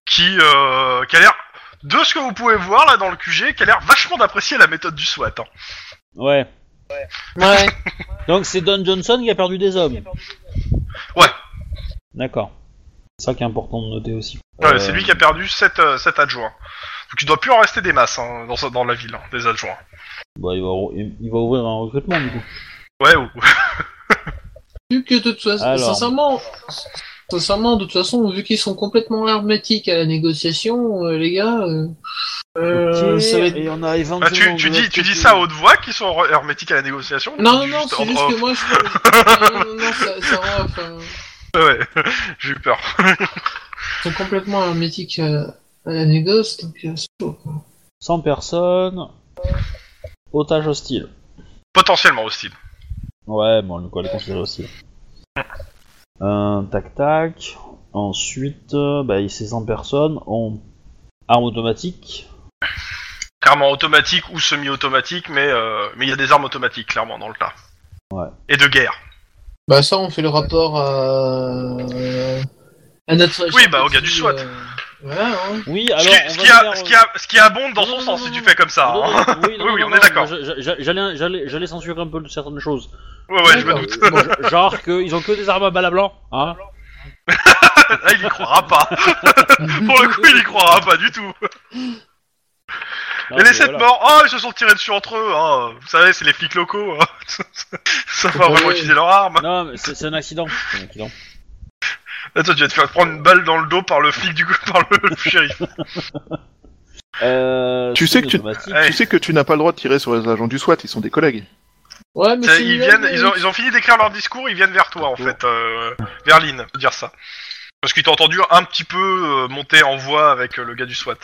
Qui, euh, qui a l'air, de ce que vous pouvez voir là dans le QG, qui a l'air vachement d'apprécier la méthode du SWAT. hein.
Ouais.
Ouais.
Donc c'est Don Johnson qui a perdu des hommes.
Ouais.
D'accord. C'est ça qui est important de noter aussi.
Ouais,
Euh,
C'est lui qui a perdu 7, adjoints. Donc il doit plus en rester des masses hein, dans, sa- dans la ville, hein, des adjoints.
bah, il, va, il- il va ouvrir un recrutement du coup.
Ouais, ou...
Vu que de toute façon,
Alors.
sincèrement, sincèrement, de toute façon, vu qu'ils sont complètement hermétiques à la négociation, euh, les gars, euh, euh, ça va être...
Et on a éventuellement.
(laughs) Ah, tu, tu dis, tu dis ça à haute voix qu'ils sont hermétiques à la négociation
Non, non,
Ou
non,
juste
c'est
en-
juste
en-
que moi, je... non, non, non, ça, ça va, enfin,
(laughs) Ouais, j'ai eu peur.
ils sont complètement hermétiques euh, à la négoce, donc euh, c'est chaud.
100 personnes. Otage hostile.
Potentiellement hostile.
Ouais, bon, le quoi, les considérer hostile. Euh, tac tac. Ensuite, euh, bah, ces 100 personnes ont arme automatique.
Clairement automatique ou semi-automatique, mais euh, mais il y a des armes automatiques, clairement, dans le tas.
Ouais.
Et de guerre.
Bah ça, on fait le rapport à, euh, à notre...
Oui, bah, au gars du SWAT.
euh, Voilà, hein.
Oui, alors.
Ce qui-
on
ce
va
qui a-
faire-
ce qui a- ce qui abonde dans
Non,
son
non,
sens
non,
si tu
non.
fais comme ça.
Non, non,
hein.
Oui, non,
Oui, oui,
non,
on
non,
est d'accord.
je- je- je- J'allais j'allais- j'allais censurer un peu certaines choses. Euh,
Ouais, ouais, je me
D'accord.
doute.
Bon, je- genre qu'ils ont que des armes à balles à blanc, hein
Là, ah, il y croira
(laughs)
pas. (laughs) Pour le coup, il y croira pas du tout.
Non,
Et les
Ah, mais
7
voilà.
morts, oh, ils se sont tirés dessus entre eux. hein. Vous savez, c'est les flics locaux. hein. (laughs) Ça va
Ouais.
vraiment utiliser leurs armes.
Non, mais c'est c'est un accident. C'est un accident.
Là, toi, tu vas te faire prendre une balle dans le dos par le flic du coup, (laughs) par le shérif.
Euh,
Tu sais que tu-
automatique.
Ouais.
Tu sais que tu n'as pas le droit de tirer sur les agents du SWAT, ils sont des collègues.
Ouais, mais
Ça,
c'est
Ils
une
viennent,
blague, hein.
ils ont, ils ont fini d'écrire leur discours, ils viennent vers toi en fait, euh, vers Lynn, pour dire ça. Parce qu'ils t'ont entendu un petit peu euh, monter en voix avec euh, le gars du SWAT.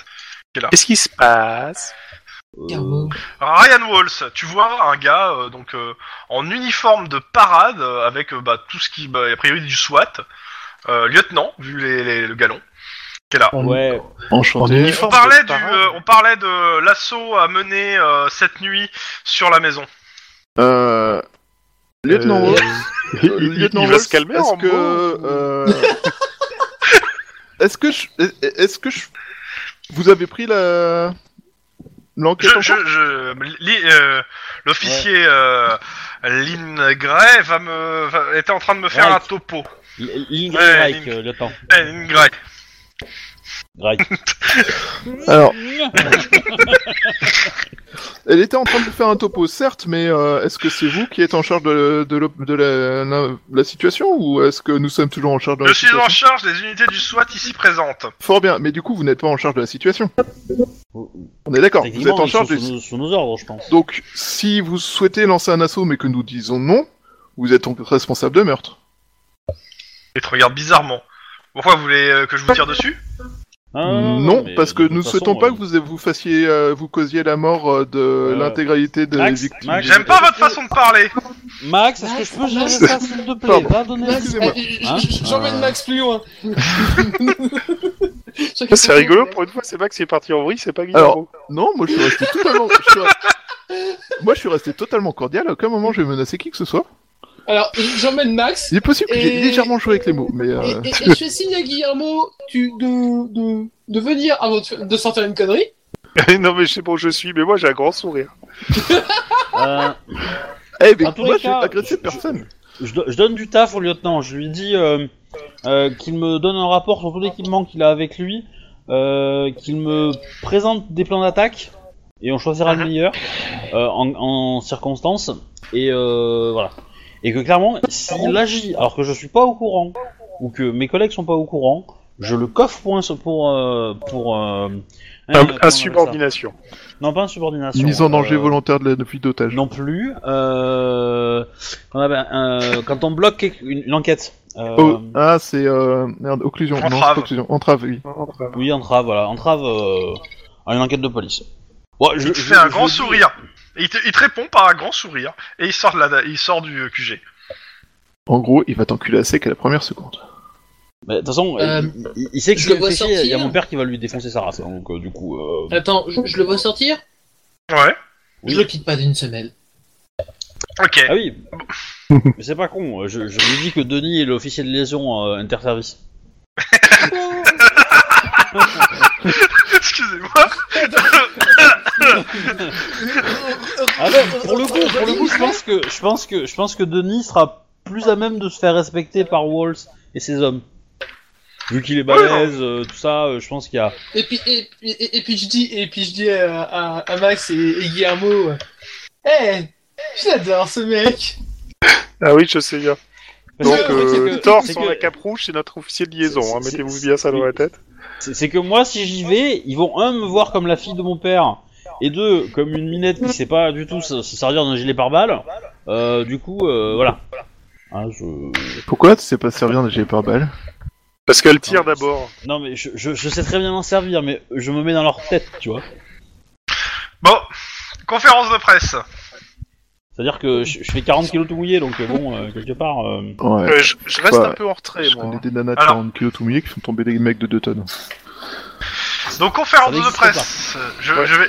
Qu'est-ce qui se passe
Euh,
Carmo.
Ryan Walls, tu vois un gars euh, donc euh, en uniforme de parade euh, avec euh, bah, tout ce qui, bah, a priori du SWAT, euh, lieutenant vu les, les- le galon, qui est là.
ouais,
Enchanté.
On
Uniforme
parlait, du,
de parade.
euh, on parlait de l'assaut à mener euh, cette nuit sur la maison.
Euh... Lieutenant
Euh,
Wolf,
(laughs) il,
euh,
il- il
Lieutenant
va
Wolf,
se calmer
est-ce
en
que...
que...
euh, (laughs) est-ce que je... Est-ce que je... Vous avez pris la...
Je,
L'enquête en
je,
cours
je- li- euh, l'officier euh, Lynn Gray va me, va- était en train de me faire
Drake.
un topo.
L- Lynn
Ouais,
Drake,
Lynn-
euh, le temps.
Eh, Lynn Gray.
Drake.
Alors, elle était en train de vous faire un topo, certes, mais euh, est-ce que c'est vous qui êtes en charge de, de, l'op- de la, la- la situation ou est-ce que nous sommes toujours en charge de
Bah,
la
Je suis en
situation
charge des unités du SWAT ici présentes.
Fort bien, mais du coup, vous n'êtes pas en charge de la situation.
Vous
On est d'accord, vous êtes en charge
sous,
du...
nos- sous nos ordres, je pense.
Donc, si vous souhaitez lancer un assaut mais que nous disons non, vous êtes donc responsable de meurtre.
Il te regarde bizarrement. Pourquoi vous voulez euh, que je vous tire dessus
Ah,
non,
mais
parce que
de toute
nous
façon,
souhaitons pas
euh,
que vous, vous fassiez, euh, vous causiez la mort euh, de l'intégralité des
Max,
victimes.
Max,
J'aime pas votre façon de parler.
Max, est-ce que je peux gérer ça, s'il te plaît
Pardon.
Va donner
Max,
Excusez-moi.
eh,
Hein
j- j- J'emmène
Euh.
Max plus
(laughs)
loin.
C'est rigolo, pour une fois, c'est Max qui est parti en vrille, c'est pas Guillermo.
Non, moi je suis resté totalement. je suis re- (laughs) Moi je suis resté totalement cordial, à aucun moment j'ai menacé qui que ce soit.
Alors, j- j'emmène Max.
Il est possible que j'ai
Et-
légèrement joué avec les mots, mais.
Et,
euh,
et- et je fais signe à Guillermo tu, de, de, de venir avant de, fa- de sortir une connerie.
(laughs) non, mais je sais pas où je suis, mais moi j'ai un grand sourire.
Euh,
Eh, mais
En tous
moi
les
j'ai
cas,
agressé
je-
personne.
je, do- je donne du taf au lieutenant. Je lui dis euh, euh, qu'il me donne un rapport sur tout l'équipement qu'il a avec lui euh, qu'il me présente des plans d'attaque et on choisira le meilleur euh, en, en circonstance et euh, voilà. Et que clairement, s'il agit alors que je suis pas au courant ou que mes collègues sont pas au courant, je le coffre pour un so- pour euh, pour euh, hein,
Ah,
comment on appelle ça
Insubordination.
Non, pas insubordination.
Mise en danger
euh,
volontaire de la fuite d'otage.
non plus. Euh, qu'on avait- euh, quand on bloque quelque- une, une enquête. Euh,
Oh, ah, c'est euh, merde, occlusion. Non, c'est
Entrave.
pas occlusion. Entrave, oui.
Oui, entrave, voilà. Entrave euh, à une enquête de police. Bon, je,
Il te
je-
fait un
je
grand
dis-
sourire. Et il, te, il te répond par un grand sourire. Et il sort, de la, il sort du QG.
En gros, il va t'enculer à sec à la première seconde.
Mais De toute façon,
Euh,
il, il- il sait que
je
je
le vois
il y a
sortir.
mon père qui va lui défoncer sa race. hein, Donc, euh, du coup. euh,
Attends, je, je le vois sortir
Ouais.
Oui.
Je le quitte pas d'une semaine.
Ok.
Ah oui Mais c'est pas con, euh, je, je lui dis que Denis est l'officier de liaison euh, interservice.
(laughs) Excusez-moi.
Ah ben, pour le coup, pour le coup, je pense que je pense que je pense que Denis sera plus à même de se faire respecter par Walls et ses hommes. Vu qu'il est balèze, euh, tout ça, euh, je pense qu'il y a.
Et puis, et, et- et puis je dis, et puis je dis à, à- à Max et, et Guillermo, euh, hé, je l'adore ce mec.
Ah oui, je sais bien.
Parce
Donc,
que le truc, c'est
euh,
que-
Thor
c'est
sans
que-
la cape rouge, c'est notre officier de liaison. hein,
C'est-
Mettez-vous
c'est-
bien ça dans la tête.
C'est c'est que moi, si j'y vais, ils vont un me voir comme la fille de mon père, et deux comme une minette qui sait pas du tout se, se servir d'un gilet pare-balles. Euh, du coup, euh, voilà. Ah, je-
Pourquoi tu sais pas servir d'un gilet pare-balles
Parce qu'elle tire d'abord.
Non mais je, je- je sais très bien m'en servir, mais je me mets dans leur tête, tu vois.
Bon. Conférence de presse.
C'est-à-dire que je, je fais 40 kilos tout mouillé, donc euh, bon, euh, quelque part. euh,
Ouais.
Euh, je, je reste
Ouais.
un peu en retrait,
Je
moi.
connais des nanas de
Alors.
40 kilos tout mouillés qui font tomber des mecs de 2 tonnes.
Donc
Ça
conférence de
n'existe
presse, je,
Ouais.
je vais,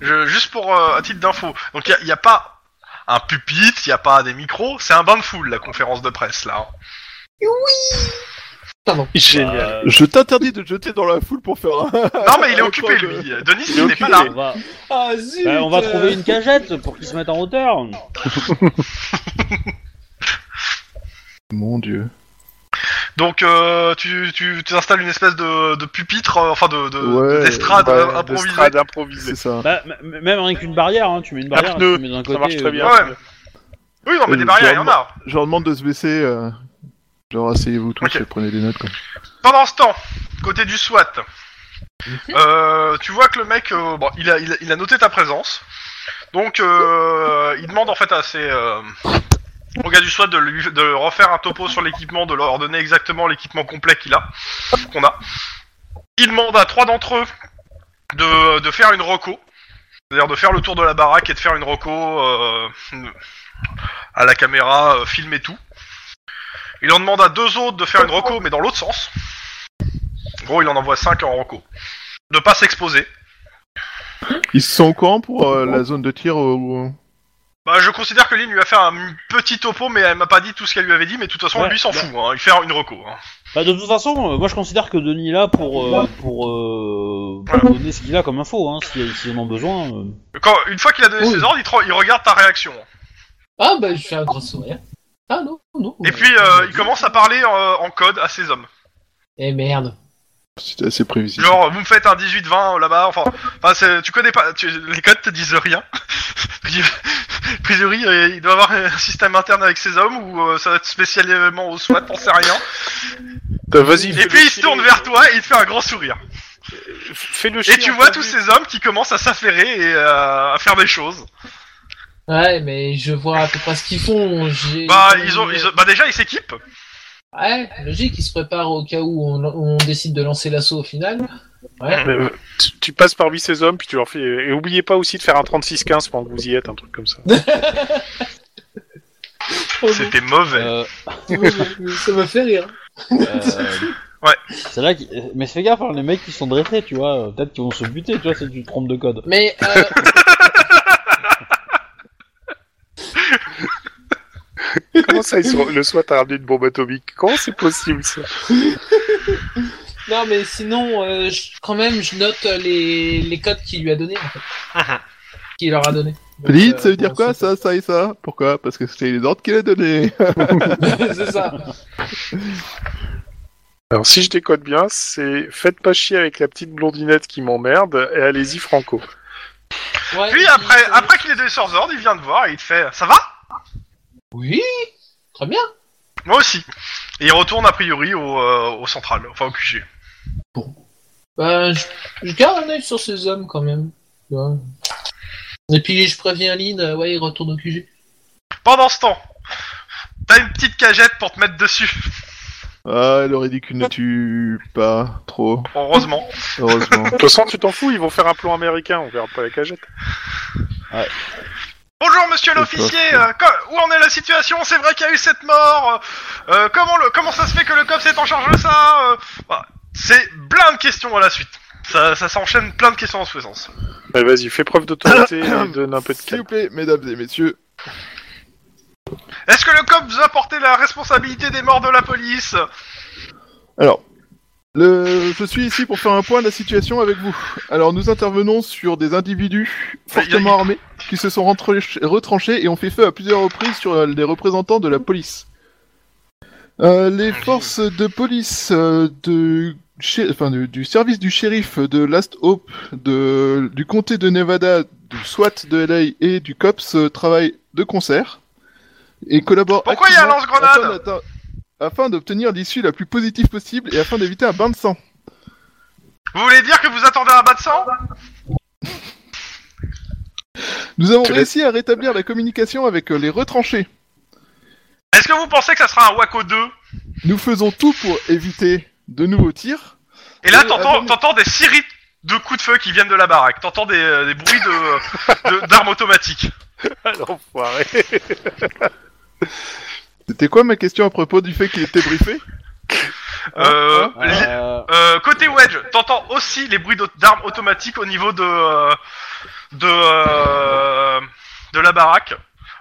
je, juste pour euh, à titre d'info. Donc il n'y a, pas un pupitre, il n'y a pas des micros, c'est un bain de foule la conférence de presse
(laughs)
là. hein.
Génial.
euh,
Je t'interdis de te jeter dans la foule pour faire un. (laughs)
Non mais il est
Ah,
occupé
quoi,
lui, Denis
il est
il n'est pas là.
occupé.
on va,
Ah zut
bah, on va
euh,
trouver une cagette pour qu'ils se mettent en hauteur.
Mon dieu.
Donc euh, tu, tu, tu installes une espèce de, de pupitre, euh, enfin de, de-
Ouais,
d'estrade
Bah,
euh,
de
improvisée.
strade improvisée.
C'est ça.
Bah, m- m- même avec une barrière, hein, tu mets une barrière,
pneu,
tu mets d'un
ça
côté.
marche très
euh,
bien.
Ouais. Oui non mais
Euh,
des barrières il y en a.
Je leur demande de se baisser. euh, Genre, asseyez-vous tous
Ok.
et prenez des notes, quoi.
Pendant ce temps, côté du SWAT, euh, tu vois que le mec, euh, bon, il, a, il, a, il a noté ta présence. Donc, euh, il demande en fait à ses. Euh, au gars du SWAT de, lui, de refaire un topo sur l'équipement, de leur donner exactement l'équipement complet qu'il a, qu'on a. Il demande à trois d'entre eux de, de faire une reco, c'est-à-dire de faire le tour de la baraque et de faire une reco euh, à la caméra, euh, film et tout. Il en demande à deux autres de faire une reco, mais dans l'autre sens. En gros, il en envoie 5 en reco. De pas s'exposer.
Ils se sont au courant pour euh, la zone de tir où...
Bah, je considère que Lynn lui a fait un petit topo, mais elle m'a pas dit tout ce qu'elle lui avait dit, mais de toute façon,
Ouais,
lui s'en
bah.
fout, hein. il fait une reco. Hein.
Bah, de toute façon, euh, moi je considère que Denis est là pour, euh, pour, euh, pour donner ce qu'il a comme info, hein, si, si on en a besoin. euh.
Quand, une fois qu'il a donné
Oui.
ses ordres, il, te re- il regarde ta réaction.
Ah bah je fais un grand sourire. Ah non, non.
Et puis, euh, il commence à parler euh, en code à ses hommes.
Eh merde.
C'était assez prévisible.
Genre, vous me faites un 18-20 euh, là-bas, enfin, enfin, c'est- tu connais pas, tu- les codes te disent rien. (laughs) A priori, euh, il doit avoir un système interne avec ses hommes, ou euh, ça va être spécialement au SWAT, t'en sais rien.
Bah, Vas-y.
Et puis il se tourne vers toi et il te fait un grand sourire.
Fais le
Et tu vois tous ces hommes qui commencent à s'affairer et euh, à faire des choses.
Ouais, mais je vois à peu près ce qu'ils font. J'ai...
Bah ils ont, ils ont- bah déjà ils s'équipent.
Ouais, logique, ils se préparent au cas où on, on décide de lancer l'assaut au final. Ouais.
Mmh,
Euh, tu, tu passes parmi ces hommes, puis tu leur fais. Et oubliez pas aussi de faire un 36-15 pendant que vous y êtes, un truc comme ça.
Oh,
C'était mauvais. (laughs)
Euh,
non, ça me fait rire.
Ouais.
euh, C'est là qu'il- Mais fais gaffe, hein, les mecs qui sont dressés, tu vois, euh, peut-être qu'ils vont se buter, tu vois, c'est du trompe
(laughs)
de code.
Mais euh,
Comment ça, ils sont... le SWAT a ramené une bombe atomique Comment c'est possible ça
non, mais sinon, euh, je- quand même, je note euh, les, les codes qu'il lui a donné, en fait.
(laughs)
qu'il leur a donné. Donc,
Blitz,
euh,
ça veut dire
bon,
quoi
c'est-
ça, ça et ça Pourquoi
(laughs)
Parce que c'était les ordres qu'il a donnés.
C'est ça.
Alors, si je décode bien, c'est faites pas chier avec la petite blondinette qui m'emmerde et allez-y, Franco.
Ouais,
Puis
et
après,
euh,
après qu'il ait donné son ordre, il vient te voir et il te fait Ça va
Oui, très bien.
Moi aussi. Et il retourne a priori au, euh, au central, enfin au QG.
Bah, je, je garde un œil sur ces hommes quand même. tu vois. Et puis je préviens Lynn, euh, ouais, il retourne au QG.
Pendant ce temps, t'as une petite cagette pour te mettre dessus,
(laughs) Ah, le ridicule ne tue pas trop,
heureusement.
heureusement.
De toute façon, tu t'en fous, ils vont faire un plan américain, on verra pas la cagette.
Bonjour monsieur
C'est
l'officier,
pas
euh, co- où en est la situation C'est vrai qu'il y a eu cette mort euh, euh, comment, le, comment ça se fait que le COPS est en charge de ça euh, voilà. C'est plein de questions à la suite. Ça, ça s'enchaîne plein de questions en ce sens.
Mais vas-y, fais preuve d'autorité (coughs) et donne (laughs) un peu de
S'il vous
calme.
plaît, mesdames et messieurs,
Est-ce que le COPS a porté la responsabilité des morts de la police
Alors, le... je suis ici pour faire un point de la situation avec vous. Alors, nous intervenons sur des individus fortement armés qui se sont rentre- retranchés et ont fait feu à plusieurs reprises sur euh, les représentants de la police. Euh,
Ah,
les forces de police euh, de shé- enfin, du, du service du shérif de Last Hope, de- du comté de Nevada, du SWAT de LA et du COPS euh, travaillent de concert et collaborent
Pourquoi il y a un
activement
lance-grenade
afin d'atte- afin d'obtenir l'issue la plus positive possible et afin d'éviter un bain de sang.
Vous voulez dire que vous attendez un bas de sang
Nous avons
Tu l'as-
réussi à rétablir la communication avec euh, les retranchés.
Est-ce que vous pensez que ça sera un Waco 2
Nous faisons tout pour éviter de nouveaux tirs.
Et là,
Euh,
t'entends
avant-
t'entends des sirènes de coups de feu qui viennent de la baraque. T'entends des, euh, des bruits de- de- d'armes automatiques.
L'enfoiré.
C'était quoi ma question à propos du fait qu'il était briefé
Euh, li-
Euh,
Euh, côté Wedge, t'entends aussi les bruits d'aut- d'armes automatiques au niveau de euh, de euh, de la baraque.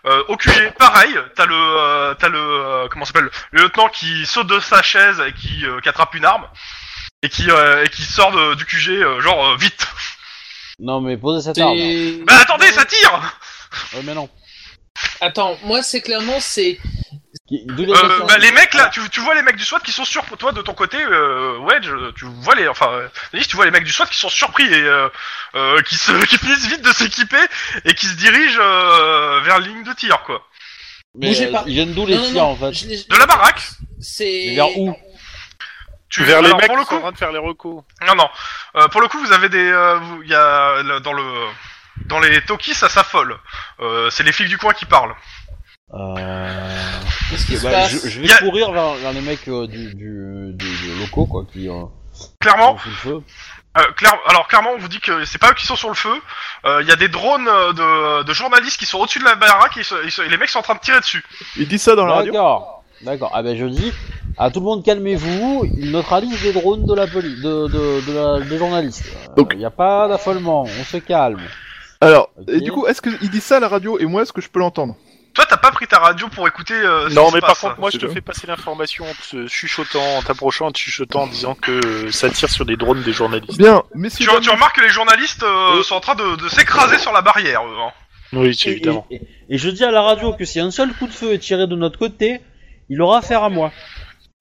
Euh, au QG, pareil, t'as le euh, t'as le euh, comment ça s'appelle le lieutenant qui saute de sa chaise et qui, euh, qui attrape une arme et qui euh, et qui sort de- du QG euh, genre euh, vite.
Non, mais posez cette arme.
C'est-
Bah attendez, ça tire.
Ouais, mais non.
Attends, moi c'est clairement c'est
Qui- d'où les
Euh,
questions
bah, les mecs là, tu, tu vois les mecs du SWAT qui sont sur toi de ton côté euh, Wedge, euh, tu vois les enfin euh, Denis, tu vois les mecs du SWAT qui sont surpris et euh, euh, qui se (laughs) qui finissent vite de s'équiper et qui se dirigent euh, vers la ligne de tir quoi.
Mais,
Bougez
euh,
pas.
Ils viennent d'où
Non,
les
non,
tirs
non,
en fait
je l'ai-
De la baraque
Mais
C'est
vers où
Tu
Vers les
alors,
mecs
pour
qui
le
sont en
coup
train de faire les recos.
Non non. Euh, pour le coup, vous avez des euh, vous- il y a là, dans le dans les Tokis, ça s'affole. Euh, c'est les flics du coin qui parlent.
euh...
Qu'est-ce qui se
bah,
passe
je, je vais
Y a-
courir vers, vers les mecs euh, du, du, du- du locaux quoi qui euh,
Clairement,
ont foutu le feu.
Euh, clair- alors clairement, on vous dit que c'est pas eux qui sont sur le feu. Il y a des drones euh, de, de journalistes qui sont au-dessus de la baraque et, ils se- ils se- et les mecs sont en train de tirer dessus.
Il dit ça dans la radio.
D'accord, d'accord. Ah ben je dis à tout le monde calmez-vous, ils neutralisent les drones de la police, de, de, de la- des journalistes. Euh,
Donc-
Il n'y a pas d'affolement, on se calme.
Alors,
Ok.
et du coup, est-ce qu'il dit ça à la radio et moi, est-ce que je peux l'entendre
Toi, t'as pas pris ta radio pour écouter. euh, ce qui
Non,
se
mais par
passe,
contre,
hein.
moi, je
c'est
te
bien.
fais passer l'information en te chuchotant, en t'approchant, en te chuchotant, en disant que euh, ça tire sur des drones des journalistes.
Bien,
tu,
messieurs, dames,
tu remarques que les journalistes euh,
Oui.
sont en train de, de s'écraser sur la barrière. eux, hein.
Oui,
Et-
évidemment.
Et, et- et je dis à la radio que si un seul coup de feu est tiré de notre côté, il aura affaire à moi.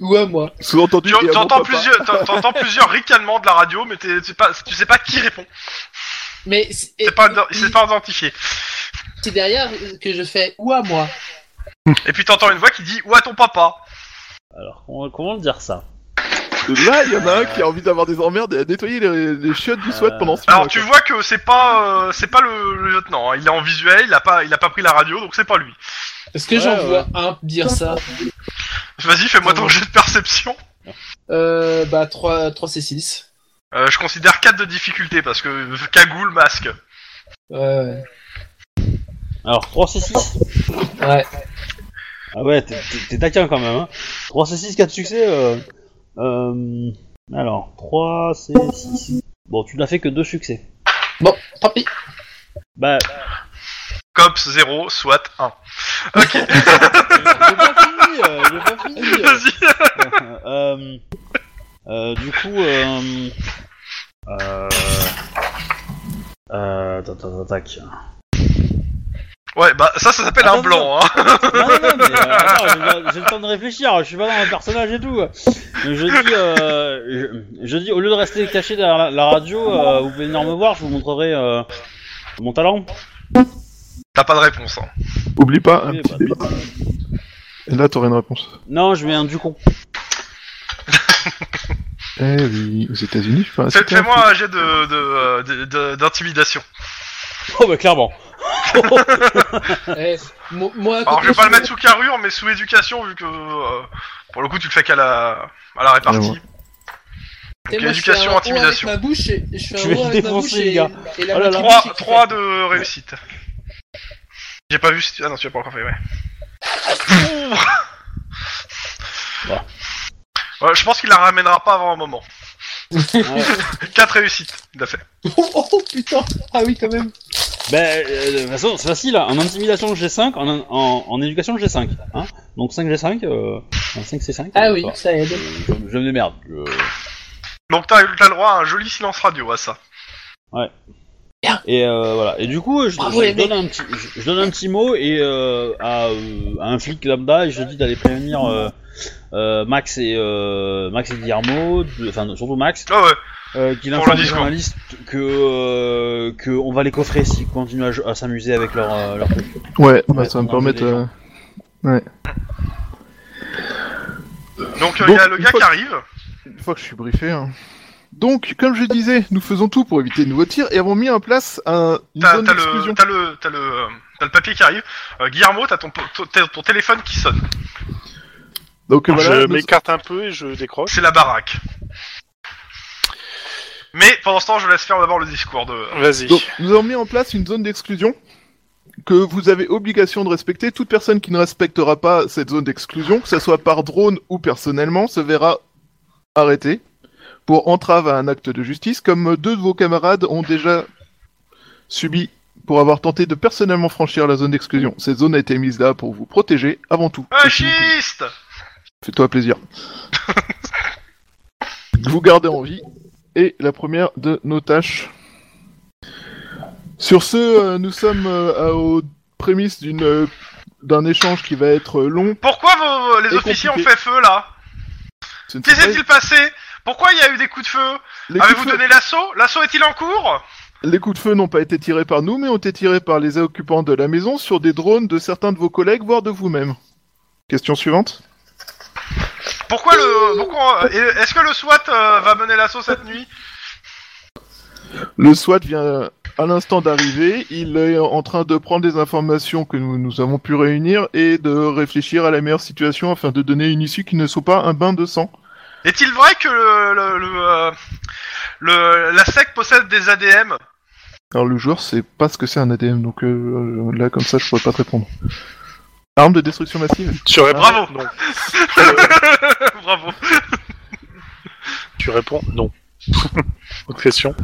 Ou à moi.
sous-entendu,
Tu
et à mon
entends
papa.
plusieurs, t'en- t'entends plusieurs ricanements de la radio, mais t'es- t'es pas, tu sais pas qui répond.
Mais
C'est pas, c'est pas identifié.
c'est derrière que je fais ou à moi.
Et puis t'entends une voix qui dit où à ton papa.
Alors comment, comment dire ça
Là, il y en a un qui a envie d'avoir des emmerdes et à nettoyer les, les chiottes du SWAT
Euh,
pendant ce
Alors tu vois que c'est pas, euh, c'est pas le, le lieutenant. hein. Il est en visuel, il a pas, il a pas pris la radio, donc c'est pas lui.
Est-ce que
Ouais,
j'en
ouais.
vois un dire ça
Vas-y, fais-moi ton jeu de perception.
Euh, bah 3, 3 C6.
Euh, je considère 4 de difficulté parce que euh, cagoule, masque.
Ouais, ouais.
Alors 3 C6
Ouais.
Ah ouais, t'es- t'es t'es taquin quand même. Hein. 3 C6, 4 succès. Euh, euh, alors 3 C6. Bon, tu n'as fait que deux succès.
Bon, tant
(laughs)
pis.
Bah,
Cops 0, SWAT 1.
j'ai pas fini, euh, j'ai pas fini.
Vas-y.
euh, euh, du coup, euh, euh, euh, tac, tac, tac, tac.
Ouais, bah ça, ça s'appelle un
Attends,
blanc. Hein.
Non, non, non, mais euh, attends, j'ai- j'ai le temps de réfléchir, je suis pas dans un personnage et tout. Donc je dis, euh, je, je dis, au lieu de rester caché derrière la, la radio, euh, vous pouvez venir me voir, je vous montrerai euh, mon talent.
T'as pas de réponse. Hein.
Oublie pas un
Oui,
petit
bah,
débat. Et là, t'aurais une réponse.
Non, je mets un du con.
Eh oui, aux États-Unis, je pense.
Fais- Fais-moi un jet de- de, euh, de- de- d'intimidation.
(laughs) Oh, bah clairement.
Eh, mo- moi, à
Alors je vais
côté,
pas le mettre sous carrure, mais sous éducation, vu que euh, pour le coup tu le fais qu'à la, à la
Ah
répartie.
ouais.
Et
Donc
moi, je fais un
éducation,
haut
intimidation.
Avec ma bouche, et, et je fais
Je
un
vais
haut
le
avec ma
défoncer,
bouche
les
et,
gars.
et la
Ah
Oh là
main
là.
qui
Trois
fait-
trois de réussite. J'ai pas vu si tu... Ah non, tu l'as pas encore fait, ouais.
Bah.
(laughs) Ouais, je pense qu'il la ramènera pas avant un
(laughs)
moment.
Ouais.
Quatre réussites, il a fait.
Oh, (laughs) oh, oh, putain Ah oui, quand même
Ben, euh, de toute façon, c'est facile. hein. En intimidation, j'ai 5. En, en, en éducation, j'ai 5. Hein Donc 5 j'ai 5. Euh, 5 c'est 5.
Ah oui, ça aide.
euh, Je, je me démerde. je-
Donc t'as t'as le droit à un joli silence radio à ça.
Et euh, voilà. Et du coup, je,
Bravo,
je
les
donne, un petit, je, je donne un petit mot et euh, à, euh, à un flic lambda et je dis d'aller prévenir euh, euh, Max et euh, Max et Guillermo, de- enfin surtout Max,
Ah ouais,
euh, qu'il
Pour
informe
le
les
discours.
journalistes que euh, que on va les coffrer s'ils continuent à, jou- à s'amuser avec leur euh, leur truc.
Ouais, bah, ça va me
on enlever
permettre.
les
euh,
donc euh, il
Bon,
y a le
une
gars
fois-
qui arrive.
Une fois que je suis briefé. hein. Donc, comme je disais, nous faisons tout pour éviter de nouveaux tirs et avons mis en place un, une
T'as
zone
t'as le,
d'exclusion.
t'as le, t'as le, euh, t'as le papier qui arrive. Euh, Guillermo, t'as ton, po- t'as ton téléphone qui sonne.
Donc euh, voilà,
je
nous-
m'écarte un peu et je décroche.
C'est la baraque. Mais pendant ce temps, je laisse faire d'abord le discours de.
Vas-y.
donc, nous avons mis en place une zone d'exclusion que vous avez obligation de respecter. Toute personne qui ne respectera pas cette zone d'exclusion, que ce soit par drone ou personnellement, se verra arrêtée pour entrave à un acte de justice, comme deux de vos camarades ont déjà subi pour avoir tenté de personnellement franchir la zone d'exclusion. Cette zone a été mise là pour vous protéger avant tout.
Ah, Fasciste
Fais-toi plaisir. vous gardez en vie est la première de nos tâches. Sur ce, euh, nous sommes euh, à- aux prémices d'une euh, d'un échange qui va être euh, long.
Pourquoi vos, les
Et
officiers
compliqué.
ont fait feu là
Ce ne sont
Que
pas-
s'est-il passé Pourquoi il y a eu des coups de feu
les, coups
Avez-vous
de feu,
donné l'assaut L'assaut est-il en cours
les coups de feu n'ont pas été tirés par nous, mais ont été tirés par les occupants de la maison sur des drones de certains de vos collègues, voire de vous-même. Question suivante.
Pourquoi le. Pourquoi, euh, et Est-ce que le SWAT euh, va mener l'assaut cette nuit
Le SWAT vient à l'instant d'arriver. Il est en train de prendre les informations que nous, nous avons pu réunir et de réfléchir à la meilleure situation afin de donner une issue qui ne soit pas un bain de sang.
Est-il vrai que le. le, le, euh, le- la SEC possède des ADM
Alors le joueur sait pas ce que c'est un ADM, donc euh, là comme ça je pourrais pas te répondre. Arme de destruction massive.
Tu réponds.
Bravo. (laughs)
Non.
Bravo
Tu réponds non. (laughs) Autre question.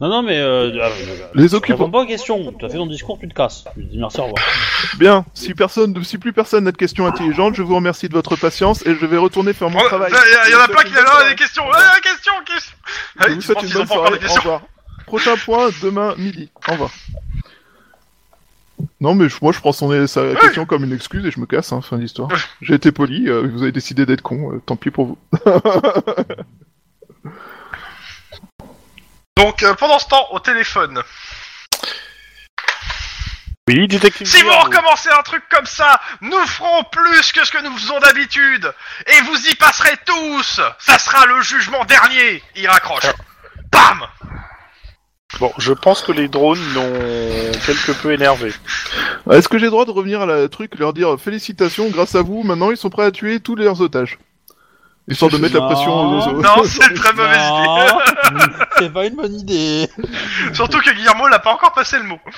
Non non mais euh, ah,
Les
je réponds
occupants.
pas aux questions. Tu as fait ton discours, tu te casses. Je dis merci au revoir.
(laughs) Bien. Si personne, si plus personne n'a de questions intelligentes, je vous remercie de votre patience et je vais retourner faire mon
Oh, Il
travail.
y, en a plein qui a des questions Ah, question, question Ah,
Je vous
tu
souhaite
penses
une
qu'ils ont
bonne
pas encore
soirée.
des
Au
questions
revoir. Prochain point demain midi. Au revoir. Non mais je- moi je prends son sa question comme une excuse et je me casse hein, fin d'histoire.
Ouais.
J'ai été poli, euh, vous avez décidé d'être con, euh, tant pis pour vous. (laughs)
Donc euh, pendant ce temps, au téléphone.
Oui, détective.
Si vous
Guillermo.
recommencez un truc comme ça, nous ferons plus que ce que nous faisons d'habitude. Et vous y passerez tous. Ça sera le jugement dernier. Il raccroche. Bam
Bon, je pense que les drones l'ont quelque peu énervé.
Ah, Est-ce que j'ai le droit de revenir à la truc, leur dire euh, félicitations, grâce à vous, maintenant ils sont prêts à tuer tous leurs otages Histoire de mettre la pression aux
Non.
aux-
Non, c'est une très mauvaise idée.
Non, (laughs) c'est pas une bonne idée.
Surtout que Guillermo n'a pas encore passé le mot. Ah,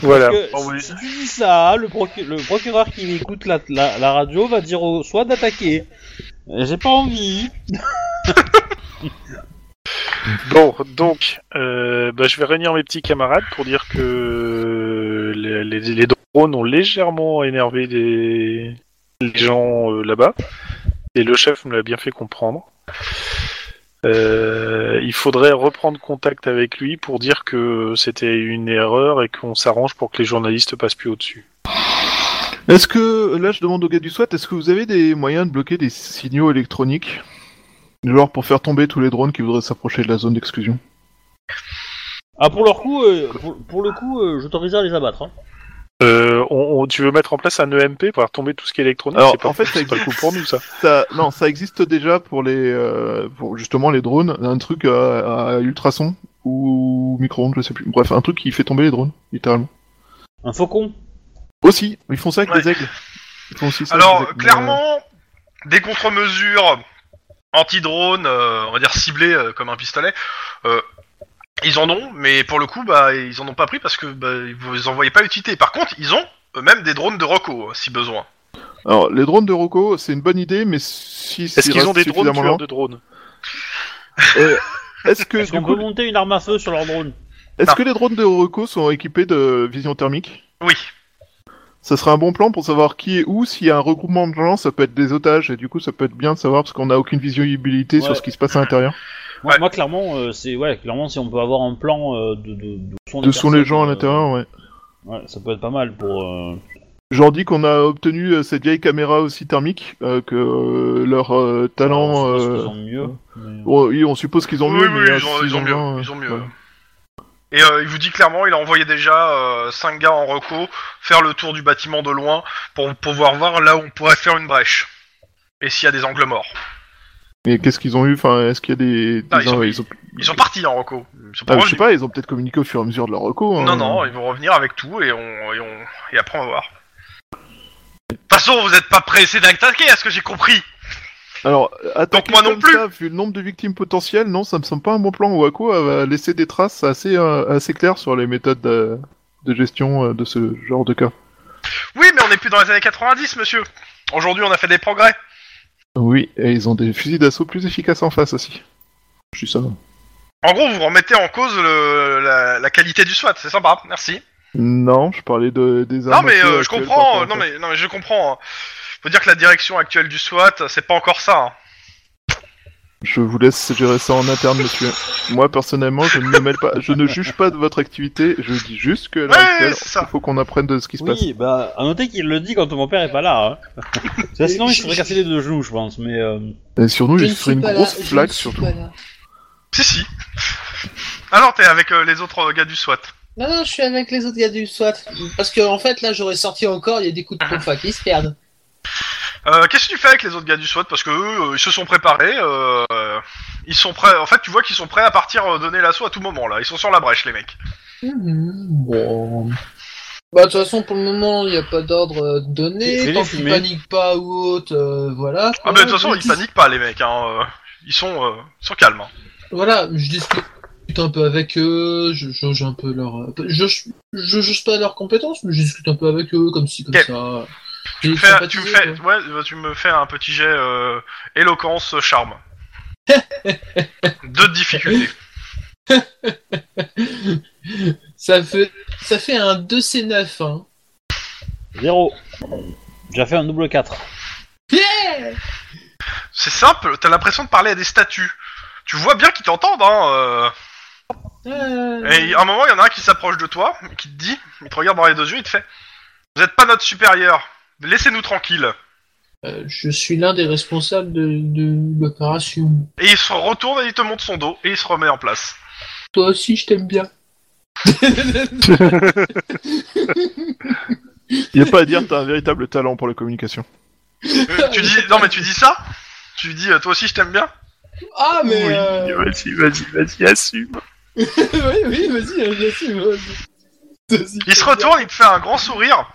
Voilà.
Que
Bon, oui.
Si tu dis ça, le, procu- le procureur qui écoute la, la- la radio va dire au soit d'attaquer. Euh, J'ai pas envie.
Bon, donc, euh, bah, je vais réunir mes petits camarades pour dire que les, les- les drones ont légèrement énervé les, les gens euh, là-bas. Et le chef me l'a bien fait comprendre. Euh, il faudrait reprendre contact avec lui pour dire que c'était une erreur et qu'on s'arrange pour que les journalistes passent plus au-dessus.
Est-ce que, là je demande au gars du SWAT, est-ce que vous avez des moyens de bloquer des signaux électroniques Genre pour faire tomber tous les drones qui voudraient s'approcher de la zone d'exclusion
Ah, pour leur coup, euh, pour, pour le coup, euh, j'autorise à les abattre. hein.
Euh, on- on- tu veux mettre en place un EMP pour faire tomber tout ce qui est électronique
Alors,
C'est pas,
en fait, ça
c'est pas le coup pour nous, ça.
Ça- non, ça existe déjà pour les, euh, pour justement les drones, un truc à, à ultrasons ou micro-ondes, je sais plus. Bref, un truc qui fait tomber les drones, littéralement.
Un faucon
Aussi, ils font ça avec
Ouais.
des aigles. Ils font aussi ça avec des
Alors,
aigles, mais,
clairement,
euh,
des contre-mesures anti-drone, euh, on va dire ciblées euh, comme un pistolet, euh, ils en ont, mais pour le coup, bah, ils en ont pas pris parce que bah, ils en voyaient pas l'utilité. Par contre, ils ont eux-mêmes des drones de Rocco, euh, si besoin.
euh, Alors, les drones de Rocco, c'est une bonne idée, mais si
Est-ce qu'ils ont des drones tueurs de drones
Est-ce que,
Est-ce
du
qu'on
coup,
peut monter une arme à feu sur leur drone
Ah.
est-ce que les drones de Rocco sont équipés de vision thermique
Oui.
ça serait un bon plan pour savoir qui est où. S'il y a un regroupement de gens, ça peut être des otages, et du coup, ça peut être bien de savoir parce qu'on n'a aucune visibilité
Ouais.
sur ce qui se passe à l'intérieur.
moi,
Ouais.
moi, clairement, euh, c'est ouais, clairement, si on peut avoir un plan euh, de, de, de son
De sont les gens à
personnes, euh,
l'intérieur, ouais.
Ouais, ça peut être pas mal pour. euh,
J'en dis qu'on a obtenu euh, cette vieille caméra aussi thermique, euh, que euh, leur euh, talent.
on
euh,
sait pas ce qu'ils ont de mieux, mais- euh,
bon, oui, on suppose qu'ils ont
oui,
mieux.
oui,
mais, euh,
ils, ont,
s'ils
ils ont mieux.
moins, euh,
ils ont mieux.
ouais.
Et euh, il vous dit clairement, il a envoyé déjà 5 gars en Rocco faire le tour du bâtiment de loin pour pouvoir voir là où on pourrait faire une brèche. Et s'il y a des angles morts.
Mais qu'est-ce qu'ils ont eu Enfin, est-ce qu'il y a des.
Ah,
des-
ils sont-
ils ont-
Ils sont partis en Rocco. Ils sont pas
Ah, je sais
revenus.
pas, ils ont peut-être communiqué au fur et à mesure de leur recours. hein.
Non, non, ils vont revenir avec tout et on et, on, et après on va voir. De toute façon, vous êtes pas pressé d'attaquer, à ce que j'ai compris.
Alors,
Donc
attaquer
moi non
comme
plus.
ça, vu le nombre de victimes potentielles, non, ça me semble pas un bon plan. Waco a laissé des traces assez, euh, assez claires sur les méthodes euh, de gestion euh, de ce genre de cas.
Oui, mais on n'est plus dans les années 90, monsieur. Aujourd'hui, on a fait des progrès.
Oui, et ils ont des fusils d'assaut plus efficaces en face aussi. Je suis ça.
En gros, vous remettez en cause le- la, la qualité du SWAT, c'est sympa, merci.
Non, je parlais de, des armes.
Non mais
à feu
euh, je
actuelles,
comprends,
par
euh, non
contre.
mais, non mais je comprends. hein. Faut dire que la direction actuelle du SWAT, c'est pas encore ça. hein.
Je vous laisse gérer ça en interne, monsieur. Moi, personnellement, je ne me mêle pas, je ne juge pas de votre activité, je dis juste que là,
Ouais,
actuelle,
c'est ça.
il faut qu'on apprenne de ce qui se passe.
Oui, bah, à noter qu'il le dit quand mon père est pas là.
(laughs)
Hein. Parce que sinon, il se ferait casser les deux genoux, je pense. Mais euh,
Et sur nous,
Je
il
ne
se
suis
ferait une
pas là,
grosse
je ne
flaque,
suis
surtout.
pas là.
Si si. (laughs) Ah non, t'es avec euh, les autres euh, gars du SWAT.
Non, non, je suis avec les autres gars du SWAT. Parce que, en fait, là, j'aurais sorti encore, il y a des coups de pompe qui se perdent.
Euh, Qu'est-ce que tu fais avec les autres gars du SWAT Parce que eux, euh, ils se sont préparés. euh, euh, ils sont prêts. En fait, tu vois qu'ils sont prêts à partir euh, donner l'assaut à tout moment là. Ils sont sur la brèche, les mecs.
Mhm, Bon. Bah, de toute façon, pour le moment, il n'y a pas d'ordre euh,
Je
donné.
vais
Tant
les
qu'ils
fumer.
paniquent pas ou autre, euh, voilà.
Ah, mais de toute façon, ils paniquent pas, les mecs. Hein. euh, Ils sont, euh, ils sont calmes. hein.
Voilà, je discute un peu avec eux, je jauge un peu leur. euh, Je, je, je juge pas leurs compétences, mais je discute un peu avec eux, comme si, comme
Ok.
ça.
Tu
J'ai
me fais, tu me
sympathisé,
fais,
quoi.
ouais, euh, tu me fais un petit jet euh, éloquence euh, charme. Deux difficultés.
Ça fait, ça fait un 2C9, hein.
zéro. J'ai fait un
(laughs)
double 4.
C'est simple. T'as l'impression de parler à des statues. Tu vois bien qu'ils t'entendent. Hein, euh.
Euh,
Et à un moment, il y en a un qui s'approche de toi, qui te dit, il te regarde dans les deux yeux, il te fait Vous êtes pas notre supérieur, laissez-nous tranquille.
euh, je suis l'un des responsables de, de l'opération.
Et il se retourne et il te monte son dos, et il se remet en place.
Toi aussi, je t'aime bien.
Il n'y a pas à dire, t'as un véritable talent pour la communication.
Euh, tu dis, non mais tu dis ça Tu dis, euh, toi aussi je t'aime bien
(laughs) ah, mais. euh, (laughs)
Vas-y, vas-y, vas-y, assume.
oui, oui, vas-y, hein, bien sûr. vas-y. Vas-y,
Il se
bien.
retourne, il te fait un grand sourire.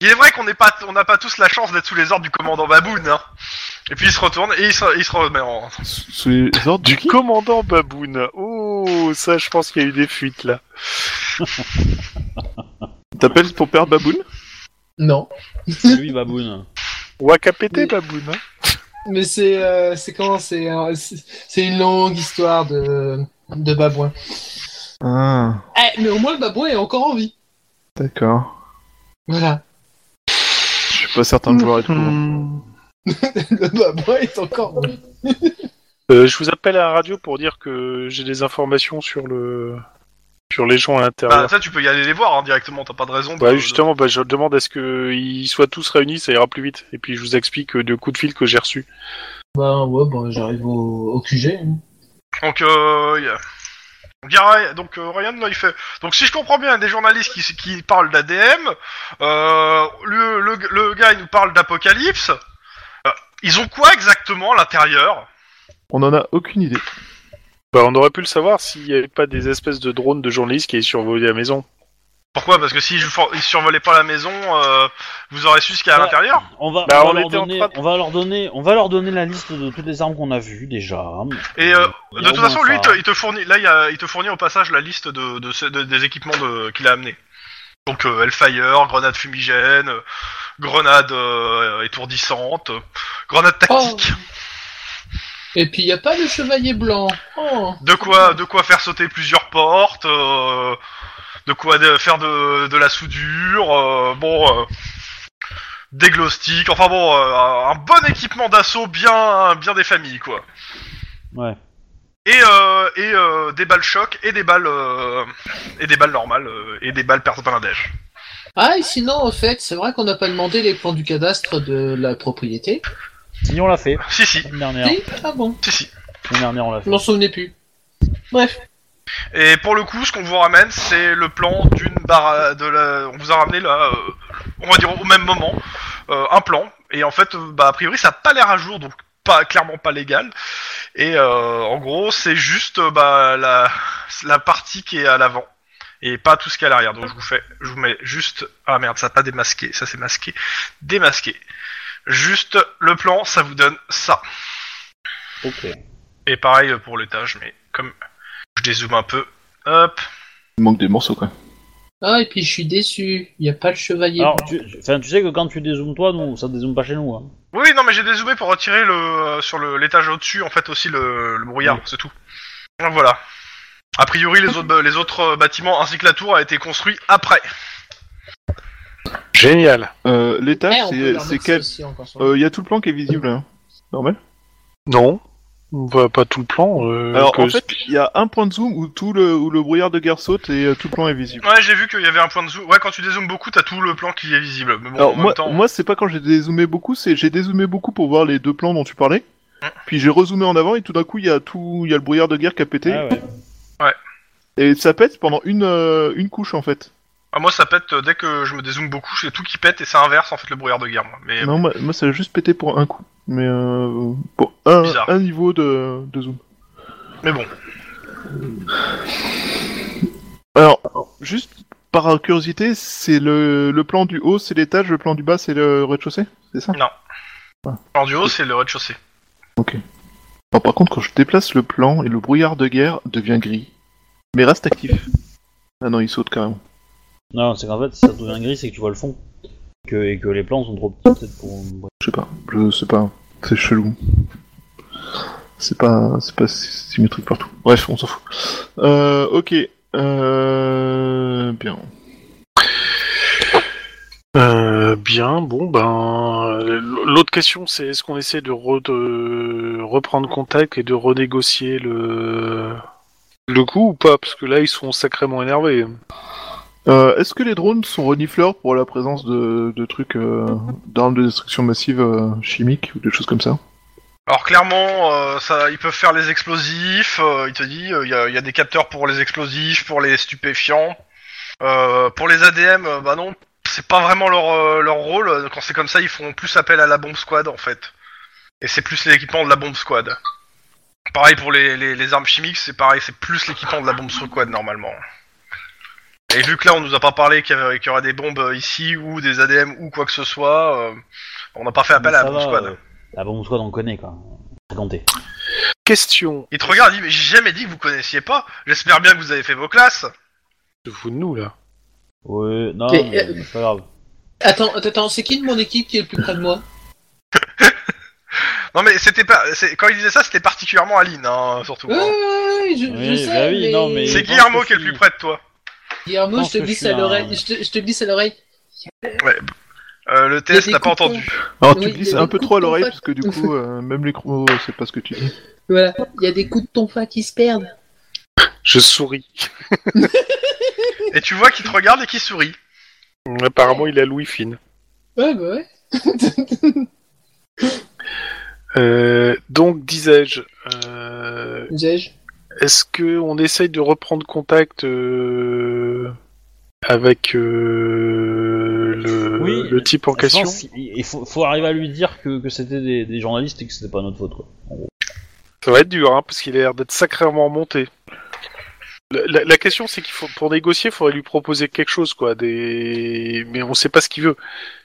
Il est vrai qu'on n'est pas, on n'a pas tous la chance d'être sous les ordres du commandant Baboon, hein. Et puis il se retourne et il se, il se remet en.
Sous sous les ordres
Du
du qui
commandant Baboun. Oh, ça, je pense qu'il y a eu des fuites là.
T'appelles ton père Baboun
Non,
Lui, Baboun.
Wakapété
Mais-
Baboun. hein.
mais c'est. euh, c'est comment C'est euh, c'est- c'est une longue histoire de. de babouin.
Ah,
Eh, mais au moins, le babouin est encore en vie.
d'accord.
Voilà. (laughs)
Je suis pas certain de vouloir être courant.
Le babouin est encore en vie.
Euh, je vous appelle à la radio pour dire que j'ai des informations sur le sur les gens à
Bah,
l'intérieur.
ça, tu peux y aller les voir hein, directement, t'as pas de raison. de-
euh,
Bah, justement, bah, je demande à ce qu'ils soient tous réunis, ça ira plus vite. Et puis je vous explique euh, le coup de fil que j'ai reçu.
Bah ouais, bah, j'arrive au, au QG. hein.
Donc, euh, y a- donc, y a- donc euh, Ryan, là, il fait. Donc, si je comprends bien, il y a des journalistes qui, qui parlent d'ADM, euh, le, le, le gars, il nous parle d'Apocalypse. Euh, ils ont quoi exactement à l'intérieur
On en a aucune idée.
Bah, on aurait pu le savoir s'il n'y avait pas des espèces de drones de journalistes qui survolaient la maison.
Pourquoi Parce que s'ils for- ils survolaient pas la maison, euh, vous aurez su ce qu'il y a à
Ouais.
l'intérieur
On va,
Bah,
on,
on
va leur
était en
donner,
train de-
on va leur donner, on va leur donner la liste de toutes les armes qu'on a vues déjà.
Et euh,
Il y a
de
au
toute
moins
façon, lui, il
ça.
te, il te fournit. Là, il, y a- il te fournit au passage la liste de, de ce- de- des équipements de- qu'il a amenés. Donc, euh, Hellfire, grenade fumigène, euh, grenade euh, étourdissante, euh, grenade
Oh.
tactique.
Et puis il y a pas de chevalier blanc. Oh.
De quoi, de quoi faire sauter plusieurs portes. euh, de quoi de- faire de, de la soudure. euh, bon. euh, des glow sticks, enfin bon, euh, un bon équipement d'assaut bien, bien des familles quoi.
Ouais.
Et, euh, et euh, des balles choc et des balles euh, et des balles normales euh, et des balles pertes blindage.
Ah et sinon en fait, c'est vrai qu'on n'a pas demandé les plans du cadastre de la propriété.
Si on l'a fait.
Si si,
L'année dernière.
Si ah bon,
si si.
L'année dernière on l'a
je
fait.
m'en souvenais plus. Bref,
Et pour le coup, ce qu'on vous ramène, c'est le plan d'une barre de la. On vous a ramené là, euh, on va dire au même moment, euh, un plan. Et en fait, euh, bah a priori, ça a pas l'air à jour, donc pas clairement pas légal. Et euh, en gros, c'est juste euh, bah la la partie qui est à l'avant et pas tout ce qui est à l'arrière. Donc je vous fais, je vous mets juste. Ah merde, ça a pas démasqué, ça c'est masqué, démasqué. Juste le plan, ça vous donne ça.
Ok.
Et pareil pour l'étage, mais comme je dézoome un peu, hop.
Il manque des morceaux, quoi.
ah et puis je suis déçu, il n'y a pas le chevalier
Alors,
blanc.
tu, tu- enfin, tu sais que quand tu dézoomes toi, nous, ça dézoome pas chez nous. Hein.
Oui, non, mais j'ai dézoomé pour retirer le euh, sur le- l'étage au-dessus, en fait aussi le, le brouillard, c'est tout. Donc, Voilà. A priori, les autres les autres euh, bâtiments ainsi que la tour a été construit après.
Génial.
Euh,
Eh,
L'étage,
on peut
c'est-
leur
c'est
mettre
quel
ceci encore sur
Il
Euh,
le-
y a tout le plan qui est visible. hein. Normal.
Non. Bah, pas tout le plan. euh,
Alors
que-
en fait, il y a un point de zoom où tout le où le brouillard de guerre saute et euh, tout le plan est visible.
Ouais, j'ai vu qu'il y avait un point de zoom. Ouais, quand tu dézoomes beaucoup, t'as tout le plan qui est visible. Mais bon, en
Alors
même
moi,
temps.
moi c'est pas quand j'ai dézoomé beaucoup, c'est j'ai dézoomé beaucoup pour voir les deux plans dont tu parlais. Puis j'ai rezoomé en avant et tout d'un coup il y a tout il y a le brouillard de guerre qui a pété
Ah ouais.
et ça pète pendant une euh, une couche en fait.
Ah, moi, ça pète euh, dès que je me dézoome beaucoup, c'est tout qui pète et ça inverse en fait le brouillard de guerre. Moi. Mais
Non moi, moi, ça a juste pété pour un coup, mais euh, pour un,
Bizarre.
un niveau de, de zoom.
mais bon.
Alors juste par curiosité, c'est le le plan du haut c'est l'étage, le plan du bas c'est le rez-de-chaussée, c'est ça
En du haut, c'est le rez-de-chaussée.
Alors, par contre, quand je déplace le plan et le brouillard de guerre devient gris, mais reste actif. Ah non, il saute carrément.
Non, c'est qu'en fait, si ça devient gris, c'est que tu vois le fond. Que, et que les plans sont trop petits, peut-être pour.
Je sais pas, je sais pas, c'est chelou. C'est pas, c'est pas sy- symétrique partout. Bref, on s'en fout. Euh, ok. Euh, bien.
Euh, bien, bon, ben. euh, L'autre question, c'est est-ce qu'on essaie de, re- de reprendre contact et de renégocier le, le coup ou pas Parce que là, ils sont sacrément énervés.
Euh, Est-ce que les drones sont renifleurs pour la présence de, de trucs euh, d'armes de destruction massive euh, chimiques ou des choses comme ça
Alors clairement, euh, ça, ils peuvent faire les explosifs. euh, il te dit, euh, il y a- il y, a des capteurs pour les explosifs, pour les stupéfiants, Euh, pour les ADM. euh, bah non, c'est pas vraiment leur euh, leur rôle. Quand c'est comme ça, ils font plus appel à la bombe squad en fait. Et c'est plus l'équipement de la bombe squad. Pareil pour les, les, les armes chimiques, c'est pareil, c'est plus l'équipement de la bombe squad normalement. Et vu que là, on nous a pas parlé qu'il y, avait- qu'il y aurait des bombes euh, ici ou des ADM ou quoi que ce soit, euh, on n'a pas fait appel à la
Ça
bombe
va,
squad.
euh, la bombe squad, on connaît quoi. Fréquenté.
Question.
Il te regarde, il dit, mais j'ai jamais dit que vous connaissiez pas. J'espère bien que vous avez fait vos classes.
de vous de nous, là.
Ouais, non,
Et-
mais
euh,
c'est pas grave.
Attends, attends, attends, c'est qui de mon équipe qui est le plus près de moi
Non mais c'était pas, c'est- quand il disait ça, c'était particulièrement Aline, hein, surtout.
Ouais,
hein.
ouais, je,
Oui,
je sais,
bah oui,
mais...
non,
C'est
mais- je pense
Guillermo
que
qui est le
si.
plus près de toi.
Guillermo,
Je
je,
pense
te
que je
glisse
suis
à l'oreille,
un-
je, te, je te glisse à l'oreille.
Ouais. Euh, le
Il y a
TS
des
n'a pas
coupons.
entendu.
Alors, tu
Oui,
glisses
des
un peu
coups
trop à
de
l'oreille,
contact.
parce que
(laughs)
du coup, euh, même les crocs, c'est pas ce que tu dis.
Voilà, il y a des coups de ton qui se perdent.
Je souris.
Et tu vois qu'il te regarde et qu'il sourit.
Apparemment, il a Louis fine.
Ouais, bah ouais.
Euh, donc, disais-je, euh,
Disais-je.
est-ce que on essaye de reprendre contact euh, avec euh, le,
Oui,
le type en
Je
question
pense qu'il- Il faut, faut arriver à lui dire que, que c'était des, des journalistes et que c'était pas notre faute. Quoi.
Ça va être dur, hein, parce qu'il a l'air d'être sacrément remonté. La, la- la question, c'est qu'il faut, pour négocier, il faudrait lui proposer quelque chose, quoi. Des... Mais on sait pas ce qu'il veut.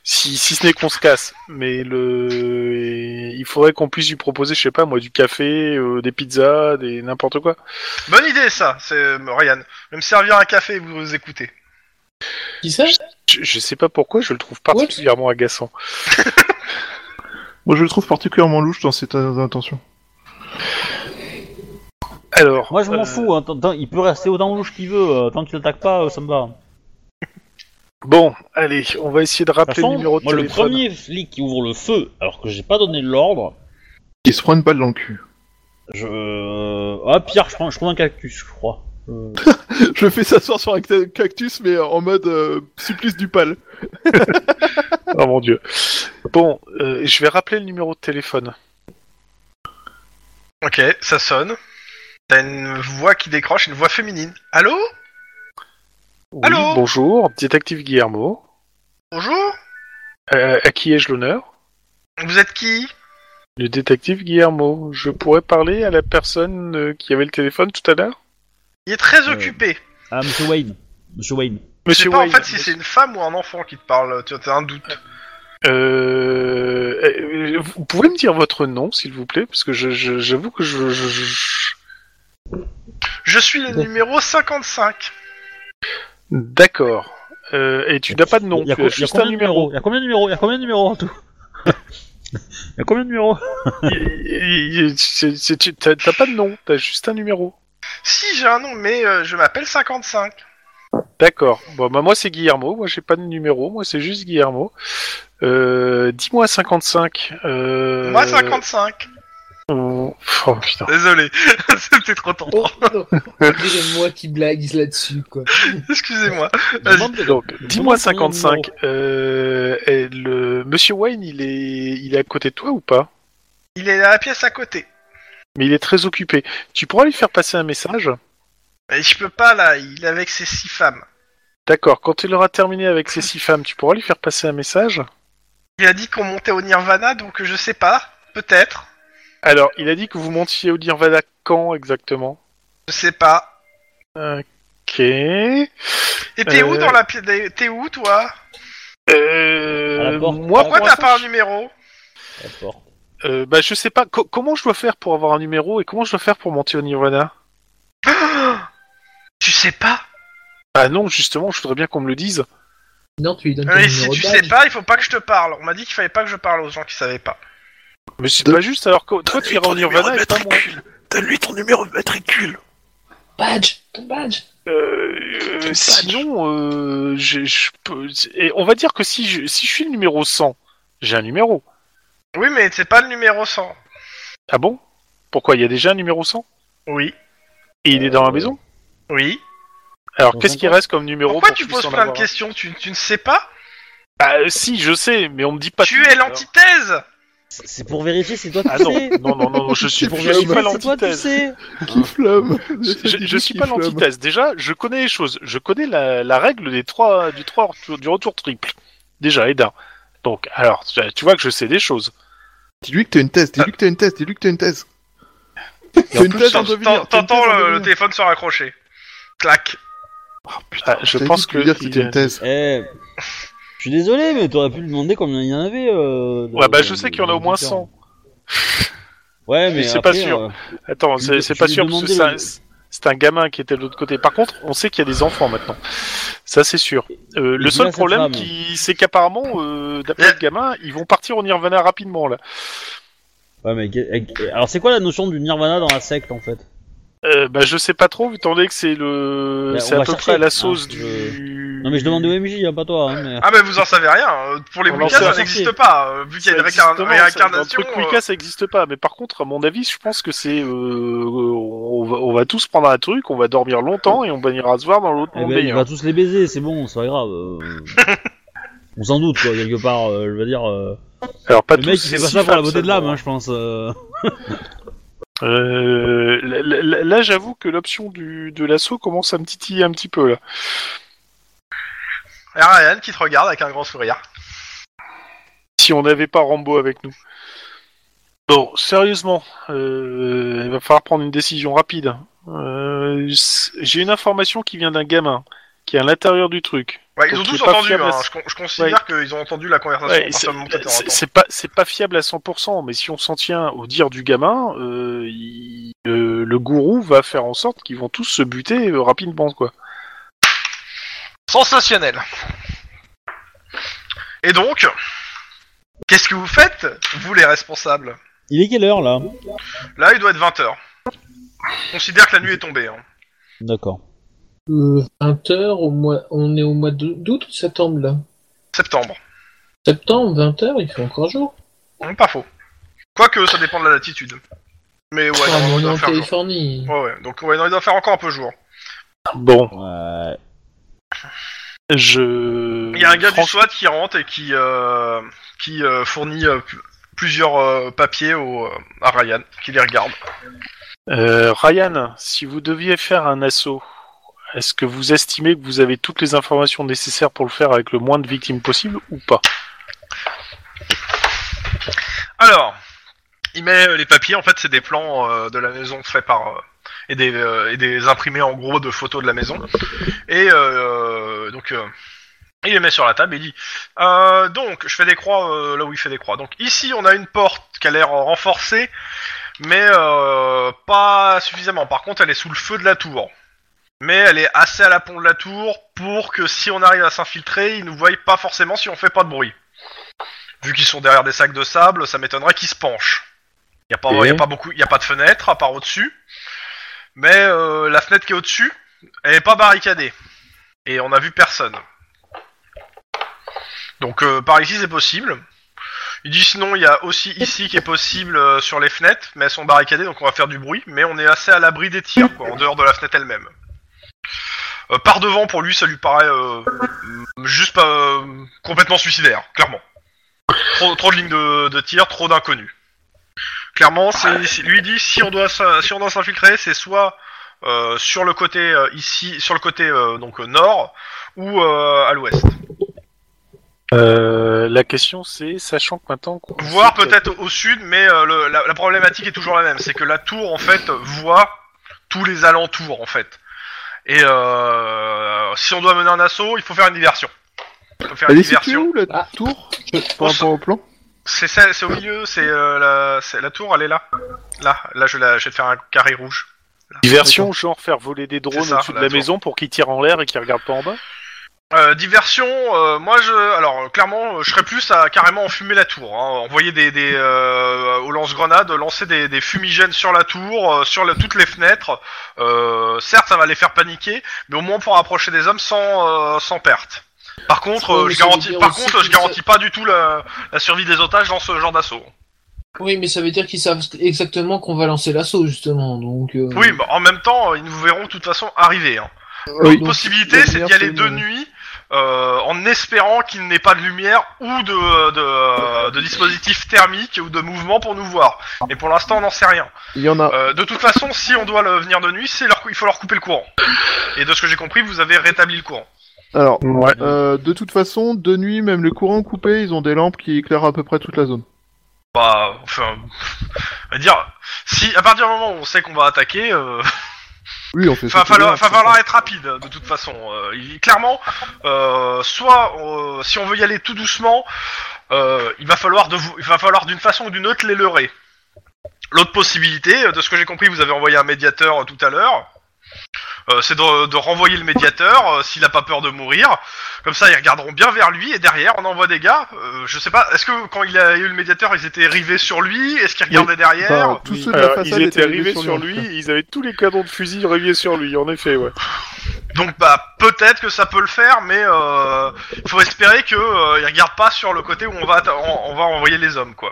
Si, si ce n'est qu'on se casse. Mais le... il faudrait qu'on puisse lui proposer, je sais pas, moi, du café, euh, des pizzas, des n'importe quoi.
Bonne idée, ça, c'est euh, Ryan. Je vais me servir un café et vous écouter.
Qui
(laughs)
ça
Je, je sais pas pourquoi, je le trouve particulièrement agaçant.
Moi, je le trouve particulièrement louche dans cette euh, intention.
Alors,
Moi je m'en
euh,
fous, hein, tant- tant- il peut rester autant louche qu'il veut, euh, tant qu'il attaque pas, euh, ça me va.
Bon, allez, on va essayer de
De toute
rappeler
façon,
le numéro de
moi, le
téléphone.
premier flic qui ouvre le feu, alors que j'ai pas donné l'ordre,
Il se prend une balle dans le cul. (laughs)
je. euh, Ah, Pierre, je, prends, je trouve un cactus, je crois. Euh,
je le fais s'asseoir sur un ca- cactus, mais en mode euh, supplice du pal.
Oh mon dieu. Bon, euh, je vais rappeler le numéro de téléphone.
Ok, ça sonne. T'as une voix qui décroche, une voix féminine. Allô
Oui,
Allô
bonjour, détective Guillermo.
Bonjour
Euh, à qui ai-je l'honneur
Vous êtes qui
Le détective Guillermo. Je pourrais parler à la personne euh, qui avait le téléphone tout à l'heure
Il est très
Euh,
occupé.
Ah, monsieur Wayne. Monsieur Wayne.
Je sais pas en
Wayne.
fait si c'est une femme ou un enfant qui te parle, tu as t'as un doute.
Euh, euh, vous pouvez me dire votre nom, s'il vous plaît Parce que je- je- j'avoue que je... je- je-
Je suis le numéro 55.
D'accord. Euh, et tu n'as pas de nom,
Il y a,
tu
co-
as
il y a
juste
combien
un
de
numéro.
numéros Il y a combien de numéros Il y a combien de numéros en tout (laughs) Il y a combien de numéros
Il- il- c'est- c'est- tu- T'as t'as pas de nom, t'as juste un numéro.
Si, j'ai un nom, mais euh, je m'appelle 55.
D'accord. Bon, bah moi c'est Guillermo, moi j'ai pas de numéro, moi c'est juste Guillermo. Euh, Dis-moi 55. Euh...
Moi, 55.
Oh putain.
Désolé,
(laughs)
c'était trop tôt.
Oh non C'est moi qui blague là-dessus, quoi.
Excusez-moi.
Euh,
Je demande-
Donc,
demande
dis-moi
combien de
55. Euh, et le Monsieur Wayne, il est, il est à côté de toi ou pas
Il est à la pièce à côté.
Mais il est très occupé. Tu pourras lui faire passer un message.
Et je peux pas là, il est avec ses six femmes.
D'accord. Quand il aura terminé avec ces six femmes, tu pourras lui faire passer un message.
Il a dit qu'on montait au Nirvana, donc euh, je sais pas. Peut-être.
Alors, il a dit que vous montiez au Nirvana quand exactement
Je sais pas.
Ok. Euh,
Et t'es où
Euh.
dans la pièce T'es où toi
À la porte.
moi,
Pourquoi
pour
t'as
l'instant,
pas un numéro
La porte.
je- euh, bah, je sais pas. Co- comment je dois faire pour avoir un numéro et comment je dois faire pour monter au Nirvana
Tu sais pas
Ah non, justement, je voudrais bien qu'on me le dise.
Non, tu lui donnes ton
Mais Euh, si
numéro
tu
de
sais
badge.
pas, il faut pas que je te parle. On m'a dit qu'il fallait pas que je parle aux gens qui savaient pas.
Mais c'est pas juste. Alors, que toi, tu iras au Nirvana et pas moi.
Donne-lui ton numéro de matricule.
Badge Ton badge
Euh,
Ton
sinon, euh, je, je peux- et on va dire que si je, si je suis le numéro 100, j'ai un numéro.
Oui, mais c'est pas le numéro 100.
Ah bon Pourquoi Il y a déjà un numéro 100
Oui.
Et il est dans la maison
Oui.
Alors
Dans
qu'est-ce
un
qui
temps.
reste comme numéro
Pourquoi
pour
tu
que je
poses
puisse en
plein de
avoir un
questions tu, tu ne sais pas
Ah euh, si, je sais, mais on me dit pas.
Tu
tout, hein.
es
alors.
l'antithèse
C'est pour vérifier si toi tu
Ah non,
sais.
non, non, non, non, (laughs) je suis,
C'est pour
je suis
vérifier
pas
si toi tu
l'antithèse.
sais.
(laughs) Qui flamme
(laughs) Je, je suis pas l'antithèse. Déjà, je connais les choses. Je connais la, la règle des trois, du trois retour- du retour triple. Déjà, et d'un. Donc, alors, tu tu vois que je sais des choses.
Dis-lui que t'as une thèse, dis-lui que t'as une thèse, dis-lui que t'as une thèse. T'as une thèse en devenir, t'as une
T'en- T'entends
thèse en
le- le,
devenir.
téléphone se raccrocher. Clac.
Ah, je
T'as
pense
dit
que. euh,
lui dire que
il
c'était
est-
une thèse.
Eh, je suis désolé, mais t'aurais pu lui demander combien il y en avait. euh, de-
Ouais, bah, je
de-
sais qu'il y en a au moins 100.
Ouais,
Mais
mais
c'est
après,
pas sûr.
euh,
Attends,
Je-
c'est c'est
je
pas
lui
sûr parce que
demandais-
ça- c'est un gamin qui était de l'autre côté. Par contre, on sait qu'il y a des enfants maintenant. Ça, c'est sûr. Euh, le
Et
seul
là, cette
problème,
femme.
qui, c'est qu'apparemment, euh, d'après le gamin, ils vont partir au Nirvana rapidement là.
ouais, mais que- alors c'est quoi la notion du nirvana dans la secte en fait
Euh, bah, je sais pas trop, étant donné que c'est le,
Bah,
c'est
on
à
va
peu
chercher,
près à la
hein,
sauce
je-
du
Non, mais je demande au MJ, hein, pas toi. hein, mais-
Ah mais vous en savez rien, euh, pour les
On en
Wiccas
sait
ça
rien.
n'existe pas, euh, vu qu'il y a une
Ça existe,
récar-
non, ça- Dans le
réincarnation. euh.
truc Wicca, ça n'existe pas. Mais par contre, à mon avis, je pense que c'est. euh, on, va, on va tous prendre un truc, on va dormir longtemps et on hein. va ira se voir dans l'autre
Eh
monde
ben, il
d'ailleurs.
va tous les baiser, c'est bon, c'est pas
(laughs)
grave. euh. On s'en doute, quoi, quelque part, euh, je veux dire. euh,
Alors, pas
Le
tous,
mec, il fait
c'est
pas
six
ça pour la
femmes
beauté de l'âme,
seulement.
hein, je pense. euh.
Euh, là, là- là, j'avoue que l'option du, de l'assaut commence à me titiller un petit peu là.
Et Ryan qui te regarde avec un grand sourire.
Si on n'avait pas Rambo avec nous. Bon, sérieusement, euh, il va falloir prendre une décision rapide. hein. Euh, c- J'ai une information qui vient d'un gamin qui est à l'intérieur du truc.
Ouais, ils
Donc,
ont
il est
tous
pas
entendu,
fiable à
hein,
ce-
je, con- je considère qu'ils ont entendu la conversation
Ouais,
à
c'est
partir du moment où t'étais en
c'est-
attente.
c'est pas c'est pas fiable à 100%, mais si on s'en tient au dire du gamin, euh, il- euh, le gourou va faire en sorte qu'ils vont tous se buter euh, rapidement quoi.
Sensationnel. Et donc, qu'est-ce que vous faites, vous les responsables
Il est quelle heure là
Là, il doit être 20h. Considère que la nuit est tombée. hein.
D'accord.
20h, Euh, au mois... on est au mois d'o- d'août ou de septembre là
Septembre.
Septembre, 20h, il fait encore jour.
Non, Mm, pas faux. Quoique, ça dépend de la latitude. Mais ouais,
Ah, mais
non,
on
il
est
doit
en
faire jour.
Californie.
Ouais, ouais, donc ouais, non, il doit faire encore un peu jour.
Bon,
Ouais.
je.
Il y a un gars
Franchement,
du SWAT qui rentre et qui, euh, qui euh, fournit euh, pu- plusieurs euh, papiers au, euh, à Ryan, qui les regarde.
Euh, Ryan, si vous deviez faire un assaut, est-ce que vous estimez que vous avez toutes les informations nécessaires pour le faire avec le moins de victimes possible ou pas
Alors, il met euh, les papiers, en fait, c'est des plans euh, de la maison faits par. euh, et, des, euh, et des imprimés en gros de photos de la maison. Et euh, donc, euh, il les met sur la table et il dit euh, Donc, je fais des croix euh, là où il fait des croix. Donc, ici, on a une porte qui a l'air euh, renforcée, mais euh, pas suffisamment. Par contre, elle est sous le feu de la tour. Mais elle est assez à la pont de la tour pour que si on arrive à s'infiltrer, ils nous voient pas forcément si on fait pas de bruit. Vu qu'ils sont derrière des sacs de sable, ça m'étonnerait qu'ils se penchent. Il y a pas,
Et
y a pas beaucoup, y a pas de fenêtre à part au-dessus. Mais euh, la fenêtre qui est au-dessus, elle est pas barricadée. Et on a vu personne. Donc euh, par ici c'est possible. Il dit sinon il y a aussi ici qui est possible euh, sur les fenêtres, mais elles sont barricadées donc on va faire du bruit, mais on est assez à l'abri des tirs quoi, en dehors de la fenêtre elle-même. Euh, par devant pour lui ça lui paraît euh, juste pas euh, complètement suicidaire, clairement. Trop, trop de lignes de, de tir, trop d'inconnus. Clairement, c'est- c'est- lui dit si on doit s'in- si on doit s'infiltrer, c'est soit euh, sur le côté euh, ici, sur le côté euh, donc euh, nord ou euh, à l'ouest.
euh, La question c'est, sachant que maintenant. qu'on
Voire
sait que-
peut-être au sud, mais euh, le- la, la problématique est toujours la même, c'est que la tour en fait voit tous les alentours en fait. Et euh, si on doit mener un assaut, il faut faire une diversion. Il faut faire
Elle
une
est située
diversion.
où la
Ah.
tour Par rapport au plan
C'est ça- c'est au milieu, c'est euh, la, c'est- la tour, elle est là. Là, là je, la- je vais te faire un carré rouge.
Diversion, genre faire voler des drones
C'est ça,
au-dessus de
la
la
tour.
maison pour qu'ils tirent en l'air et qu'ils regardent pas en bas
Euh, diversion, euh, moi je, alors euh, clairement, euh, je serais plus à carrément enfumer la tour, hein, envoyer des, des euh, au lance-grenades, lancer des, des fumigènes sur la tour, euh, sur la- toutes les fenêtres. Euh, certes, ça va les faire paniquer, mais au moins pour rapprocher des hommes sans, euh, sans perte. Par contre,
Ouais,
euh,
mais
je
ça veut
garantis,
dire
par
aussi
contre,
que
je
ça-
garantis pas du tout la, la survie des otages dans ce genre d'assaut.
Oui, mais ça veut dire qu'ils savent exactement qu'on va lancer l'assaut justement. Donc, euh,
Oui, mais en même temps, euh, ils nous verront de toute façon arriver. Hein.
Oui.
L'autre possibilité,
la
c'est d'y
lumière,
aller
c'est
de
une-
nuit, euh, en espérant qu'il n'ait pas de lumière ou de, euh, de, de dispositif thermique ou de mouvement pour nous voir. Mais pour l'instant, on n'en sait rien.
Il y en a.
Euh, de toute façon, si on doit le, venir de nuit, c'est leur, il faut leur couper le courant. Et de ce que j'ai compris, vous avez rétabli le courant.
Alors,
Ouais.
euh, de toute façon, de nuit, même le courant coupé, ils ont des lampes qui éclairent à peu près toute la zone.
Bah, enfin, on va dire, si à partir du moment où on sait qu'on va attaquer, euh,
Oui, on fait
Enfin,
ça.
falloir,
tout
enfin,
bien,
falloir être rapide de toute façon. Euh, il, clairement, euh, soit euh, si on veut y aller tout doucement, euh, il va falloir de vous- il va falloir d'une façon ou d'une autre les leurrer. L'autre possibilité, euh, de ce que j'ai compris, vous avez envoyé un médiateur euh, tout à l'heure. euh, c'est de, de renvoyer le médiateur euh, s'il a pas peur de mourir. Comme ça, ils regarderont bien vers lui et derrière, on envoie des gars. Euh, je sais pas. Est-ce que quand il a eu le médiateur, ils étaient rivés sur lui Est-ce qu'ils regardaient derrière
Enfin, tous ceux de la
Alors,
façade
ils étaient
étaient
arrivés sur
en
lui,
fait.
ils avaient tous les canons de fusil rayés sur lui, en effet, ouais.
Donc bah peut-être que ça peut le faire, mais euh, faut espérer que euh, il regarde pas sur le côté où on va atta- on, on va envoyer les hommes quoi.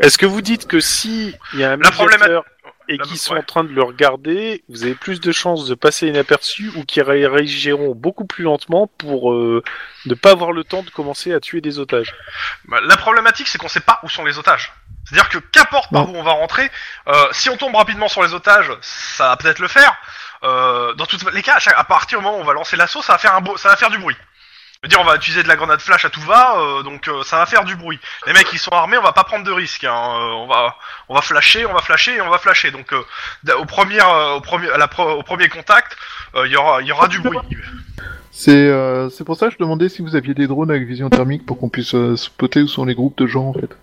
Est-ce que vous dites que si il y a un
La problématique-
médiateur et
La-
qu'ils sont
ouais.
en train de le regarder, vous avez plus de chances de passer inaperçu ou qu'ils ré- réagiront beaucoup plus lentement pour euh, ne pas avoir le temps de commencer à tuer des otages
Bah, La problématique c'est qu'on sait pas où sont les otages. C'est-à-dire que qu'importe par où on va rentrer, euh, si on tombe rapidement sur les otages, ça va peut-être le faire. Euh, dans tous les cas, à, chaque- à partir du moment où on va lancer l'assaut, ça va faire un beau- ça va faire du bruit. Je veux dire, on va utiliser de la grenade flash à tout va, euh, donc euh, ça va faire du bruit. Les mecs, ils sont armés, on va pas prendre de risques. hein, euh, on va, on va flasher, on va flasher et on va flasher. Donc, euh, d- au premier, euh, au premier, à la pro- au premier contact, euh, il y aura, il y aura du bruit.
C'est euh, c'est pour ça que je demandais si vous aviez des drones avec vision thermique pour qu'on puisse euh, spotter où sont les groupes de gens en fait.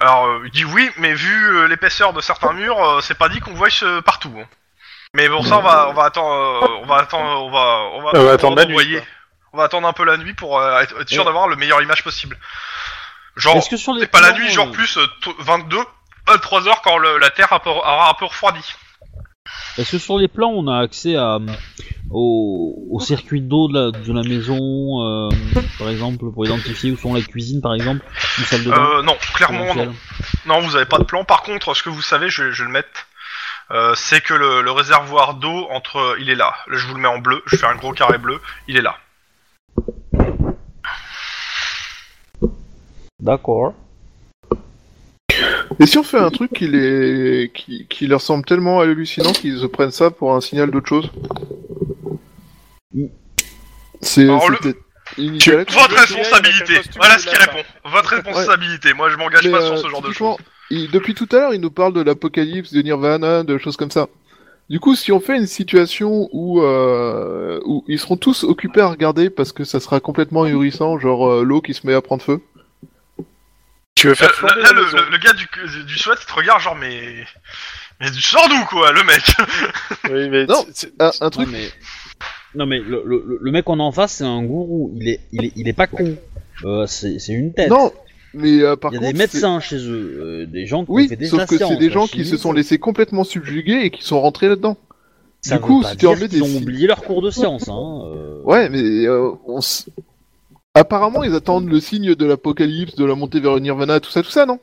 Alors, euh, il dit oui, mais vu euh, l'épaisseur de certains murs, euh, c'est pas dit qu'on voit ce- partout. hein. Mais bon, ça, on va, on va attendre, euh, on va attendre, on va, on va,
On va attendre la nuit,
envoyer-
quoi.
On va attendre un peu la nuit pour euh, être, être sûr
Ouais.
d'avoir le meilleur image possible. Genre,
Est-ce que sur les
c'est pas la
plans,
nuit,
euh,
genre plus euh, t- 22, 23 heures quand le- la Terre a peu- aura un peu refroidi.
Est-ce que sur les plans, on a accès à, euh, au, au circuit d'eau de la, de la maison, euh, par exemple, pour identifier où sont la cuisine, par exemple, une salle de bain
Euh, non, clairement non.
éventuelle
Non, vous avez pas de plan. Par contre, ce que vous savez, je, je vais le mettre, euh, c'est que le, le réservoir d'eau entre, il est là. Là, je vous le mets en bleu. Je fais un gros carré bleu. Il est là.
D'accord.
Et si on fait un truc qui, les... qui, qui leur semble tellement hallucinant qu'ils se prennent ça pour un signal d'autre chose C'est
Alors, le-
c'était une
Tu-
galette.
Votre
Le gars, il a
responsabilité.
un costume
Voilà
de
ce qui
lapin.
répond. Votre responsabilité. Moi, je m'engage
Mais,
pas sur
euh,
ce genre de
typiquement,
choses.
il- depuis tout à l'heure, il nous parle de l'apocalypse, de Nirvana, de choses comme ça. Du coup, si on fait une situation où, euh, où ils seront tous occupés à regarder parce que ça sera complètement ahurissant, genre euh, l'eau qui se met à prendre feu.
Tu veux
Euh,
faire
Là, là,
flamber la
le,
maison
le- le gars du, du sweat il te regarde genre mais mais tu sors d'où quoi le mec
Oui, mais
Non.
c'est- c'est-
Un, un truc.
Non mais, non, mais le, le- le mec qu'on a en face, c'est un gourou. Il est, il est, il est pas con. Euh, c'est c'est une tête.
Non, mais euh, par
il y a
contre,
des
c'est-
médecins chez eux, euh, des gens qui ont
Oui,
fait des
sauf que c'est des gens qui se sont
les
laissés complètement subjuguer et qui sont rentrés là-dedans.
Ça
du
veut
coup,
pas
si tu
dire
en mets
qu'ils
des-
ont oublié leur cours de science. Hein. euh.
Ouais, mais euh, on s- apparemment ils attendent le signe de l'apocalypse, de la montée vers le nirvana, tout ça, tout ça, non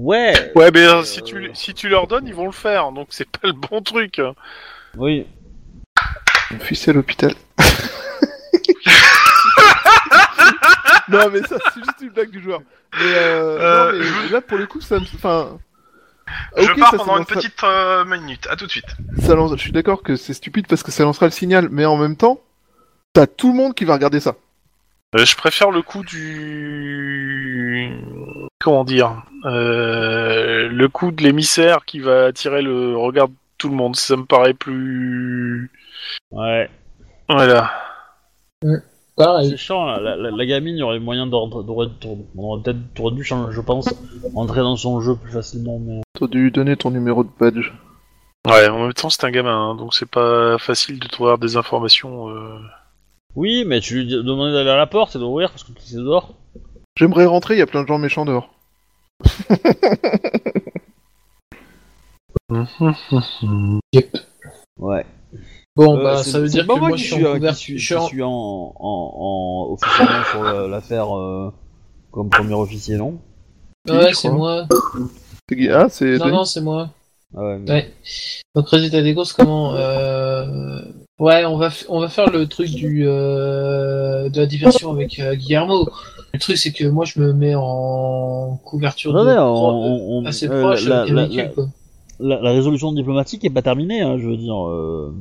Ouais.
Ouais, mais euh, si, tu, si tu leur donnes, ils vont le faire, donc c'est pas le bon truc. hein.
Oui.
Mon fils est à (laughs) l'hôpital. non, mais ça, c'est juste une blague du joueur. Mais, euh,
Euh,
non, mais
je-
là, pour le coup, ça me. Enfin.
Je
Ah, ok,
pars
ça,
pendant
ça
une
lancera-
petite euh, minute. À tout de suite.
ça lance- Je suis d'accord que c'est stupide parce que ça lancera le signal, mais en même temps, t'as tout le monde qui va regarder ça.
Euh, je préfère le coup du. Comment dire Euh, Le coup de l'émissaire qui va attirer le regard de tout le monde. Ça me paraît plus.
Ouais.
Voilà.
Pareil.
C'est chiant, là. La, la- la gamine, il y aurait moyen d'entrer. On aurait peut-être aurait dû, je pense, entrer dans son jeu plus facilement. Mais...
T'as dû lui donner ton numéro de badge.
Ouais, en même temps, c'est un gamin, hein, donc c'est pas facile de trouver des informations. euh.
Oui, mais tu lui dis- demandais d'aller à la porte et d'ouvrir parce que c'est dehors.
J'aimerais rentrer, il y a plein de gens méchants dehors.
Mhm. Euh,
Ouais.
Bon,
Euh,
bah,
c'est-
ça veut
c'est
dire que
pas
moi, je
qui
suis
euh,
en couverture.
qui suis-
je suis en-
qui suis en, en- en- officiellement sur le- l'affaire euh, comme premier officier, non
Ouais,
je
c'est
crois.
moi.
C'est qui Ah, c'est.
Non,
Denis
non, c'est moi.
Ah ouais, mais-
Ouais. Donc résultat des courses, comment euh... Ouais, on va f- on va faire le truc du euh, de la diversion avec euh, Guillermo. Le truc c'est que moi je me mets en couverture
Ouais,
de
ouais, on-
pro-
on- on-
assez
euh,
proche
la,
avec
la-
les véhicules,
la-
quoi.
la- la résolution diplomatique est pas terminée, hein, je veux dire. euh.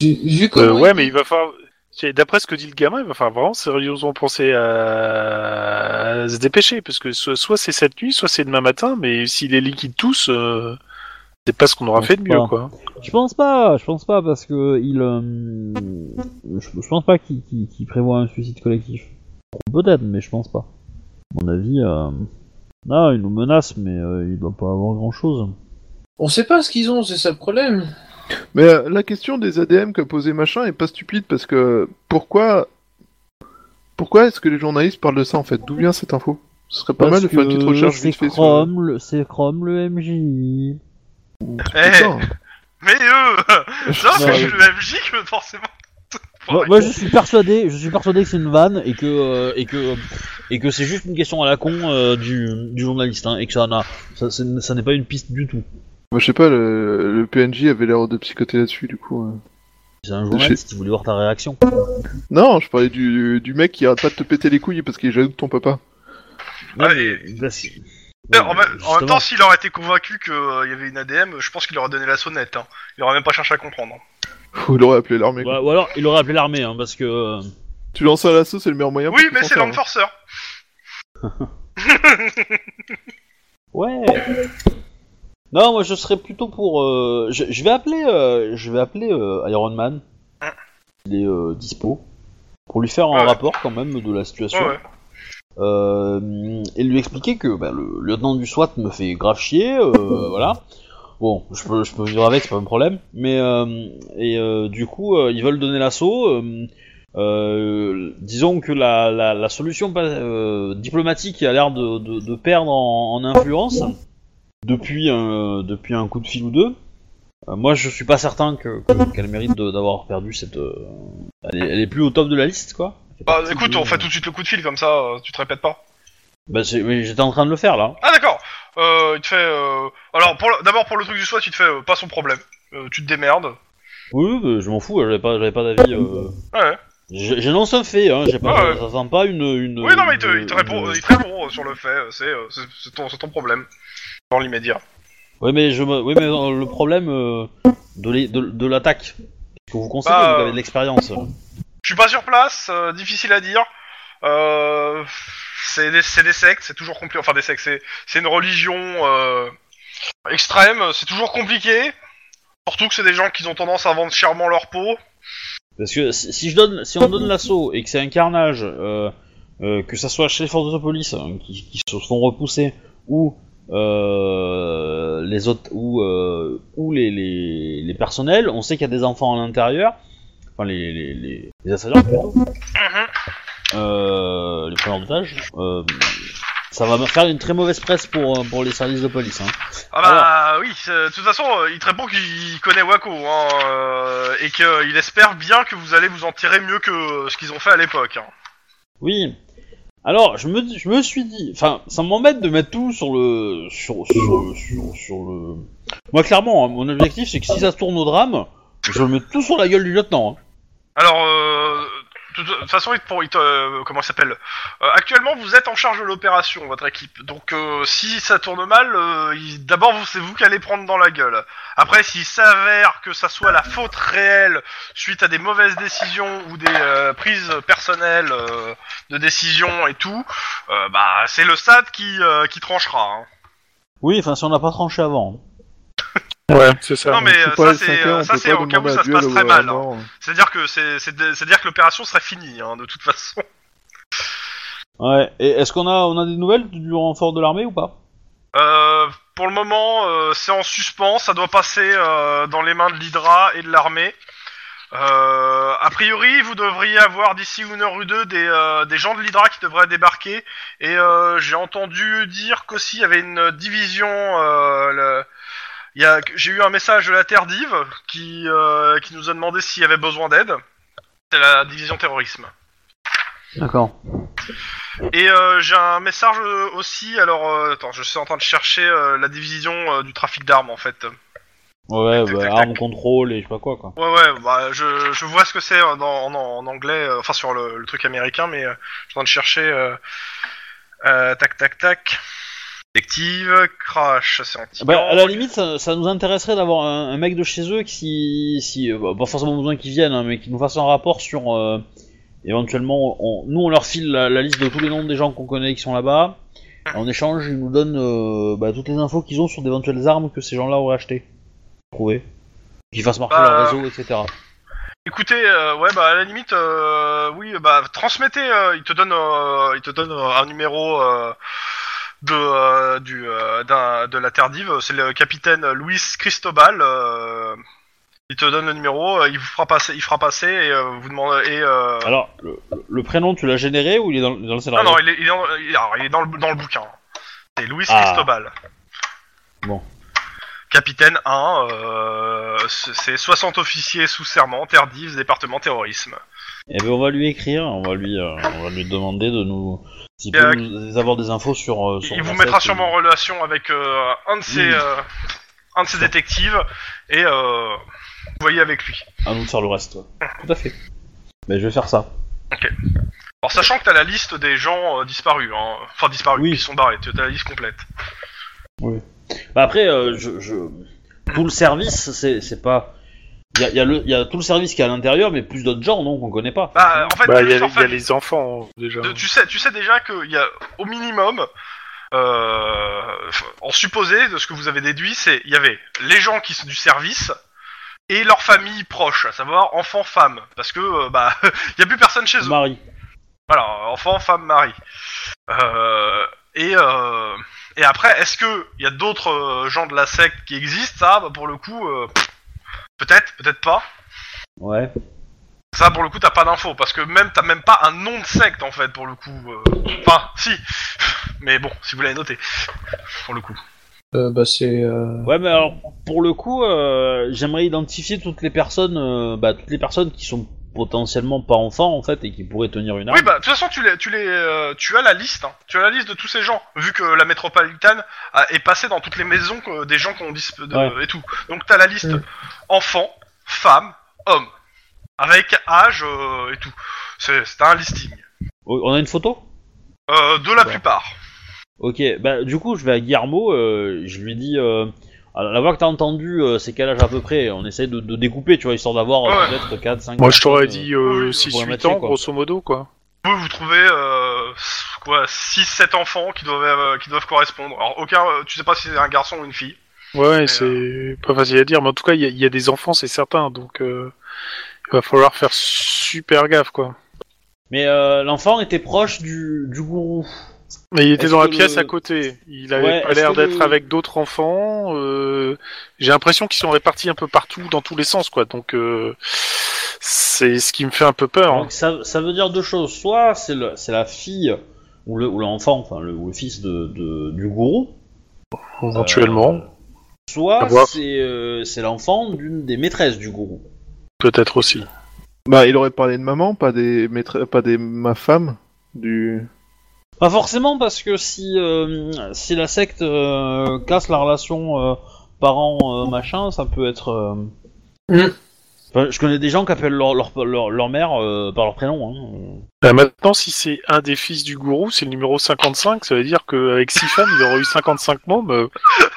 Vu- Vu que
Euh, ouais, mais il va falloir. c'est- D'après ce que dit le gamin, il va falloir vraiment sérieusement penser à, à se dépêcher, parce que so- soit c'est cette nuit, soit c'est demain matin, mais s'il les liquide tous, euh, c'est pas ce qu'on aura
Ouais,
fait de mieux,
voilà.
quoi.
Je pense pas, je pense pas parce que il, euh, je, je pense pas qu'il qu'il- qu'il prévoit un suicide collectif. Peut-être, mais je pense pas. À mon avis, euh, non, il nous menace, mais euh, il doit pas avoir grand chose.
on sait pas ce qu'ils ont, c'est ça le problème.
Mais euh, la question des ADM qu'a posé machin est pas stupide parce que pourquoi pourquoi est-ce que les journalistes parlent de ça en fait D'où vient cette info Ce serait pas mal de faire une petite recherche
C'est
vite fait sur- hein.
Chrome, le- c'est Chrome le MJ.
Putain.
Eh, Mais
(laughs)
eux, non, parce que
ouais.
je suis le MJ que forcément.
Moi, moi, je suis persuadé, je suis persuadé que c'est une vanne et que euh, et que et que c'est juste une question à la con euh, du, du journaliste hein, et que ça n'a ça, c'est- ça n'est pas une piste du tout.
Moi, Bah, je sais pas, le, le PNJ avait l'air de psychoter là-dessus, du coup. euh.
C'est un journaliste qui voulait voir ta réaction.
Non, je parlais du, du mec qui arrête pas de te péter les couilles parce qu'il est jaloux de ton papa.
Ouais,
Ouais,
mais- bah, c'est-
en,
Ouais,
même- en même
justement.
temps, s'il aurait été convaincu qu'il y avait une ADM, je pense qu'il aurait donné la sonnette. hein. Il aurait même pas cherché à comprendre.
Ou il aurait appelé l'armée.
Ouais, ou alors il aurait appelé l'armée hein, parce que euh,
Tu lances à l'assaut, c'est le meilleur moyen
Oui,
pour
mais
s'en
c'est
faire, hein.
l'enforceur.
ouais. Non, moi je serais plutôt pour. euh, je, je vais appeler, euh, je vais appeler euh, Iron Man. Il est euh, dispo pour lui faire un
Ouais.
rapport quand même de la situation.
Ouais, ouais.
euh, et lui expliquer que bah, le lieutenant du SWAT me fait grave chier, euh, voilà. Bon, je peux, je peux vivre avec, c'est pas un problème. Mais euh, et euh, du coup, euh, ils veulent donner l'assaut. euh, euh, disons que la, la, la solution pas- euh, diplomatique a l'air de, de, de perdre en, en influence depuis un, depuis un coup de fil ou deux. Euh, moi, je suis pas certain que- que- qu'elle mérite de- d'avoir perdu cette. euh, elle, est, elle est plus au top de la liste, quoi. Elle fait
Bah
partie
écoute,
de-
on fait tout de suite le coup de fil comme ça, euh, tu te répètes pas.
Bah, c'est- oui, j'étais en train de le faire là.
Ah d'accord. Euh, il te fait. euh, Alors pour le- d'abord pour le truc du soir, tu te fais euh, pas son problème. Euh, tu te démerdes.
Oui, oui, bah, je m'en fous, j'avais pas, j'avais pas d'avis. Euh...
Ouais.
J'ai- J'énonce un fait, hein, j'ai pas,
Ah ouais.
ça sent pas une, une.
oui non mais il te, il te
une-
répond, euh, il te répond euh, sur le fait. euh, C'est euh, c'est- c'est ton, c'est ton problème. Dans l'immédiat.
Ouais, mais je, me- oui, mais euh, le problème euh, de, les- de, de l'attaque. Que vous conseillez,
Bah,
vous
euh,
avez de l'expérience.
Je suis pas sur place. euh, difficile à dire. Euh, c'est des, c'est des sectes, c'est toujours compliqué. Enfin des sectes, c'est c'est une religion euh, extrême. C'est toujours compliqué. Surtout que c'est des gens qui ont tendance à vendre chèrement leur peau.
Parce que si, si je donne, si on donne l'assaut et que c'est un carnage, euh, euh, que ça soit chez les forces de police hein, qui, qui se font repousser ou euh, les autres ou, euh, ou les, les, les personnels, on sait qu'il y a des enfants à l'intérieur, enfin les, les, les, les assaillants plutôt,
Mhm.
euh, les preneurs d'otages, euh, ça va me faire une très mauvaise presse pour, euh, pour les services de police. Hein.
Ah bah oui, c'est- de toute façon, euh, il te répond qu'il connaît Waco, hein, euh, et qu'il espère bien que vous allez vous en tirer mieux que euh, ce qu'ils ont fait à l'époque. hein.
Oui. Alors, je me, je me suis dit, enfin, ça m'embête de mettre tout sur le, sur, sur, sur, sur le. Moi, clairement, hein, mon objectif, c'est que si ça se tourne au drame, je mets tout sur la gueule du lieutenant. hein.
Alors, euh, de toute façon, il te, pour- il te- euh, comment ça s'appelle Euh, Actuellement, vous êtes en charge de l'opération, votre équipe. Donc, euh, si ça tourne mal, euh, il- d'abord, vous- c'est vous qui allez prendre dans la gueule. Après, s'il s'avère que ça soit la faute réelle suite à des mauvaises décisions ou des euh, prises personnelles euh, de décision et tout, euh, bah, c'est le SAD qui, euh, qui tranchera. hein.
Oui, enfin, si on n'a pas tranché avant.
Ouais, c'est ça.
Non, mais
Faut
euh, ça,
pas les
c'est,
cinq heures,
euh,
on
ça,
Ah, peut
c'est
pas
au cas où
demander
ça
un
se
duel
passe
au-
très
au
mal. hein.
mort.
C'est-à-dire que c'est, c'est, de- c'est-à-dire que l'opération sera finie, hein, de toute façon.
Ouais. Et est-ce qu'on a, on a des nouvelles du renfort de l'armée ou pas
Euh, pour le moment, euh, c'est en suspens. Ça doit passer euh, dans les mains de l'Hydra et de l'armée. Euh, a priori, vous devriez avoir d'ici une heure ou deux des, euh, des gens de l'Hydra qui devraient débarquer. Et euh, j'ai entendu dire qu'aussi il y avait une division. euh, le- il y a- J'ai eu un message de la Terre Dive qui, euh, qui nous a demandé s'il y avait besoin d'aide. C'est la division terrorisme.
D'accord.
Et euh, j'ai un message euh, aussi. Alors, euh, attends, je suis en train de chercher euh, la division euh, du trafic d'armes en fait.
Ouais,
Tac, tac,
bah,
tac.
arme contrôle et je sais pas quoi, quoi.
Ouais, ouais, bah, je, je vois ce que c'est euh, dans- en, en anglais, euh, enfin sur le, le truc américain, mais euh, je suis en train de chercher. euh, euh, tac, tac, tac. Détective, crash, c'est anti.
Bah, à la limite, ça, ça nous intéresserait d'avoir un, un mec de chez eux qui, si, si, euh, bah, pas forcément besoin qu'il vienne, hein, mais qui nous fasse un rapport sur, euh, éventuellement, on- nous on leur file la, la liste de tous les noms des gens qu'on connaît qui sont là-bas.
Ah.
En échange, ils nous donnent euh, bah, toutes les infos qu'ils ont sur d'éventuelles armes que ces gens-là auraient achetées, trouvées, qu'ils fassent marquer
Bah,
leur réseau, etc.
Écoutez, euh, ouais, bah à la limite, euh, oui, bah transmettez. euh, il te donne, euh, il te donne euh, un numéro euh, de euh, du euh, d'un- de la Terdive. C'est le capitaine Luis Cristobal. euh, il te donne le numéro. euh, il vous fera passer, il fera passer et euh, vous demande et. Euh,
Alors, le, le prénom, tu l'as généré ou il est dans, dans le
non,
scénario
Ah non, il est, il est, dans, il est- alors, il est dans le dans le bouquin. C'est Luis
Ah.
Cristobal.
Bon.
Capitaine 1, euh, c'est 60 officiers sous serment, terre d'Yves, département terrorisme.
Et ben on va lui écrire, on va lui, euh, on va lui demander de nous, s'il
Et,
peut
euh,
nous avoir des infos sur. euh, sur
Il vous
Vincent,
mettra
sur-
sûrement en relation avec euh, un de ses,
Oui.
euh, un de ses détectives et euh, vous voyez avec lui.
À nous de faire le reste. ouais.
Ah.
Tout à fait. Mais je vais faire ça.
Alors sachant que t'as la liste des gens euh, disparus, hein. enfin disparus,
Oui.
qui sont barrés, t'as la liste complète.
Bah après, euh, je, je... tout le service, c'est c'est pas. Il y a, y a le- y a tout le service qui est à l'intérieur, mais plus d'autres gens, non, qu'on connaît pas.
Bah en fait,
Bah,
le
il y, a-
surface-
il y a les enfants, déjà.
de- tu sais, tu sais déjà qu'il y a au minimum, euh, en supposé de ce que vous avez déduit, c'est il y avait les gens qui sont du service. Et leurs familles proches, à savoir enfants, femmes, parce que euh, bah (laughs) y a plus personne chez eux.
Marie.
Voilà, enfant, femme, mari. Euh, et, euh, et après, est-ce que il y a d'autres euh, gens de la secte qui existent Ça, bah, pour le coup, euh, pff, peut-être, peut-être pas.
Ouais.
Ça, pour le coup, t'as pas d'infos parce que même t'as même pas un nom de secte en fait, pour le coup. euh. Enfin, si. Mais bon, si vous l'avez noté, pour le coup.
Euh, bah, c'est. euh,
Ouais, mais alors pour le coup, euh, j'aimerais identifier toutes les personnes, euh, bah, toutes les personnes qui sont potentiellement pas enfants en fait et qui pourraient tenir une arme.
Oui, bah de toute façon, tu les, tu les, euh, tu as la liste. hein. Tu as la liste de tous ces gens, vu que la métropolitaine a- est passée dans toutes les maisons que- des gens qu'on disp de-
Ouais.
et tout. Donc t'as la liste
Mm.
enfants, femmes, hommes, avec âge euh, et tout. C'est c'est un listing
On a une photo
Euh, de la
Ouais.
plupart.
Ok, bah du coup je vais à Guillermo, euh, je lui dis, euh, alors, la voix que t'as entendue, euh, c'est quel âge à peu près On essaie de, de découper, tu vois, histoire d'avoir euh,
Ouais.
peut-être 4, 5...
Moi, je t'aurais dit
oui, oui,
6-8
pour
ans,
la moitié, quoi.
grosso modo, quoi.
Vous vous trouvez euh, quoi, 6-7 enfants qui doivent euh, qui doivent correspondre. Alors aucun, euh, tu sais pas si c'est un garçon ou une fille.
Ouais, c'est
euh,
pas facile à dire, mais en tout cas, il y, a- il y a des enfants, c'est certain, donc euh, il va falloir faire super gaffe, quoi.
Mais euh, l'enfant était proche du, du gourou.
Mais il était
Est-ce
dans la
que
pièce
le-
à côté. Il avait
Ouais,
pas
est-ce
l'air
que le-
d'être avec d'autres enfants. euh, J'ai l'impression qu'ils sont répartis un peu partout, dans tous les sens, quoi. Donc euh, c'est ce qui me fait un peu peur. hein.
Donc ça, ça veut dire deux choses, soit c'est le- c'est la fille ou le- ou l'enfant, enfin le, ou le fils de, de- du gourou,
Éventuellement,
Euh, soit
À voir.
c'est euh, c'est l'enfant d'une des maîtresses du gourou.
peut-être aussi.
Bah, il aurait parlé de maman, pas des maître... pas des ma femme du.
Pas forcément parce que si euh, si la secte euh, casse la relation euh, parent euh, machin, ça peut être. euh,
Mm.
enfin, je connais des gens qui appellent leur leur, leur, leur mère euh, par leur prénom. Hein.
Bah, maintenant, si c'est un des fils du gourou, c'est le numéro 55. Ça veut dire qu'avec six femmes, il aurait eu 55 mômes.
(laughs)
euh,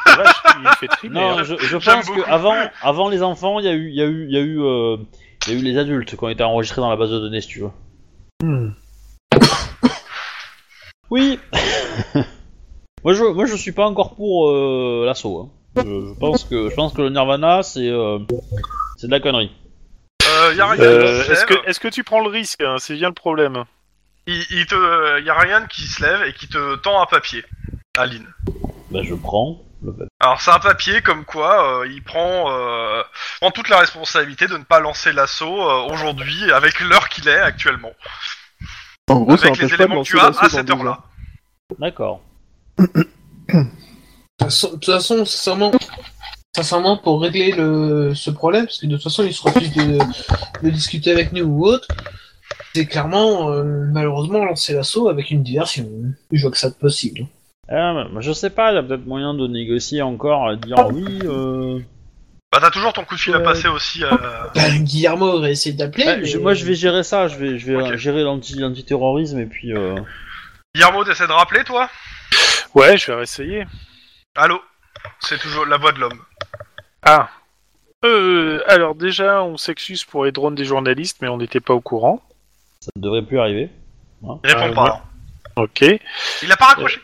la vache, il fait trimer. hein.
Non, je, je
J'aime
pense
beaucoup.
que avant avant les enfants, il y a eu il y a eu il y a eu euh, il y a eu les adultes qui ont été enregistrés dans la base de données, si tu veux. Oui. (laughs) moi je moi je suis pas encore pour euh, l'assaut. hein. Je, je pense que je pense que le Nirvana c'est euh, c'est de la connerie.
Euh, y a rien.
Euh,
qui se
est-ce
lève.
que, est-ce que tu prends le risque hein C'est bien le problème.
Il, il te, euh, y a Ryan qui se lève et qui te tend un papier, Aline.
Bah je prends le papier.
Alors c'est un papier comme quoi euh, il prend, euh, prend toute la responsabilité de ne pas lancer l'assaut euh, aujourd'hui avec l'heure qu'il est actuellement,
En gros, ça
avec les
empêche pas de
éléments que
lancer
tu as à
l'assaut dans
cette
deux
heure-là.
ans.
D'accord.
De toute façon- de toute façon, sincèrement, sincèrement, pour régler le, ce problème, parce que de toute façon, ils se refusent de, de discuter avec nous ou autre, c'est clairement, euh, malheureusement, lancer l'assaut avec une diversion. Je vois que ça de possible.
Ah, bah, je sais pas, il y a peut-être moyen de négocier encore, euh, dire oui. euh,
Bah t'as toujours ton coup de fil à
Euh,
passer aussi. euh,
Bah, Guillermo aurait essayé d'appeler.
bah,
mais-
je- moi je vais gérer ça, je vais je vais
Ok.
euh, gérer l'anti l'antiterrorisme et puis. euh,
Guillermo, t'essaies de rappeler toi
Ouais, je vais essayer.
Allô C'est toujours la voix de l'homme.
Ah. Euh, alors déjà, on s'excuse pour les drones des journalistes, mais on n'était pas au courant.
Ça ne devrait plus arriver.
Il répond
Euh,
pas.
ouais.
hein.
Ok.
Il a pas raccroché.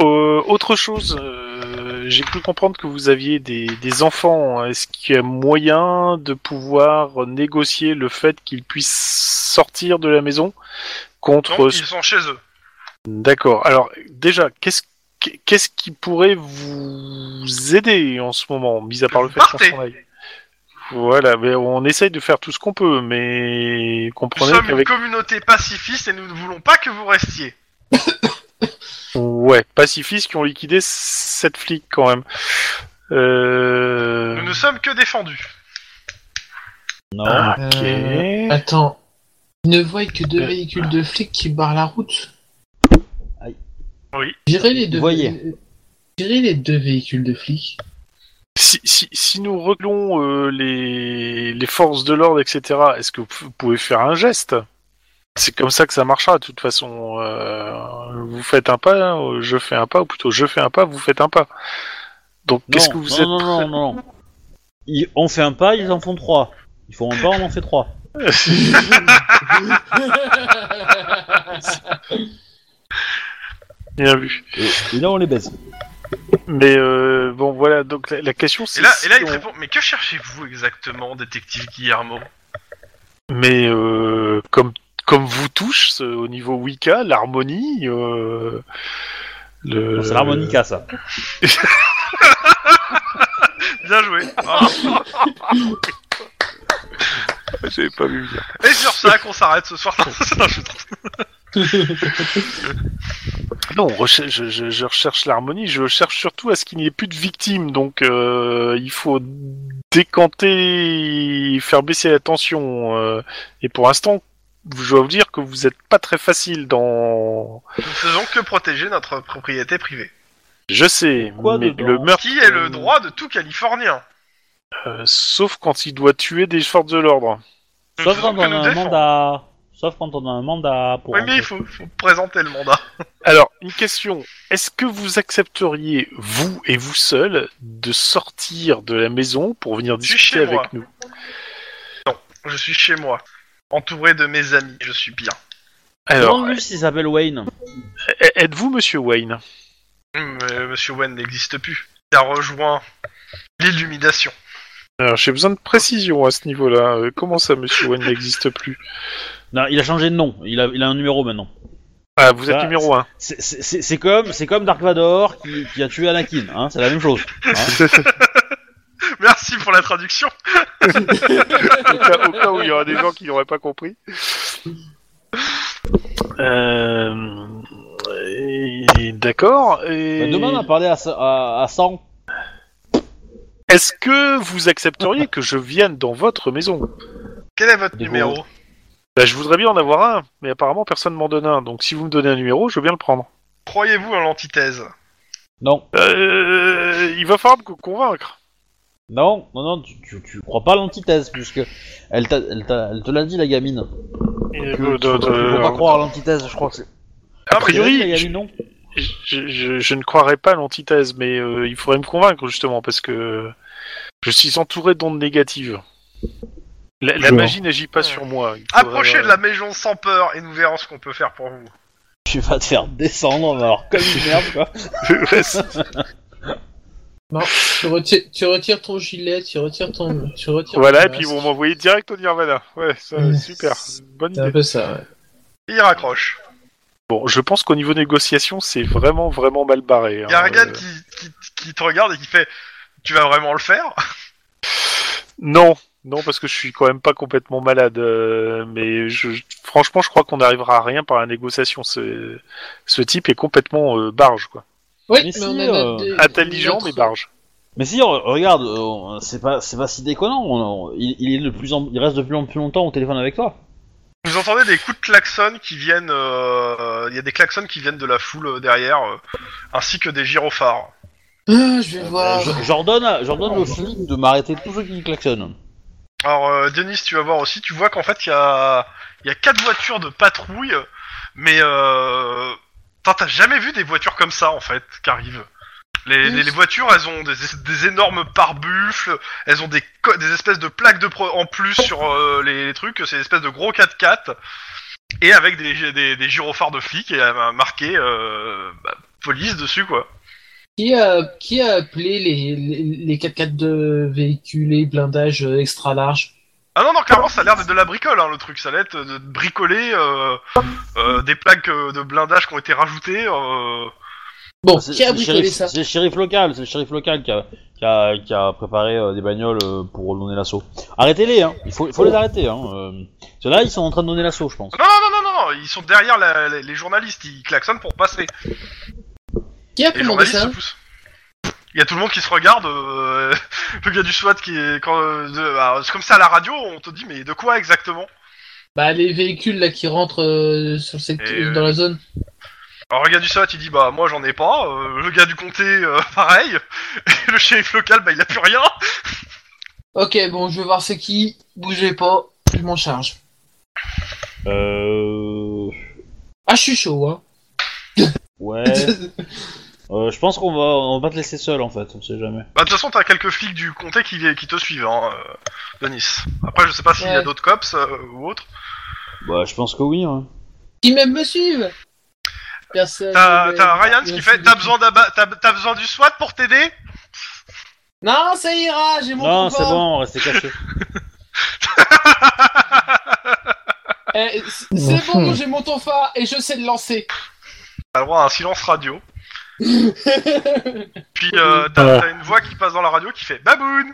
Euh, autre chose, euh, j'ai cru comprendre que vous aviez des, des enfants. Est-ce qu'il y a moyen de pouvoir négocier le fait qu'ils puissent sortir de la maison contre...
Non, ils sont chez eux.
D'accord. Alors déjà, qu'est-ce qu'est-ce qui pourrait vous aider en ce moment, mis à part le fait qu'on
Partez.
s'en aille voilà, mais on essaye de faire tout ce qu'on peut, mais
Nous
comprenez
sommes une
qu'avec
communauté pacifiste et nous ne voulons pas que vous restiez.
Ouais, pacifistes qui ont liquidé sept flics quand même. Euh...
Nous ne sommes que défendus.
Non.
Ok.
Euh, Attends. Ils ne voient que deux véhicules de flics qui barrent la route.
Aïe.
Oui.
Virez les deux.
Voyez.
Virez les deux véhicules de flics.
Si, si, si nous reculons euh, les, les forces de l'ordre, etc., est-ce que vous pouvez faire un geste C'est comme ça que ça marchera, de toute façon. euh, vous faites un pas, hein, je fais un pas, ou plutôt je fais un pas, vous faites un pas. Donc
Non,
qu'est-ce que vous
non,
êtes
non, non, non, non. Ils- on fait un pas, ils en font trois. Ils font un pas, on en fait trois.
bien vu
Et, et là, on les baise.
Mais euh, bon, voilà, donc la, la question c'est.
Et là, et là
si
il te
on-
répond Mais que cherchez-vous exactement, détective Guillermo
Mais euh, comme comme vous touche ce- au niveau Wicca, l'harmonie. euh, le...
Euh,
Bon, c'est l'harmonica, ça.
Bien joué. Ah.
J'avais pas (laughs) vu venir.
Et sur ça qu'on s'arrête ce
(laughs)
soir. Non, je-
Non, on recherche- je, je- je recherche l'harmonie. Je cherche surtout à ce qu'il n'y ait plus de victimes. Donc, euh, il faut décanter, faire baisser la tension. euh, et pour l'instant, je dois vous dire que vous n'êtes pas très facile dans.
Nous ne faisons que protéger notre propriété privée.
Je sais,
Quoi
mais
dedans
le meurtre,
Qui est le droit de tout Californien
euh, sauf quand il doit tuer des forces de l'ordre.
Nous
Sauf
faisons que
quand on a
nous
un
défendre.
mandat. Sauf quand on a un mandat pour.
Oui, mais
rentrer.
il faut, faut présenter le mandat.
Alors, une question. Est-ce que vous accepteriez, vous et vous seul, de sortir de la maison pour venir
suis chez
discuter
moi.
avec nous
Je suis chez moi, entouré de mes amis, je suis bien.
Alors,
Demande-lui s'il s'appelle Wayne.
e- êtes-vous Monsieur Wayne
Hum, Mais Monsieur Wen n'existe plus. Il a rejoint l'illumination. (laughs)
Alors, j'ai besoin de précision à ce niveau-là. Euh, comment ça, Monsieur Wayne n'existe plus
Non, il a changé de nom. Il a, il a un numéro maintenant.
Ah, vous êtes
Ah,
numéro 1.
C'est- C'est c'est- c'est comme, c'est comme Dark Vador qui, qui a tué Anakin. Hein, c'est la même chose.
Merci pour la traduction.
Au cas, au cas où il y aura des gens qui n'auraient pas compris. Euh... et- D'accord.
Bah,
et-
demande à parler à, sa- à, à Sang.
Est-ce que vous accepteriez que je vienne dans votre maison
Quel est votre
Des
numéro
Bah, je voudrais bien en avoir un, mais apparemment personne m'en donne un. Donc si vous me donnez un numéro, je veux bien le prendre.
Croyez-vous en
Euh,
l'antithèse
Non,
Euh, il va falloir me convaincre.
non, non, non, tu, tu, tu crois pas à l'antithèse puisque elle, t'a- elle, t'a- elle te l'a dit la gamine.
Euh,
Que-
de- de-
Il faut pas
euh,
croire à l'antithèse, je crois que c'est.
a
la
priori, je,
gamine, non.
je- je- je ne croirais pas à l'antithèse, mais euh, il faudrait me convaincre justement parce que je suis entouré d'ondes négatives. La, la
Genre.
magie n'agit pas sur moi. il faudrait-
Approchez de la maison sans peur et nous verrons ce qu'on peut faire pour vous.
Je vais pas te faire descendre, mais alors comme une merde quoi.
euh, (laughs) Ouais, c'est-
tu, retires, tu retires ton gilet, tu retires ton. Tu retires
voilà,
ton
et puis ils
masque.
vont m'envoyer direct au Nirvana. Ouais, ça,
Ouais.
super, bonne
C'est un
idée.
peu ça, ouais.
Il raccroche.
Bon, je pense qu'au niveau négociation, c'est vraiment vraiment mal barré.
Il y a
hein,
Regan
euh.
qui, qui, qui te regarde et qui fait Tu vas vraiment le faire
Non, non, parce que je suis quand même pas complètement malade. euh, mais je, je- franchement, je crois qu'on n'arrivera à rien par la négociation. Ce, ce type est complètement euh, barge, quoi.
Oui,
Mais
mais,
si,
on
euh,
a des-
Intelligent,
notre-
mais barge.
Mais si, re- regarde, euh, c'est pas, c'est pas si déconnant. on- on- il, il est de plus en, il reste de plus en plus longtemps au téléphone avec toi.
Vous entendez des coups de klaxon qui viennent. euh, euh, Il y a des klaxons qui viennent de la foule euh, derrière, euh, ainsi que des gyrophares.
Ah, je vais voir.
Euh, Je- J'ordonne, à- j'ordonne aux flics de m'arrêter tous ceux qui klaxonnent.
Alors, euh, Denis, tu vas voir aussi, tu vois qu'en fait, il y a, il y a quatre voitures de patrouille, mais euh... putain, t'as jamais vu des voitures comme ça, en fait, qui arrivent. Les, les, les voitures, elles ont des, des énormes pare-buffles, elles ont des, co- des espèces de plaques de pro- en plus sur euh, les, les trucs, c'est des espèces de gros 4x4, et avec des, des, des gyrophares de flics, et euh, marqué euh, bah, police dessus, quoi.
Qui a, qui a appelé les, les, les 4x4 de véhicules et blindage euh, extra large
Ah non, non, clairement, ça a l'air d'être de la bricole, hein, le truc. Ça a l'air de de bricoler euh, euh, des plaques euh, de blindage qui ont été rajoutées. euh.
Bon,
C'est
qui
c'est
a
le
bricolé
shérif-
ça
c'est le shérif local, c'est le shérif local qui a, qui a, qui a préparé euh, des bagnoles euh, pour donner l'assaut. Arrêtez-les, hein. il faut,
Oh.
il faut les arrêter. Hein. euh. Ceux-là, ils sont en train de donner l'assaut, je pense.
Non, non, non, non, non, ils sont derrière la- les, les journalistes, ils klaxonnent pour passer.
Qui a
Et les
commandé
journalistes se
ça
poussent. Il y a tout le monde qui se regarde. euh, (laughs) le gars du SWAT qui est. Quand, euh, de- alors, c'est comme ça à la radio, on te dit, mais de quoi exactement
Bah, les véhicules là qui rentrent euh, sur le secteur-
Et, euh,
dans la zone.
Alors le gars du SWAT il dit, bah moi j'en ai pas. euh, le gars du comté, euh, (laughs) pareil. Et le shérif local, bah il a plus rien.
Ok, bon, je vais voir c'est qui. Bougez pas, je m'en charge.
Euh...
Ah, je suis chaud, hein. (laughs)
Ouais. Euh, je pense qu'on va, on va pas te laisser seul en fait, on sait jamais.
Bah de toute façon, t'as quelques flics du comté qui, qui te suivent, hein, euh, Denis. Après, je sais pas s'il y a
Ouais.
d'autres cops euh, ou autres.
Bah, je pense que oui. Hein.
qui même me suivent Personne.
T'as
ne-
t'as Ryan ce qui fait, t'as besoin, d'abat- t'as- t'as besoin du SWAT pour t'aider
Non, ça ira, j'ai mon
Non,
compas.
c'est bon, restez cachés.
Eh, c- c'est
(laughs)
bon, j'ai mon tonfa et je sais le lancer.
T'as le droit à un silence radio. Puis euh, t'as
Ouais.
t'as une voix qui passe dans la radio qui fait Baboun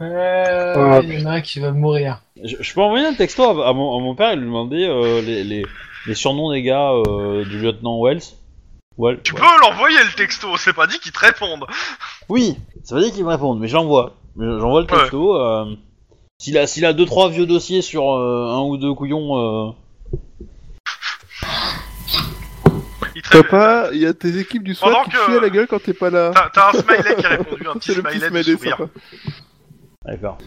Euh,
Ah,
il y en a un qui va mourir.
je, je peux envoyer un texto à, à mon, à mon père et lui demander euh, les, les, les surnoms des gars euh, du lieutenant Wells. Well,
Tu
ouais.
peux l'envoyer le texto, c'est pas dit qu'ils te répondent.
Oui, ça veut dire qu'ils me répondent, mais j'envoie. Mais J'envoie le
Ouais.
texto. euh, s'il a, s'il a deux trois vieux dossiers sur euh, un ou deux couillons, euh,
Ils te répondent.
Papa, il y a tes équipes du SWAT
Pendant
qui te
que-
chient à la gueule quand t'es pas là. Oh,
T'as- T'as un smiley qui a répondu, un petit
C'est le
smiley,
petit
de
smiley
sourire.
sympa.
D'accord.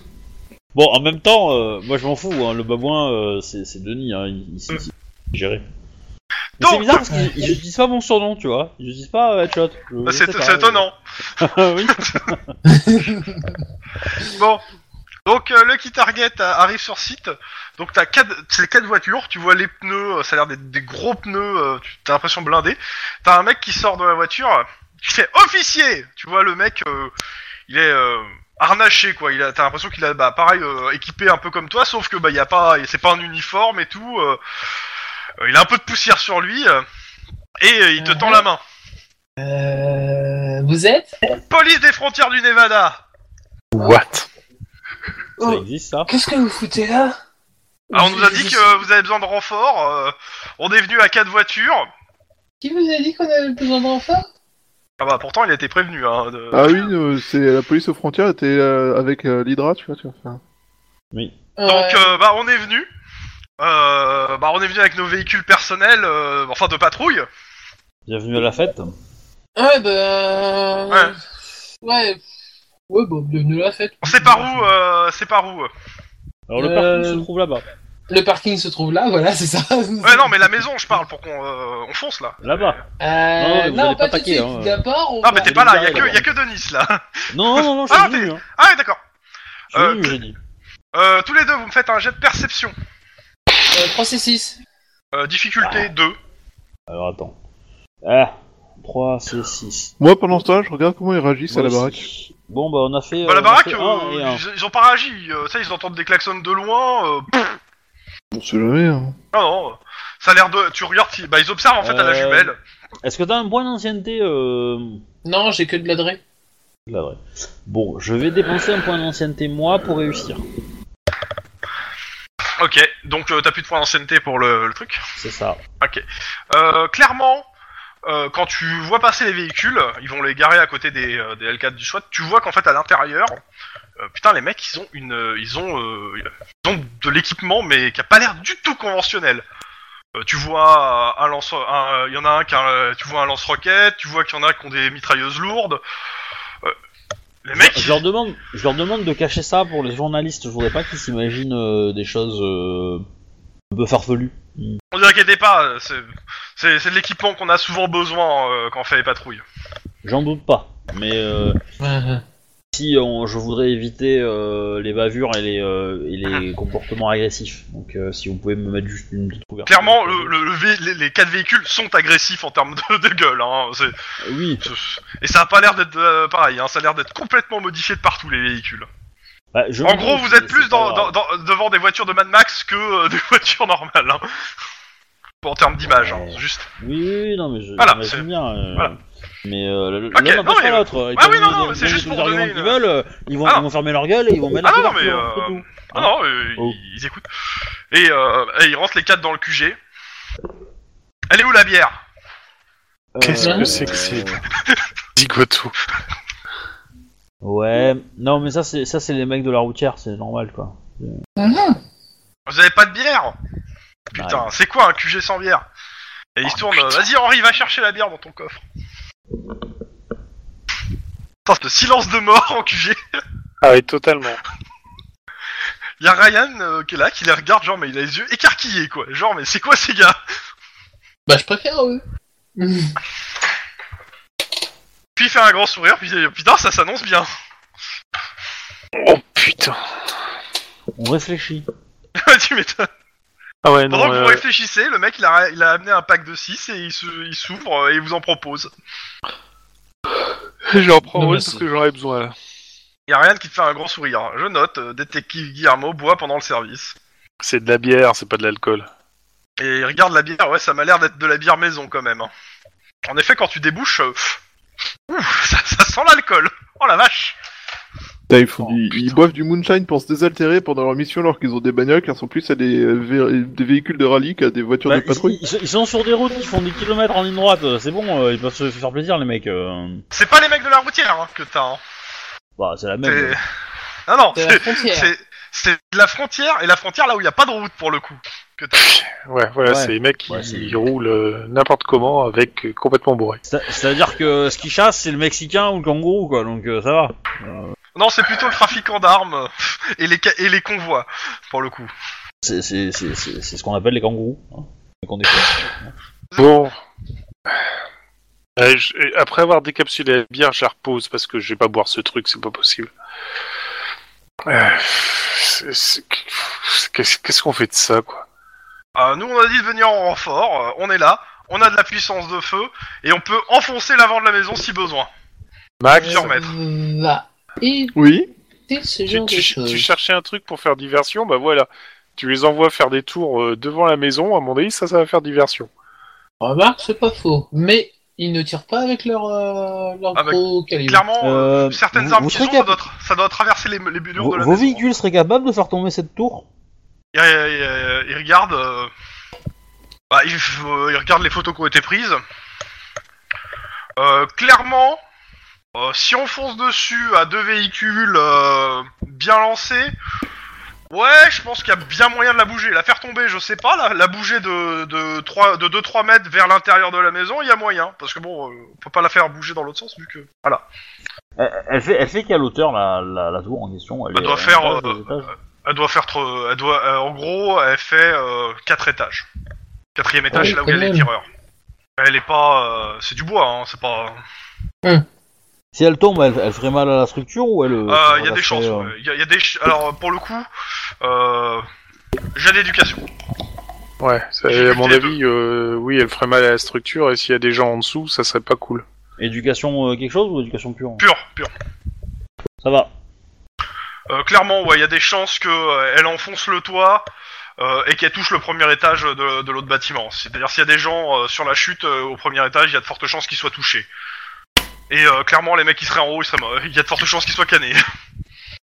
Bon, en même temps, euh, moi je m'en fous, hein, le babouin, euh, c'est c'est Denis, hein, il, il, s'est- il s'est géré. Mais C'est
Donc-
bizarre parce qu'ils ils utilisent pas mon surnom, tu vois. Ils utilisent pas euh, Headshot. Je-
Bah,
je
C'est
sais pas,
c'est étonnant.
euh, (laughs) oui.
Bon. Donc euh, le key target euh, arrive sur site. Donc t'as quatre, c'est quatre voitures. Tu vois les pneus, euh, ça a l'air d'être des gros pneus. euh, tu t'as l'impression blindé. T'as un mec qui sort de la voiture. euh, Qui fait officier. Tu vois le mec, euh, il est euh, harnaché quoi. Il a, t'as l'impression qu'il a, bah pareil, euh, équipé un peu comme toi, sauf que bah y a pas, c'est pas un uniforme et tout. euh, euh, il a un peu de poussière sur lui euh, et euh, il te tend la main.
Euh, vous êtes
Police des frontières du Nevada.
What
Ça
Oh,
existe ça
Qu'est-ce que vous foutez là
Alors, Ah, on nous a dit que vous avez besoin de renfort. euh, on est venu à quatre voitures.
Qui vous a dit qu'on avait besoin d'enfants
Ah bah pourtant il était prévenu. Hein, de-
Ah oui, euh, c'est la police aux frontières, t'es euh, avec euh, l'Hydra, tu vois, tu vois. enfin.
Donc euh, bah on est venu. Euh, bah on est venu avec nos véhicules personnels, euh, enfin de patrouille.
Bienvenue à la fête.
Ouais, bah...
euh, Ouais.
Ouais. Ouais, bah, bienvenue à la fête.
C'est par où euh, C'est par où
Alors le
Euh,
parking se trouve là-bas.
Le parking se trouve là, voilà, c'est ça.
Ouais non mais la maison je parle pour qu'on euh, on fonce là.
Là-bas.
Euh,
Non, vous
non,
allez
pas,
pas
tout de
paquer,
suite.
hein.
D'abord, on
Non
va-
mais t'es pas là, il y, a que- y a que Denis là.
Non, non, non, non, je suis
Ah,
venu.
t'es-
hein.
Ah ouais, d'accord.
Je suis
euh,
venu, j'ai dit.
Euh, tous les deux vous me faites un jet de perception.
Euh, 3 C6.
Euh,
Ah.
difficulté 2.
Alors attends. Ah, 3, c'est 6.
Moi, pendant ce temps je regarde comment ils réagissent à la baraque.
Bon, bah on a fait.
Bah la
euh, on a
baraque,
fait
euh,
un et un.
ils, ils ont pas réagi. euh, ça ils entendent des klaxons de loin. euh,
On sait jamais, hein.
non non. euh, Ça a l'air de. Tu regardes, ils- bah ils observent en fait à la
Euh,
jumelle.
Est-ce que t'as un point d'ancienneté euh,
Non, j'ai que de la drée.
La vraie. Bon, je vais dépenser un point d'ancienneté moi pour réussir.
Ok, donc euh, t'as plus de points d'ancienneté pour le, le truc.
C'est ça.
Euh, clairement, euh, quand tu vois passer les véhicules, ils vont les garer à côté des, euh, des L4 du SWAT, tu vois qu'en fait à l'intérieur, euh, putain les mecs ils ont une, euh, ils ont, euh, ils ont de l'équipement mais qui a pas l'air du tout conventionnel. Euh, tu vois un lance, un- euh, il y en a un qui a, un- tu vois un lance-roquette, tu vois qu'il y en a qui ont des mitrailleuses lourdes. Euh, les mecs,
Je leur demande, je leur demande de cacher ça pour les journalistes. Je voudrais pas qu'ils s'imaginent euh, des choses euh, un peu farfelues.
on dirait inquiétez pas, euh, c'est, c'est, c'est de l'équipement qu'on a souvent besoin euh, quand on fait les patrouilles.
J'en doute pas. Mais euh, si euh, on, je voudrais éviter euh, les bavures et les, euh, et les
Ah.
comportements agressifs. Donc euh, si vous pouvez me mettre juste une petite couverture.
Clairement, le, le- le vé- les, les quatre véhicules sont agressifs en termes de, de gueule. Hein. C'est-
Oui.
c'est- et ça a pas l'air d'être euh, pareil. Hein. Ça a l'air d'être complètement modifié de partout les véhicules.
Bah, je
En
me
gros,
doute,
vous êtes
mais
plus
c'est pas
dans,
grave.
dans- dans- devant des voitures de Mad Max que euh, des (laughs) voitures normales. hein. Bon, en termes d'image, hein, c'est juste.
Oui, oui, oui, non, mais je
Voilà,
j'imagine
c'est-
bien. euh,
voilà.
Mais euh, le- le-
Ok,
l'un
non,
n'empêche
mais-
pas l'autre.
Ah oui, non, non, mais c'est juste pour donner
Ils
une-
veulent, euh, ils vont,
Ah.
ils vont fermer leur gueule et ils vont mettre
Ah
la
non, non, mais,
couverture,
euh,
c'est tout.
Ah non, euh,
Oh.
ils, ils écoutent. Et, euh, et ils rentrent les quatre dans le QG. Elle est où la bière
Qu'est-ce
que
c'est que
euh,
c'est Zigoto.
Ouais, non mais ça c'est ça c'est les mecs de la routière, c'est normal quoi.
Vous avez pas de bière Putain, c'est quoi un QG sans bière Et
Oh,
il se tourne, euh, vas-y Henri, va chercher la bière dans ton coffre. Putain, le silence de mort en QG.
Ah oui, totalement.
Il y a Ryan euh, qui est là, qui les regarde, genre, mais il a les yeux écarquillés, quoi. Genre, mais c'est quoi ces gars
Bah, je préfère (laughs) eux.
Puis il fait un grand sourire, puis il dit, putain, ça s'annonce bien. (laughs)
Oh putain.
On réfléchit.
tu m'étonnes.
Ah ouais, non.
Pendant que vous
euh,
réfléchissez, le mec il a, il a amené un pack de 6 et il se- il s'ouvre euh, et il vous en propose.
Je leur prends
Non,
une
merci.
parce que j'en ai besoin là.
Il y a rien qui te fait un grand sourire. Je note, euh, détective Guillermo boit pendant le service.
C'est de la bière, c'est pas de l'alcool.
Et il regarde la bière, ouais, ça m'a l'air d'être de la bière maison quand même. hein. En effet, quand tu débouches, euh, pff, ouf, (laughs) ça, ça sent l'alcool. Oh la vache
Putain, ils,
Oh,
font du- ils boivent du moonshine pour se désaltérer pendant leur mission alors qu'ils ont des bagnoles qui ressemblent plus à des, euh, vé- des véhicules de rallye qu'à des voitures
Bah,
de patrouille.
ils, ils- ils sont sur des routes, ils font des kilomètres en ligne droite, euh, c'est bon, euh, ils peuvent se faire plaisir les mecs. euh.
C'est pas les mecs de la routière hein, que t'as. hein.
Bah c'est la même.
C'est-
euh.
Non, non,
C'est la
c'est-
frontière.
c'est c'est de la frontière et la frontière là où il n'y a pas de route pour le coup. Que t'as.
Ouais, voilà,
Ouais.
c'est les mecs qui
Ouais, c'est-
qui roulent euh, n'importe comment avec euh, complètement bourré.
C'est- C'est-à-dire que ce qu'ils chassent c'est le Mexicain ou le kangourou quoi, donc euh, ça va.
Non, c'est plutôt le trafiquant d'armes euh, et les, ca- et les convois pour le coup.
C'est c'est- c'est- c'est- c'est ce qu'on appelle les kangourous. hein. Les kangourous.
(laughs)
Bon. Euh, je- et Après avoir décapsulé la bière, je la repose parce que je vais pas boire ce truc, c'est pas possible. Euh, c'est- c'est- Qu'est-ce qu'est-ce qu'on fait de ça, quoi
Euh, nous, on a dit de venir en renfort, euh, on est là, on a de la puissance de feu, et on peut enfoncer l'avant de la maison si besoin.
Max,
Plusieurs mètres.
Euh, Va éviter
Oui.
ce
tu,
genre
tu-
de
tu
choses.
cherchais un truc pour faire diversion, bah voilà. Tu les envoies faire des tours euh, devant la maison, à mon avis, ça, ça va faire diversion.
Remarque, c'est pas faux. Mais ils ne tirent pas avec leur, euh, leur
Ah, bah,
gros calibre.
Clairement, euh,
Euh,
certaines
vous-
armes
vous
qu'ils
serez
ont, ça
cap-
doit, tra- ça doit traverser les, les murs
vos,
de la
vos
maison.
véhicules seraient capables de faire tomber cette tour
Il, il- il regarde... euh, bah, il, euh, il regarde les photos qui ont été prises. Euh, clairement, euh, si on fonce dessus à deux véhicules euh, bien lancés... Ouais, je pense qu'il y a bien moyen de la bouger. La faire tomber, je sais pas. La, la bouger de, de, 3, de 2-3 mètres vers l'intérieur de la maison, il y a moyen. Parce que bon, euh, on peut pas la faire bouger dans l'autre sens vu que... Voilà.
elle, elle fait, elle fait quelle hauteur la, la, la tour en question Elle
Elle
est
doit
à un
faire,
étage,
euh,
deux étages
Elle doit faire trop... Elle doit, euh, en gros, elle fait 4 étages. Quatrième étage,
oui,
c'est là où
quand
il y a les
même.
tireurs. Elle est pas... euh, c'est du bois, hein. C'est pas...
Si elle tombe, elle, elle ferait mal à la structure ou elle.
Euh,
euh, ferait
Il y a des
passer,
chances.
euh,
ouais. Il y a- il y a des... ch- Alors, pour le coup... Euh, j'ai d'éducation.
Ouais, ça-
J'ai
à
vu
mon
les
avis, euh, oui, elle ferait mal à la structure, et s'il y a des gens en dessous, ça serait pas cool.
Éducation euh, quelque chose ou éducation pure hein
Pure, pure.
Ça va.
Euh, clairement, ouais, il y a des chances que euh, elle enfonce le toit euh, et qu'elle touche le premier étage de, de l'autre bâtiment. C'est-à-dire s'il y a des gens euh, sur la chute euh, au premier étage, il y a de fortes chances qu'ils soient touchés. Et euh, clairement, les mecs qui seraient en haut, ils seraient morts. il y a de fortes chances qu'ils soient canés.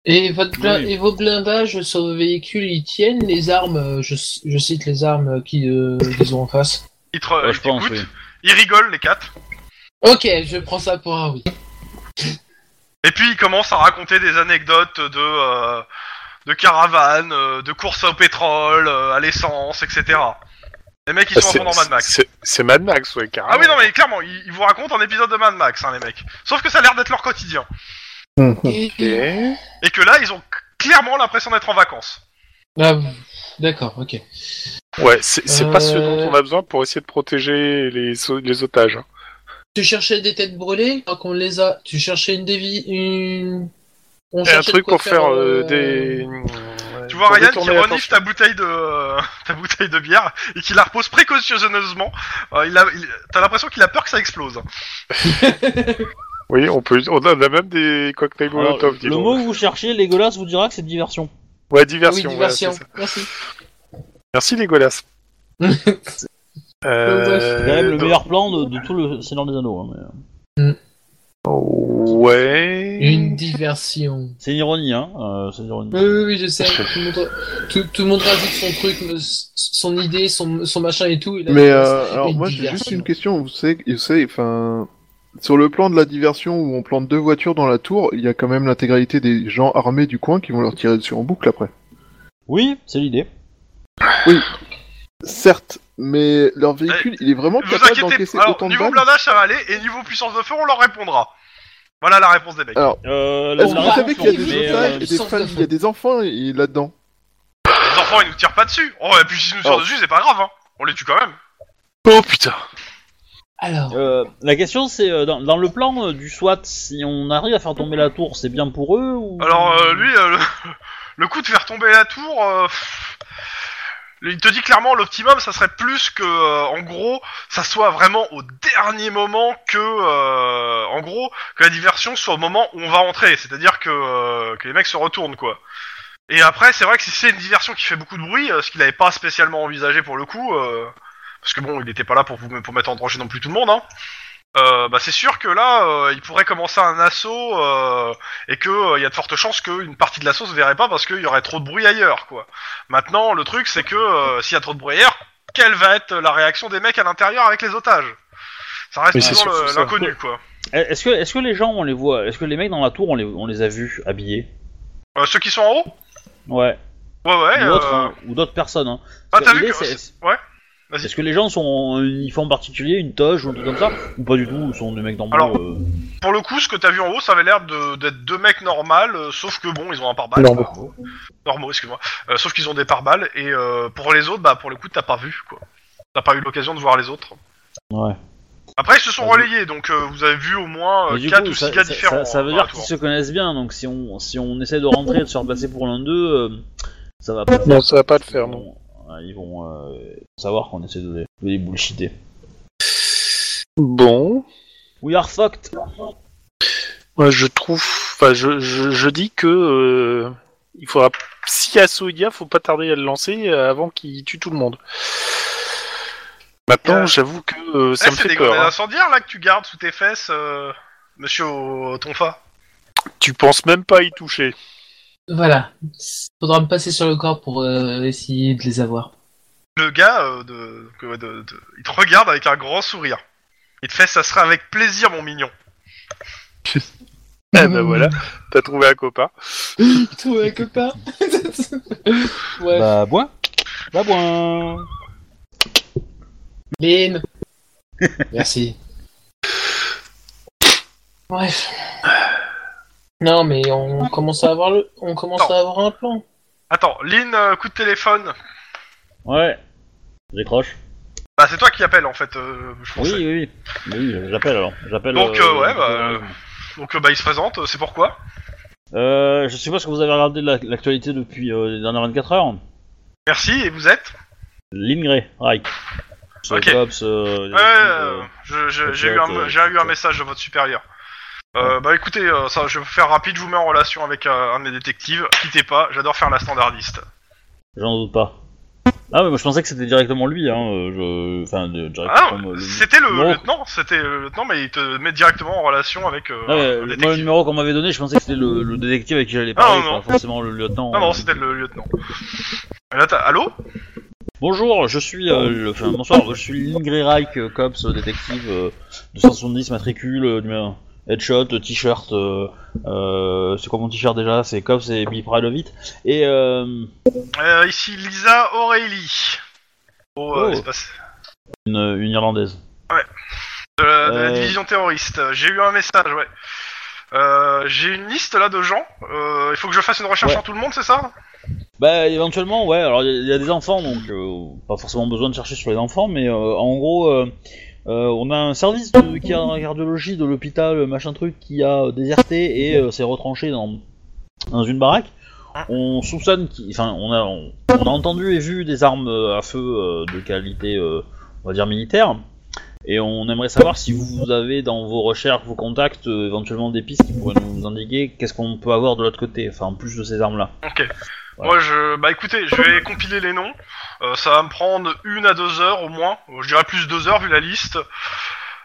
Et, votre blin-
Oui.
et vos blindages sur vos véhicules, ils tiennent les armes, euh, je, je cite les armes euh, qui, euh, qu'ils ont en face.
Ils, te,
Ouais,
ils
je pense,
t'écoutent,
oui.
ils rigolent les quatre.
Ok, je prends ça pour un oui.
Et puis ils commencent à raconter des anecdotes de euh, de caravanes, euh, de courses au pétrole, euh, à l'essence, etc. Les mecs, ils
Ah,
sont
c'est-
en fond dans Mad Max.
c'est- C'est Mad Max, ouais, carrément.
Ah oui, non, mais clairement, ils, ils vous racontent un épisode de Mad Max, hein, les mecs. Sauf que ça a l'air d'être leur quotidien.
Ok.
Et que là, ils ont clairement l'impression d'être en vacances.
Ah, D'accord, ok.
Ouais, c'est c'est pas ce
Euh.
dont on a besoin pour essayer de protéger les, so- les otages. hein.
Tu cherchais des têtes brûlées quand on les a. Tu cherchais une dévi. Une... On
Et un
cherchait de
truc
quoi
pour faire euh,
euh,
des.
Tu vois Ryan qui
détourner
renifle
l'attention.
ta bouteille de (laughs) euh, ta bouteille de bière et qui la repose précautionneusement. Euh, il a, il- t'as l'impression qu'il a peur que ça explose. hein.
Oui, on peut. On a, on a même des cocktails
Alors,
Molotov. dis
le
donc.
mot que vous cherchez, Legolas vous dira que c'est diversion.
Ouais,
Oui,
diversion. voilà, c'est
diversion.
ça.
Merci.
Merci Legolas. Euh,
Euh,
C'est quand même le
non.
meilleur plan de, de tout le Seigneur des Anneaux. hein, mais, euh,
Ouais.
Une diversion.
C'est une ironie, hein. euh, c'est une ironie.
Oui, oui, oui, je sais. Tout le monde, tout, tout le monde rajoute son truc, son idée, son, son machin et tout. et là,
Mais
il
euh, alors
une
moi j'ai
diversion.
juste une question. Vous savez, vous savez, enfin, Sur le plan de la diversion où on plante deux voitures dans la tour, il y a quand même l'intégralité des gens armés du coin qui vont leur tirer dessus en boucle après.
Oui, c'est l'idée.
Certes, mais leur véhicule, il est vraiment
Eh, Vous
capable
inquiétez
d'encaisser
pas. Alors,
autant de
niveau
balles.
blindage, ça va aller, et niveau puissance de feu, on leur répondra. Voilà la réponse des mecs.
Ah.
Euh, là,
Est-ce
on
que
a
vous
la
savez qu'il y a
réponse,
des
mais,
otages
euh,
et des
sans
familles, il y a des enfants et- là-dedans
Les enfants, ils nous tirent pas dessus. Oh, et puis s'ils nous tirent
Alors.
dessus, c'est pas grave, hein. On les tue quand même.
Oh putain
Alors,
euh, la question c'est euh, dans, dans le plan euh, du SWAT, si on arrive à faire tomber la tour, c'est bien pour eux ou
Alors, euh, lui, euh, le... le coup de faire tomber la tour, euh, pff, il te dit clairement l'optimum, ça serait plus que, euh, en gros, ça soit vraiment au dernier moment que, euh, en gros, que la diversion soit au moment où on va entrer, c'est-à-dire que, euh, que les mecs se retournent, quoi. Et après, c'est vrai que si c'est une diversion qui fait beaucoup de bruit, euh, ce qu'il n'avait pas spécialement envisagé pour le coup, euh, parce que bon, il n'était pas là pour, vous- pour mettre en danger non plus tout le monde, hein. Euh, bah c'est sûr que là, euh, il pourrait commencer un assaut euh, et que euh, il y a de fortes chances qu'une partie de l'assaut se verrait pas parce qu'il y aurait trop de bruit ailleurs, quoi. Maintenant, le truc, c'est que euh, s'il y a trop de bruit ailleurs, quelle va être la réaction des mecs à l'intérieur avec les otages Ça reste
Mais c'est
toujours
surtout
le-
ça.
l'inconnu, quoi.
Eh, est-ce que est-ce que les gens on les voit, est-ce que les mecs dans la tour on les on les a vus habillés
Euh, ceux qui sont en haut
Ouais.
Ouais, ouais.
ou d'autres
euh,
hein, ou d'autres personnes. Hein.
Ah, t'as
L'idée,
vu que...
c'est-
Ouais. Vas-y.
Est-ce que les gens sont en uniforme particulier, une toge ou un truc comme ça Ou pas du tout, ils sont des mecs normaux
Alors,
euh,
Pour le coup, ce que t'as vu en haut, ça avait l'air de- d'être deux mecs normales, euh, sauf que bon, ils ont un pare-balles. Euh,
Normaux.
Normaux, excuse-moi. Euh, sauf qu'ils ont des pare-balles, et euh, pour les autres, bah pour le coup, t'as pas vu, quoi. T'as pas eu l'occasion de voir les autres.
Ouais.
Après, ils se sont
Ah oui.
relayés, donc euh, vous avez vu au moins
Mais du
4
coup,
ou 6
ça,
gars
ça-
différents.
ça- ça veut
hein,
dire
par
qu'ils
tour.
se connaissent bien, donc si on, si on essaie de rentrer et de se faire passer pour l'un d'eux, euh, ça va pas le faire.
Non, ça va pas le faire, non.
Ouais, Ils vont euh, savoir qu'on essaie de les, de les bullshiter.
Bon.
We are fucked
Moi, je trouve. Enfin, je, je, je dis que. euh, il faudra. Si assaut il y a, faut pas tarder à le lancer euh, avant qu'il tue tout le monde. Maintenant,
Euh,
j'avoue que euh, ça
Eh,
me
c'est
fait
des
peur.
grenades
hein.
incendiaires là que tu gardes sous tes fesses, euh, monsieur euh, Tonfa.
Tu penses même pas y toucher.
voilà. Faudra me passer sur le corps pour euh, essayer de les avoir.
Le gars, euh, de, que- de- de- il te regarde avec un grand sourire. Il te fait, ça sera avec plaisir, mon mignon.
Eh ben voilà, t'as trouvé un copain.
Tout avec le pain. (laughs) ouais.
Bah, bois Bah, bois
(laughs)
Lynn. Merci. Bref. Non, mais on commence à avoir le, on commence à avoir un plan.
Attends, Lynn, euh, coup de téléphone.
Ouais. J'écroche.
Bah, c'est toi qui appelles en fait, euh, je
Oui,
pensais.
oui, oui. Mais oui, j'appelle alors. J'appelle.
Donc, euh, ouais, bah,
euh,
Donc, euh, bah, il se présente, euh, c'est pourquoi
euh, je sais pas ce que vous avez regardé la- l'actualité depuis euh, les dernières 24 heures.
Merci, et vous êtes
L'Ingré, right. Sur
Ok.
Cops, euh, les
Ouais,
trucs,
euh,
euh,
je- je-
ok,
j'ai eu, un-
ok,
j'ai eu un
ok.
message de votre supérieur. Euh, Bah écoutez, euh, ça, je vais faire rapide, je vous mets en relation avec euh, un de mes détectives. Quittez pas, j'adore faire la standardiste.
J'en doute pas. Ah, mais moi je pensais que c'était directement lui, hein. euh, Je... Enfin, de-
Ah
directement.
non,
euh, le-
c'était le
numéro.
lieutenant, c'était le lieutenant, mais il te met directement en relation avec euh,
Ah, mais,
un
moi, le
détective.
numéro qu'on m'avait donné, je pensais que c'était le, le détective avec qui j'allais parler,
non, non.
pas forcément le lieutenant.
Non,
euh.
non, c'était le lieutenant. Et là, t'as- Allô
Bonjour, je suis. euh, le... enfin, bonsoir, je suis l'Ingré Reich, euh, cops, euh, détective, euh, 270, matricule, euh, numéro- headshot, euh, t-shirt. euh, euh, c'est quoi mon t-shirt déjà C'est cops et Bill Pralovit. Et. Euh,
Euh, Ici Lisa Aurélie. Au, euh,
Oh.
espace-
une, une Irlandaise.
de la, de la
Euh.
division terroriste. J'ai eu un message, ouais. Euh, J'ai une liste là de gens. Euh, il faut que je fasse une recherche
Ouais.
sur tout le monde, c'est ça
Bah éventuellement ouais, alors il y, a- il y a des enfants donc euh, pas forcément besoin de chercher sur les enfants mais euh, en gros euh, euh, on a un service de qui a la cardiologie de l'hôpital machin truc qui a déserté et euh, s'est retranché dans, dans une baraque. On soupçonne qui enfin on a on, on a entendu et vu des armes euh, à feu euh, de qualité euh, on va dire militaire et on aimerait savoir si vous avez dans vos recherches, vos contacts euh, éventuellement des pistes qui pourraient nous indiquer qu'est-ce qu'on peut avoir de l'autre côté enfin en plus de ces armes là.
Ok.
Voilà.
Moi, je. Bah écoutez, je vais compiler les noms. Euh, ça va me prendre une à deux heures au moins. Euh, Je dirais plus deux heures vu la liste.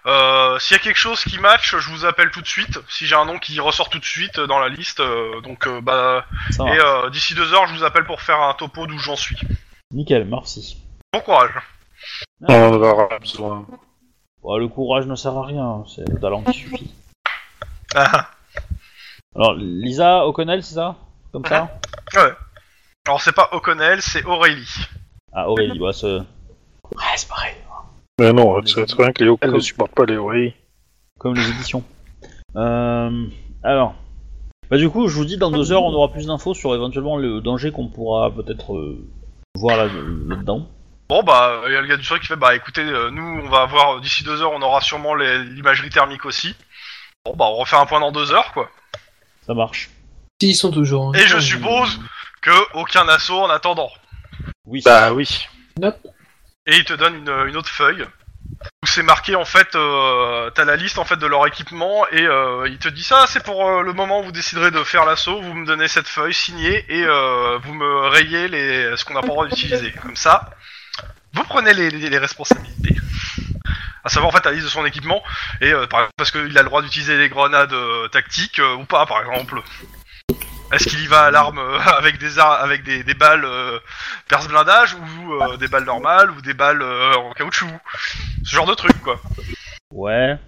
Euh, S'il y a quelque chose qui match, je vous appelle tout de suite. Si j'ai un nom qui ressort tout de suite euh, dans la liste, euh, donc euh, bah.
Ça hein. va.
Et euh, d'ici deux heures, je vous appelle pour faire un topo d'où j'en suis.
Nickel, merci.
Bon courage.
On en aura besoin.
Bah, le courage ne sert à rien, c'est le talent qui suffit.
Ah,
Alors, Lisa O'Connell, c'est ça Comme ça
Alors c'est pas O'Connell, c'est Aurélie.
Ah, Aurélie, bah, c'est... Ouais, c'est pareil.
Mais non, c'est très bien que Léo ne supporte pas les oreilles.
Comme les éditions. Euh, alors... Bah, du coup, je vous dis, dans deux heures, on aura plus d'infos sur éventuellement le danger qu'on pourra peut-être euh, voir là- là-dedans.
Bon bah il y a le gars du truc qui fait bah écoutez euh, nous on va avoir euh, d'ici deux heures on aura sûrement les- l'imagerie thermique aussi. Bon bah on refait un point dans deux heures quoi.
ça marche.
Si, ils sont toujours. hein.
Et je suppose que aucun assaut en attendant.
Oui,
Bah oui.
Et il te donne une, une autre feuille où c'est marqué en fait euh, t'as la liste en fait de leur équipement et euh, il te dit ça c'est pour euh, le moment où vous déciderez de faire l'assaut vous me donnez cette feuille signée et euh, vous me rayez les ce qu'on n'a pas le droit d'utiliser comme ça vous prenez les, les- les responsabilités à savoir en fait la liste de son équipement et euh, par- parce qu'il a le droit d'utiliser les grenades euh, tactiques euh, ou pas par exemple est-ce qu'il y va à l'arme euh, (laughs) avec des ar- avec des, des balles euh, perce blindage ou euh, des balles normales ou des balles euh, en caoutchouc. Ce genre de truc quoi.
ouais.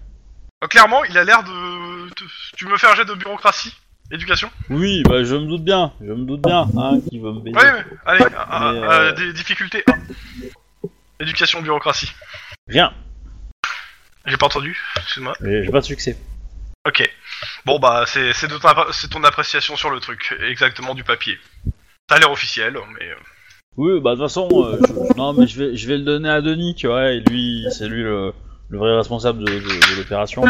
Euh, clairement, il a l'air de. te- Tu me fais un jet de bureaucratie Éducation
Oui, bah je me doute bien, je me doute bien, hein, qui veut me baiser.
Oui, oui. Allez, un-
Mais,
un-
euh,
un, des difficultés. un. Éducation, bureaucratie.
Rien,
J'ai pas entendu, excuse-moi.
j'ai j'ai pas de succès.
Ok. Bon bah, c'est c'est de ton, appré- c'est ton appréciation sur le truc, exactement du papier. Ça a l'air officiel, mais. euh,
Oui, bah de toute façon, euh, je- je- non, mais je vais, je vais le donner à Denis, tu vois, et lui, c'est lui le, le vrai responsable de, de- de l'opération.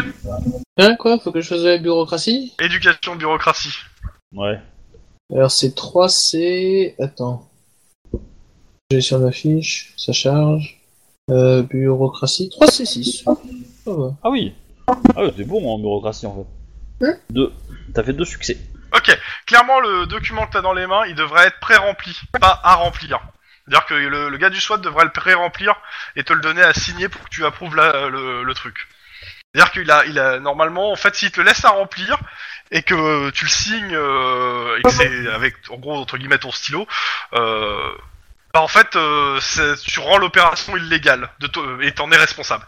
Hein, quoi Faut que je fasse de la bureaucratie
Éducation, bureaucratie.
Ouais.
Alors c'est 3, c'est... Attends. J'ai sur ma fiche, ça charge. Euh, bureaucratie, 3 c'est 6. Ça va.
Ah oui, ah oui, t'es bon en bureaucratie en fait.
Hein
deux, t'as fait deux succès.
Ok, clairement le document que t'as dans les mains, il devrait être pré-rempli, pas à remplir. C'est-à-dire que le, le gars du SWAT devrait le pré-remplir et te le donner à signer pour que tu approuves la- le, le truc. C'est-à-dire qu'il a, il a normalement, en fait, s'il te le laisse à remplir et que euh, tu le signes euh, et que c'est avec, en gros, entre guillemets, ton stylo, euh, bah en fait, euh, c'est- tu rends l'opération illégale de to- et t'en es responsable.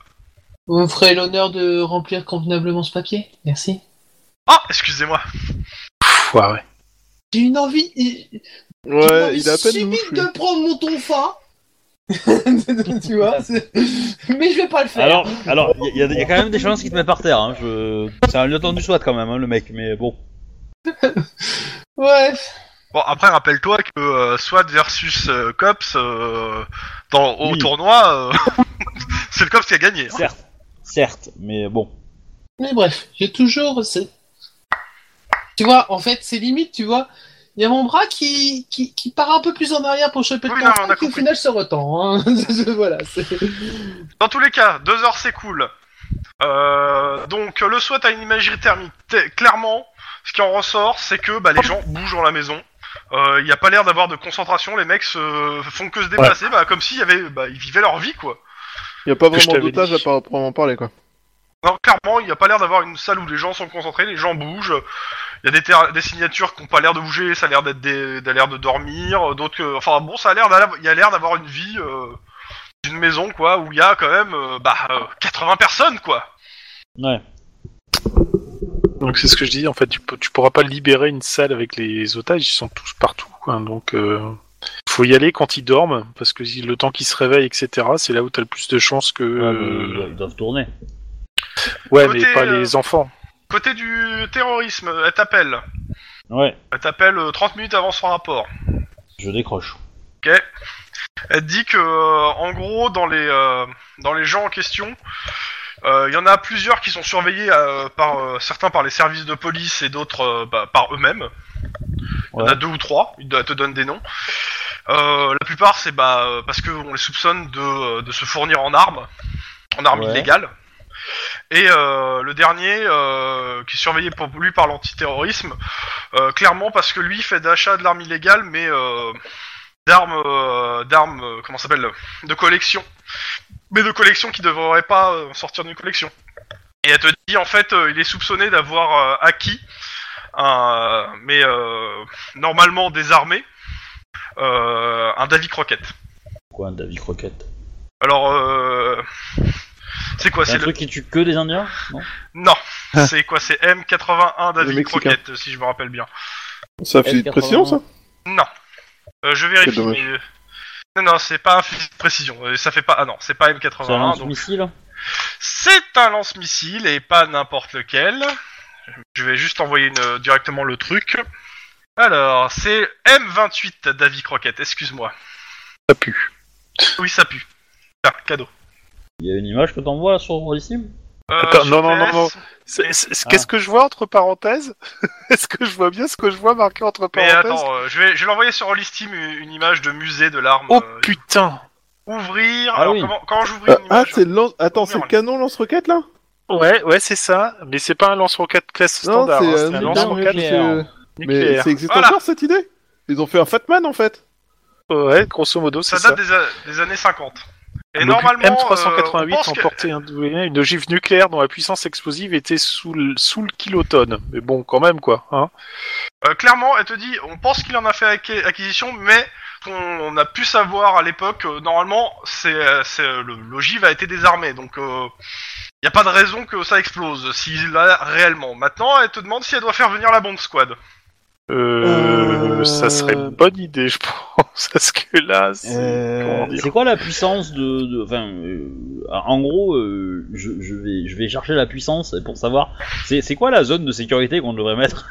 Vous me ferez l'honneur de remplir convenablement ce papier Merci.
Ah, excusez-moi.
Foiré.
J'ai une envie... J'ai une
Ouais,
envie
il a à peine
subite
mouche, lui.
de prendre mon tonfa (laughs) tu vois c'est- Mais je vais pas le faire.
Alors, alors, il y, a- y a quand même des chances qu'il te mette par terre. Hein. Je... C'est un lieutenant du SWAT quand même, hein, le mec, mais bon.
Ouais.
Bon, après, rappelle-toi que euh, SWAT versus euh, COPS, euh, dans, au
Oui.
tournoi, euh, (laughs) c'est le COPS qui a gagné. hein.
Certes, certes, mais bon.
Mais bref, j'ai toujours. c'est- Tu vois, en fait, c'est limite, tu vois. Il y a mon bras qui, qui, qui part un peu plus en arrière pour choper
Oui,
le
non,
temps
on a
qui au
compris.
final se retend. hein. (laughs) voilà. c'est-
Dans tous les cas, deux heures, c'est cool. Euh, donc, le SWAT a une imagerie thermique. T- clairement, ce qui en ressort, c'est que bah, les gens bougent dans la maison. Euh, Il n'y a pas l'air d'avoir de concentration. Les mecs se font que se déplacer, bah, comme s'ils y avait, bah, ils vivaient leur vie, quoi.
Il n'y a pas
Que je
vraiment
t'avais
d'otage
dit.
à part- proprement parler, quoi.
Non, clairement, il n'y a pas l'air d'avoir une salle où les gens sont concentrés, les gens bougent. Il y a des, ter- des signatures qui n'ont pas l'air de bouger, ça a l'air d'être des... d'avoir l'air de dormir, euh, d'autres que... Enfin bon, ça a l'air d'avoir- il y a l'air d'avoir une vie euh, d'une maison, quoi, où il y a quand même euh, bah, euh, 80 personnes, quoi.
Ouais.
Donc c'est ce que je dis, en fait, tu, peux- tu pourras pas libérer une salle avec les otages, ils sont tous partout, quoi. Donc euh, faut y aller quand ils dorment, parce que si- le temps qu'ils se réveillent, etc., c'est là où t'as le plus de chances que... euh,
Ouais, mais ils doivent- ils doivent tourner.
Ouais,
Côté,
mais pas
euh,
les enfants.
Côté du terrorisme, elle t'appelle.
Ouais,
Elle t'appelle euh, 30 minutes avant son rapport.
je décroche.
Elle dit que, euh, en gros, dans les, euh, dans les gens en question, euh, il y en a plusieurs qui sont surveillés euh, par euh, certains par les services de police et d'autres euh, bah, par eux-mêmes. Il y en a
Ouais.
deux ou trois, ils te donnent des noms. Euh, la plupart, c'est bah, euh, parce qu'on les soupçonne de, euh, de se fournir en armes, en armes
Ouais.
illégales. Et euh, le dernier, euh, qui est surveillé pour lui par l'antiterrorisme, euh, clairement parce que lui fait d'achat de l'arme illégale, mais euh, d'armes, euh, d'armes, euh, comment ça s'appelle, de collection. Mais de collection qui devrait pas euh, sortir d'une collection. Et elle te dit, en fait, euh, il est soupçonné d'avoir euh, acquis un, mais euh, normalement désarmé, euh, un Davy Crockett.
Quoi, un David Croquette
Alors, euh, C'est quoi
C'est un
C'est le
truc Ah. qui tue que des Indiens Non
Non, c'est quoi C'est M81
Le
David
Mexicain.
Croquette, si je me rappelle bien.
C'est un fusil de précision, ça
Non. Euh, je vérifie.
Quel dommage.
mais, euh, Non, non, c'est pas un fusil de précision. euh, Ça fait pas. Ah non, c'est pas
C'est un
M81. donc-
missile
C'est un lance-missile et pas n'importe lequel. Je vais juste envoyer une- euh, directement le truc. Alors, c'est M28 David Croquette, excuse-moi.
Ça pue.
Oui, ça pue. Ah, cadeau.
Il y a une image que t'envoies sur Rollissime
Euh,
Attends, non, non, non,
GPS,
non. C'est- c'est- c'est- Qu'est-ce que je vois entre parenthèses (laughs) Est-ce que je vois bien ce que je vois marqué entre
Mais
parenthèses
attends, euh, je vais, je vais l'envoyer sur Hollistim une image de musée de l'arme.
Oh
euh,
putain
ouvrir.
Ah
alors
oui.
comment, comment j'ouvre
Euh,
une
Ah,
image
c'est le lance... Attends, c'est
Merde.
le canon lance-roquette, là
Ouais, ouais, c'est ça. Mais c'est pas un lance-roquette classe
Non,
standard. hein,
euh,
c'est un
c'est
non,
lance-roquette
c'est- euh,
nucléaire.
Mais
nucléaire.
ça existe
Voilà.
encore, cette idée Ils ont fait un Fatman, en fait
Ouais, grosso modo, c'est
Ça
ça.
date des, a- des années 50. Et
Le
normalement, euh, on pense
M388
que-
emportait un, une ogive nucléaire dont la puissance explosive était sous le, sous le kilotonne. Mais bon, quand même, quoi. Hein.
euh, clairement, elle te dit, on pense qu'il en a fait acqui- acquisition, mais on, on a pu savoir à l'époque, euh, normalement, c'est, euh, c'est, euh, le l'ogive a été désarmé, donc il n'y a pas de raison que ça explose, s'il l'a réellement. Maintenant, elle te demande si elle doit faire venir la bombe squad.
Euh,
Euh,
Ça serait une bonne idée, je (laughs) pense. Parce que là, c'est.
Euh.
comment dire
Euh, C'est quoi la puissance de, de- enfin, euh, en gros, euh, je, je vais, je vais chercher la puissance pour savoir. C'est, c'est quoi la zone de sécurité qu'on devrait mettre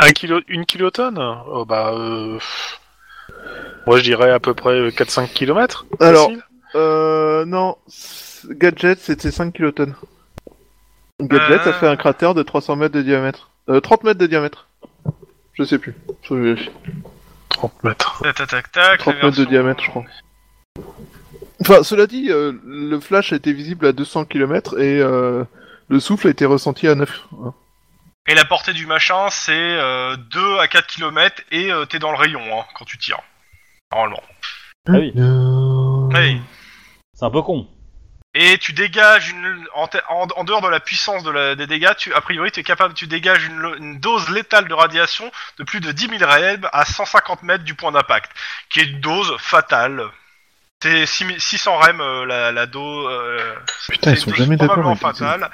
Un kilo, une kilotonne Oh bah. Euh... Moi, je dirais à peu près 4-5 kilomètres.
Alors,
facile.
Euh, non. C- Gadget, c'était 5 kilotonnes. Gadget,
Euh.
ça fait un cratère de 300 mètres de diamètre. Euh, 30 mètres de diamètre. Je sais plus. Faut que je vérifie.
30 mètres. (laughs)
Tac, tac, tac, tac, euh,
30
la
mètres de
version-
diamètre, je crois. Enfin, cela dit, euh, le flash a été visible à 200 km et euh, le souffle a été ressenti à 9. hein.
Et la portée du machin, c'est euh, 2 à 4 km et euh, t'es dans le rayon hein, quand tu tires. Normalement.
(laughs) Ah oui.
Mmh.
Oui.
C'est un peu con.
Et tu dégages une en, te- en- en dehors de la puissance de la- des dégâts, tu, a priori tu es capable, tu dégages une, lo- une dose létale de radiation de plus de 10 000 reib à 150 mètres du point d'impact, qui est une dose fatale. C'est 6 000 600 rem euh, la, la dose. euh,
Putain, ils
c'est
sont
une dose
jamais d'accord
probablement
avec les
fatale.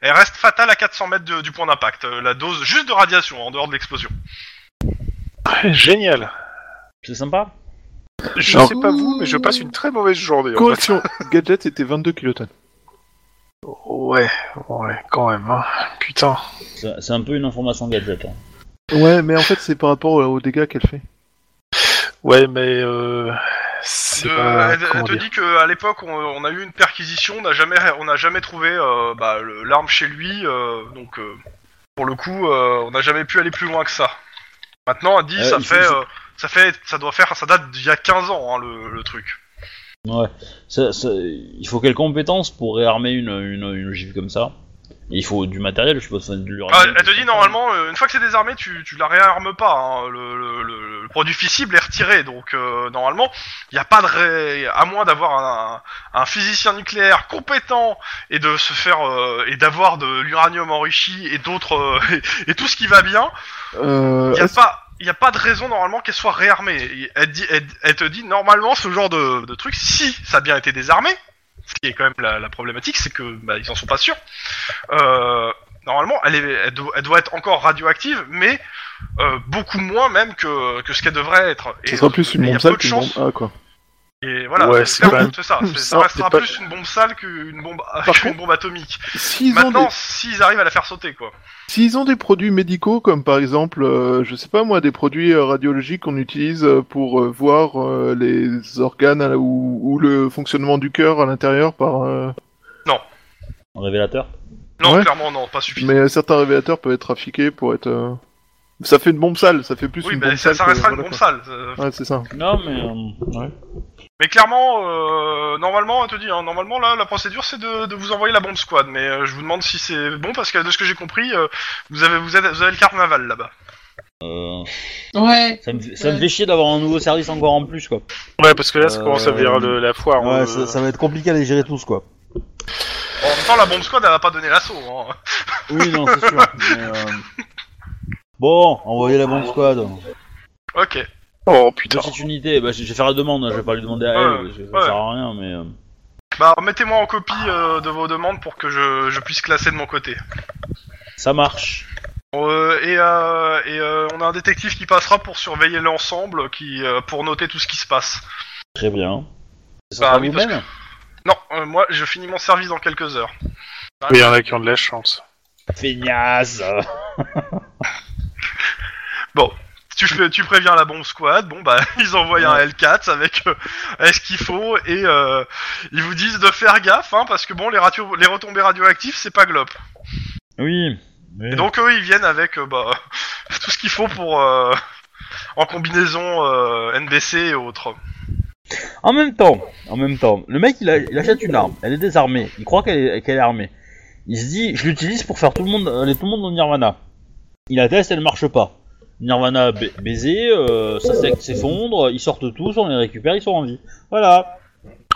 Elle reste fatale à 400 mètres de- du point d'impact. euh, la dose juste de radiation en dehors de l'explosion.
Génial.
C'est sympa.
Je
Alors-
sais pas vous, mais je passe une très mauvaise journée. en fait.
Correction,
(laughs)
Gadget c'était 22 kilotonnes.
Ouais, ouais, quand même. Hein. Putain.
C'est, c'est un peu une information gadget. hein.
Ouais, mais en fait, c'est par rapport aux dégâts qu'elle fait.
Ouais, mais euh, c'est
Euh,
pas-
elle, elle
comment
te
dire.
dit qu'à l'époque, on, on a eu une perquisition, on n'a jamais, on n'a jamais trouvé euh, bah, le- l'arme chez lui, euh, donc euh, pour le coup, euh, on n'a jamais pu aller plus loin que ça. Maintenant, elle dit,
Euh,
ça,
il faut-
fait,
il faut-
euh, ça fait, ça doit faire, ça date d'il y a 15 ans, hein, le, le truc.
Ouais. Ça- ça- il faut quelle compétence pour réarmer une, une, une ogive comme ça Et Il faut du matériel, je suppose. enfin, de l'uranium,
Ah, elle te dit
des trucs comme ça.
normalement, euh, une fois que c'est désarmé, tu, tu la réarmes pas. hein, le, le- le- le produit fissible est retiré, donc euh, normalement, il n'y a pas de ré- à moins d'avoir un, un physicien nucléaire compétent et de se faire euh, et d'avoir de l'uranium enrichi et d'autres euh, (laughs) et, et tout ce qui va bien.
Euh,
Il n'y a
est-ce-
pas il y a pas de raison normalement qu'elle soit réarmée. Et Elle, dit, elle, elle te dit normalement ce genre de, de truc, si ça a bien été désarmé, ce qui est quand même la, la problématique, c'est que bah, ils en sont pas sûrs. Euh, normalement, elle, est, elle, do- elle doit être encore radioactive, mais euh, beaucoup moins même que, que ce qu'elle devrait être.
ce sera plus une
et y a
bombe
peu de
sale qu'une bombe
chance.
A, quoi.
Et voilà,
Ouais,
c'est
c'est quand même
c'est ça. c'est- Ça
ça,
restera
c'est pas-
plus une bombe sale qu'une bombe, (laughs)
Par
qu'une
contre-
bombe atomique.
S'ils ont,
Maintenant,
des...
s'ils arrivent à la faire sauter, quoi.
s'ils ont des produits médicaux, comme par exemple, euh, je sais pas moi, des produits euh, radiologiques qu'on utilise euh, pour euh, voir euh, les organes à la- ou, ou le fonctionnement du cœur à l'intérieur par... euh,
Un révélateur.
Non,
Ouais.
clairement, non, pas suffisant.
Mais euh, certains révélateurs peuvent être trafiqués pour être... euh, Ça fait une bombe sale, ça fait plus
Oui,
une
bah,
bombe
ça,
sale.
ça
que-
restera une
voilà,
bombe
quoi.
sale. euh,
Ouais, c'est ça.
Non, mais. euh, ouais.
Mais clairement, euh, normalement, elle te dit, hein, normalement, là, la procédure, c'est de, de vous envoyer la bombe squad. Mais euh, je vous demande si c'est bon, parce que de ce que j'ai compris, euh, vous, avez, vous, êtes- vous avez le carnaval là-bas.
Euh,
Ouais.
ça, me, fait- ça me
Ouais.
fait chier d'avoir un nouveau service encore en plus, quoi.
Ouais, parce que là, ça commence à
Euh,
virer le- la foire. euh,
va être compliqué à les gérer tous, quoi.
En même temps, la bombe squad, elle va pas donner l'assaut. Hein.
Oui, non, c'est sûr. mais, euh, Bon, envoyez la
Ah.
bombe squad.
Ok.
Oh putain.
bah, Petite unité, bah, je je vais faire la demande, je vais pas lui demander à elle,
Ouais,
parce que ça
ouais.
sert à rien, mais. euh,
Bah, mettez-moi en copie euh, de vos demandes pour que je, je puisse classer de mon côté.
Ça marche.
Euh, et euh, et euh, on a un détective qui passera pour surveiller l'ensemble, qui euh, pour noter tout ce qui se passe.
Très bien. Ça
Bah
sera
oui, parce
vous-même
Non, euh, moi, je finis mon service dans quelques heures.
Il y en a qui ont de la chance.
Feignasse
Tu, fais- tu préviens la bombe squad, bon bah (laughs) ils envoient un L4 avec, euh, avec ce qu'il faut et euh, ils vous disent de faire gaffe hein, parce que bon les, ratio- les retombées radioactives c'est pas glop.
Oui.
Et donc eux ils viennent avec euh, bah, (laughs) tout ce qu'il faut pour euh, en combinaison euh, NBC et autres.
En même temps, en même temps, le mec il, a- il achète une arme, elle est désarmée, il croit qu'elle est, qu'elle est armée. Il se dit, je l'utilise pour faire tout le monde, aller tout le monde dans Nirvana. Il la teste, elle marche pas. Nirvana ba- baiser, euh, ça s'ec- s'effondre, ils sortent tous, on les récupère, ils sont en vie. Voilà.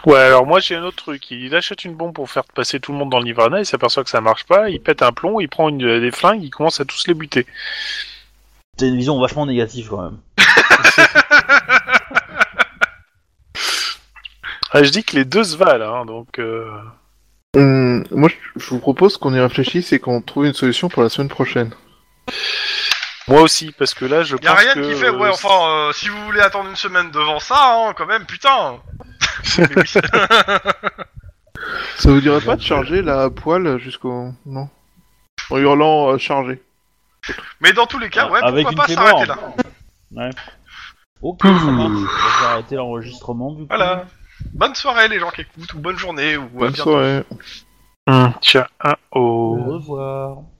Ouais, alors moi j'ai un autre truc. Il achète une bombe pour faire passer tout le monde dans le Nirvana, il s'aperçoit que ça marche pas, il pète un plomb, il prend une, euh, des flingues, il commence à tous les buter.
C'est une vision vachement négative quand même.
Ah, je dis que les deux se valent, hein, donc... euh,
Hum, moi, je- je vous propose qu'on y réfléchisse et qu'on trouve une solution pour la semaine prochaine.
Moi aussi, parce que là je
Y a
pense
rien
que...
qui fait ouais
euh,
enfin euh, si vous voulez attendre une semaine devant ça hein, quand même putain. (laughs) Mais oui,
Ça vous dirait pas de charger la poêle jusqu'au. Non. En hurlant euh, chargé.
Mais dans tous les cas ouais
Ah, Avec
pourquoi pas
une
s'arrêter là.
clé Ok, ça marche. Je vais arrêter l'enregistrement du coup.
Voilà. Bonne soirée les gens qui écoutent ou euh, bonne journée ou à
Bonne
bientôt.
soirée.
hum, Hmm, tiens, un,
Au
oh...
revoir.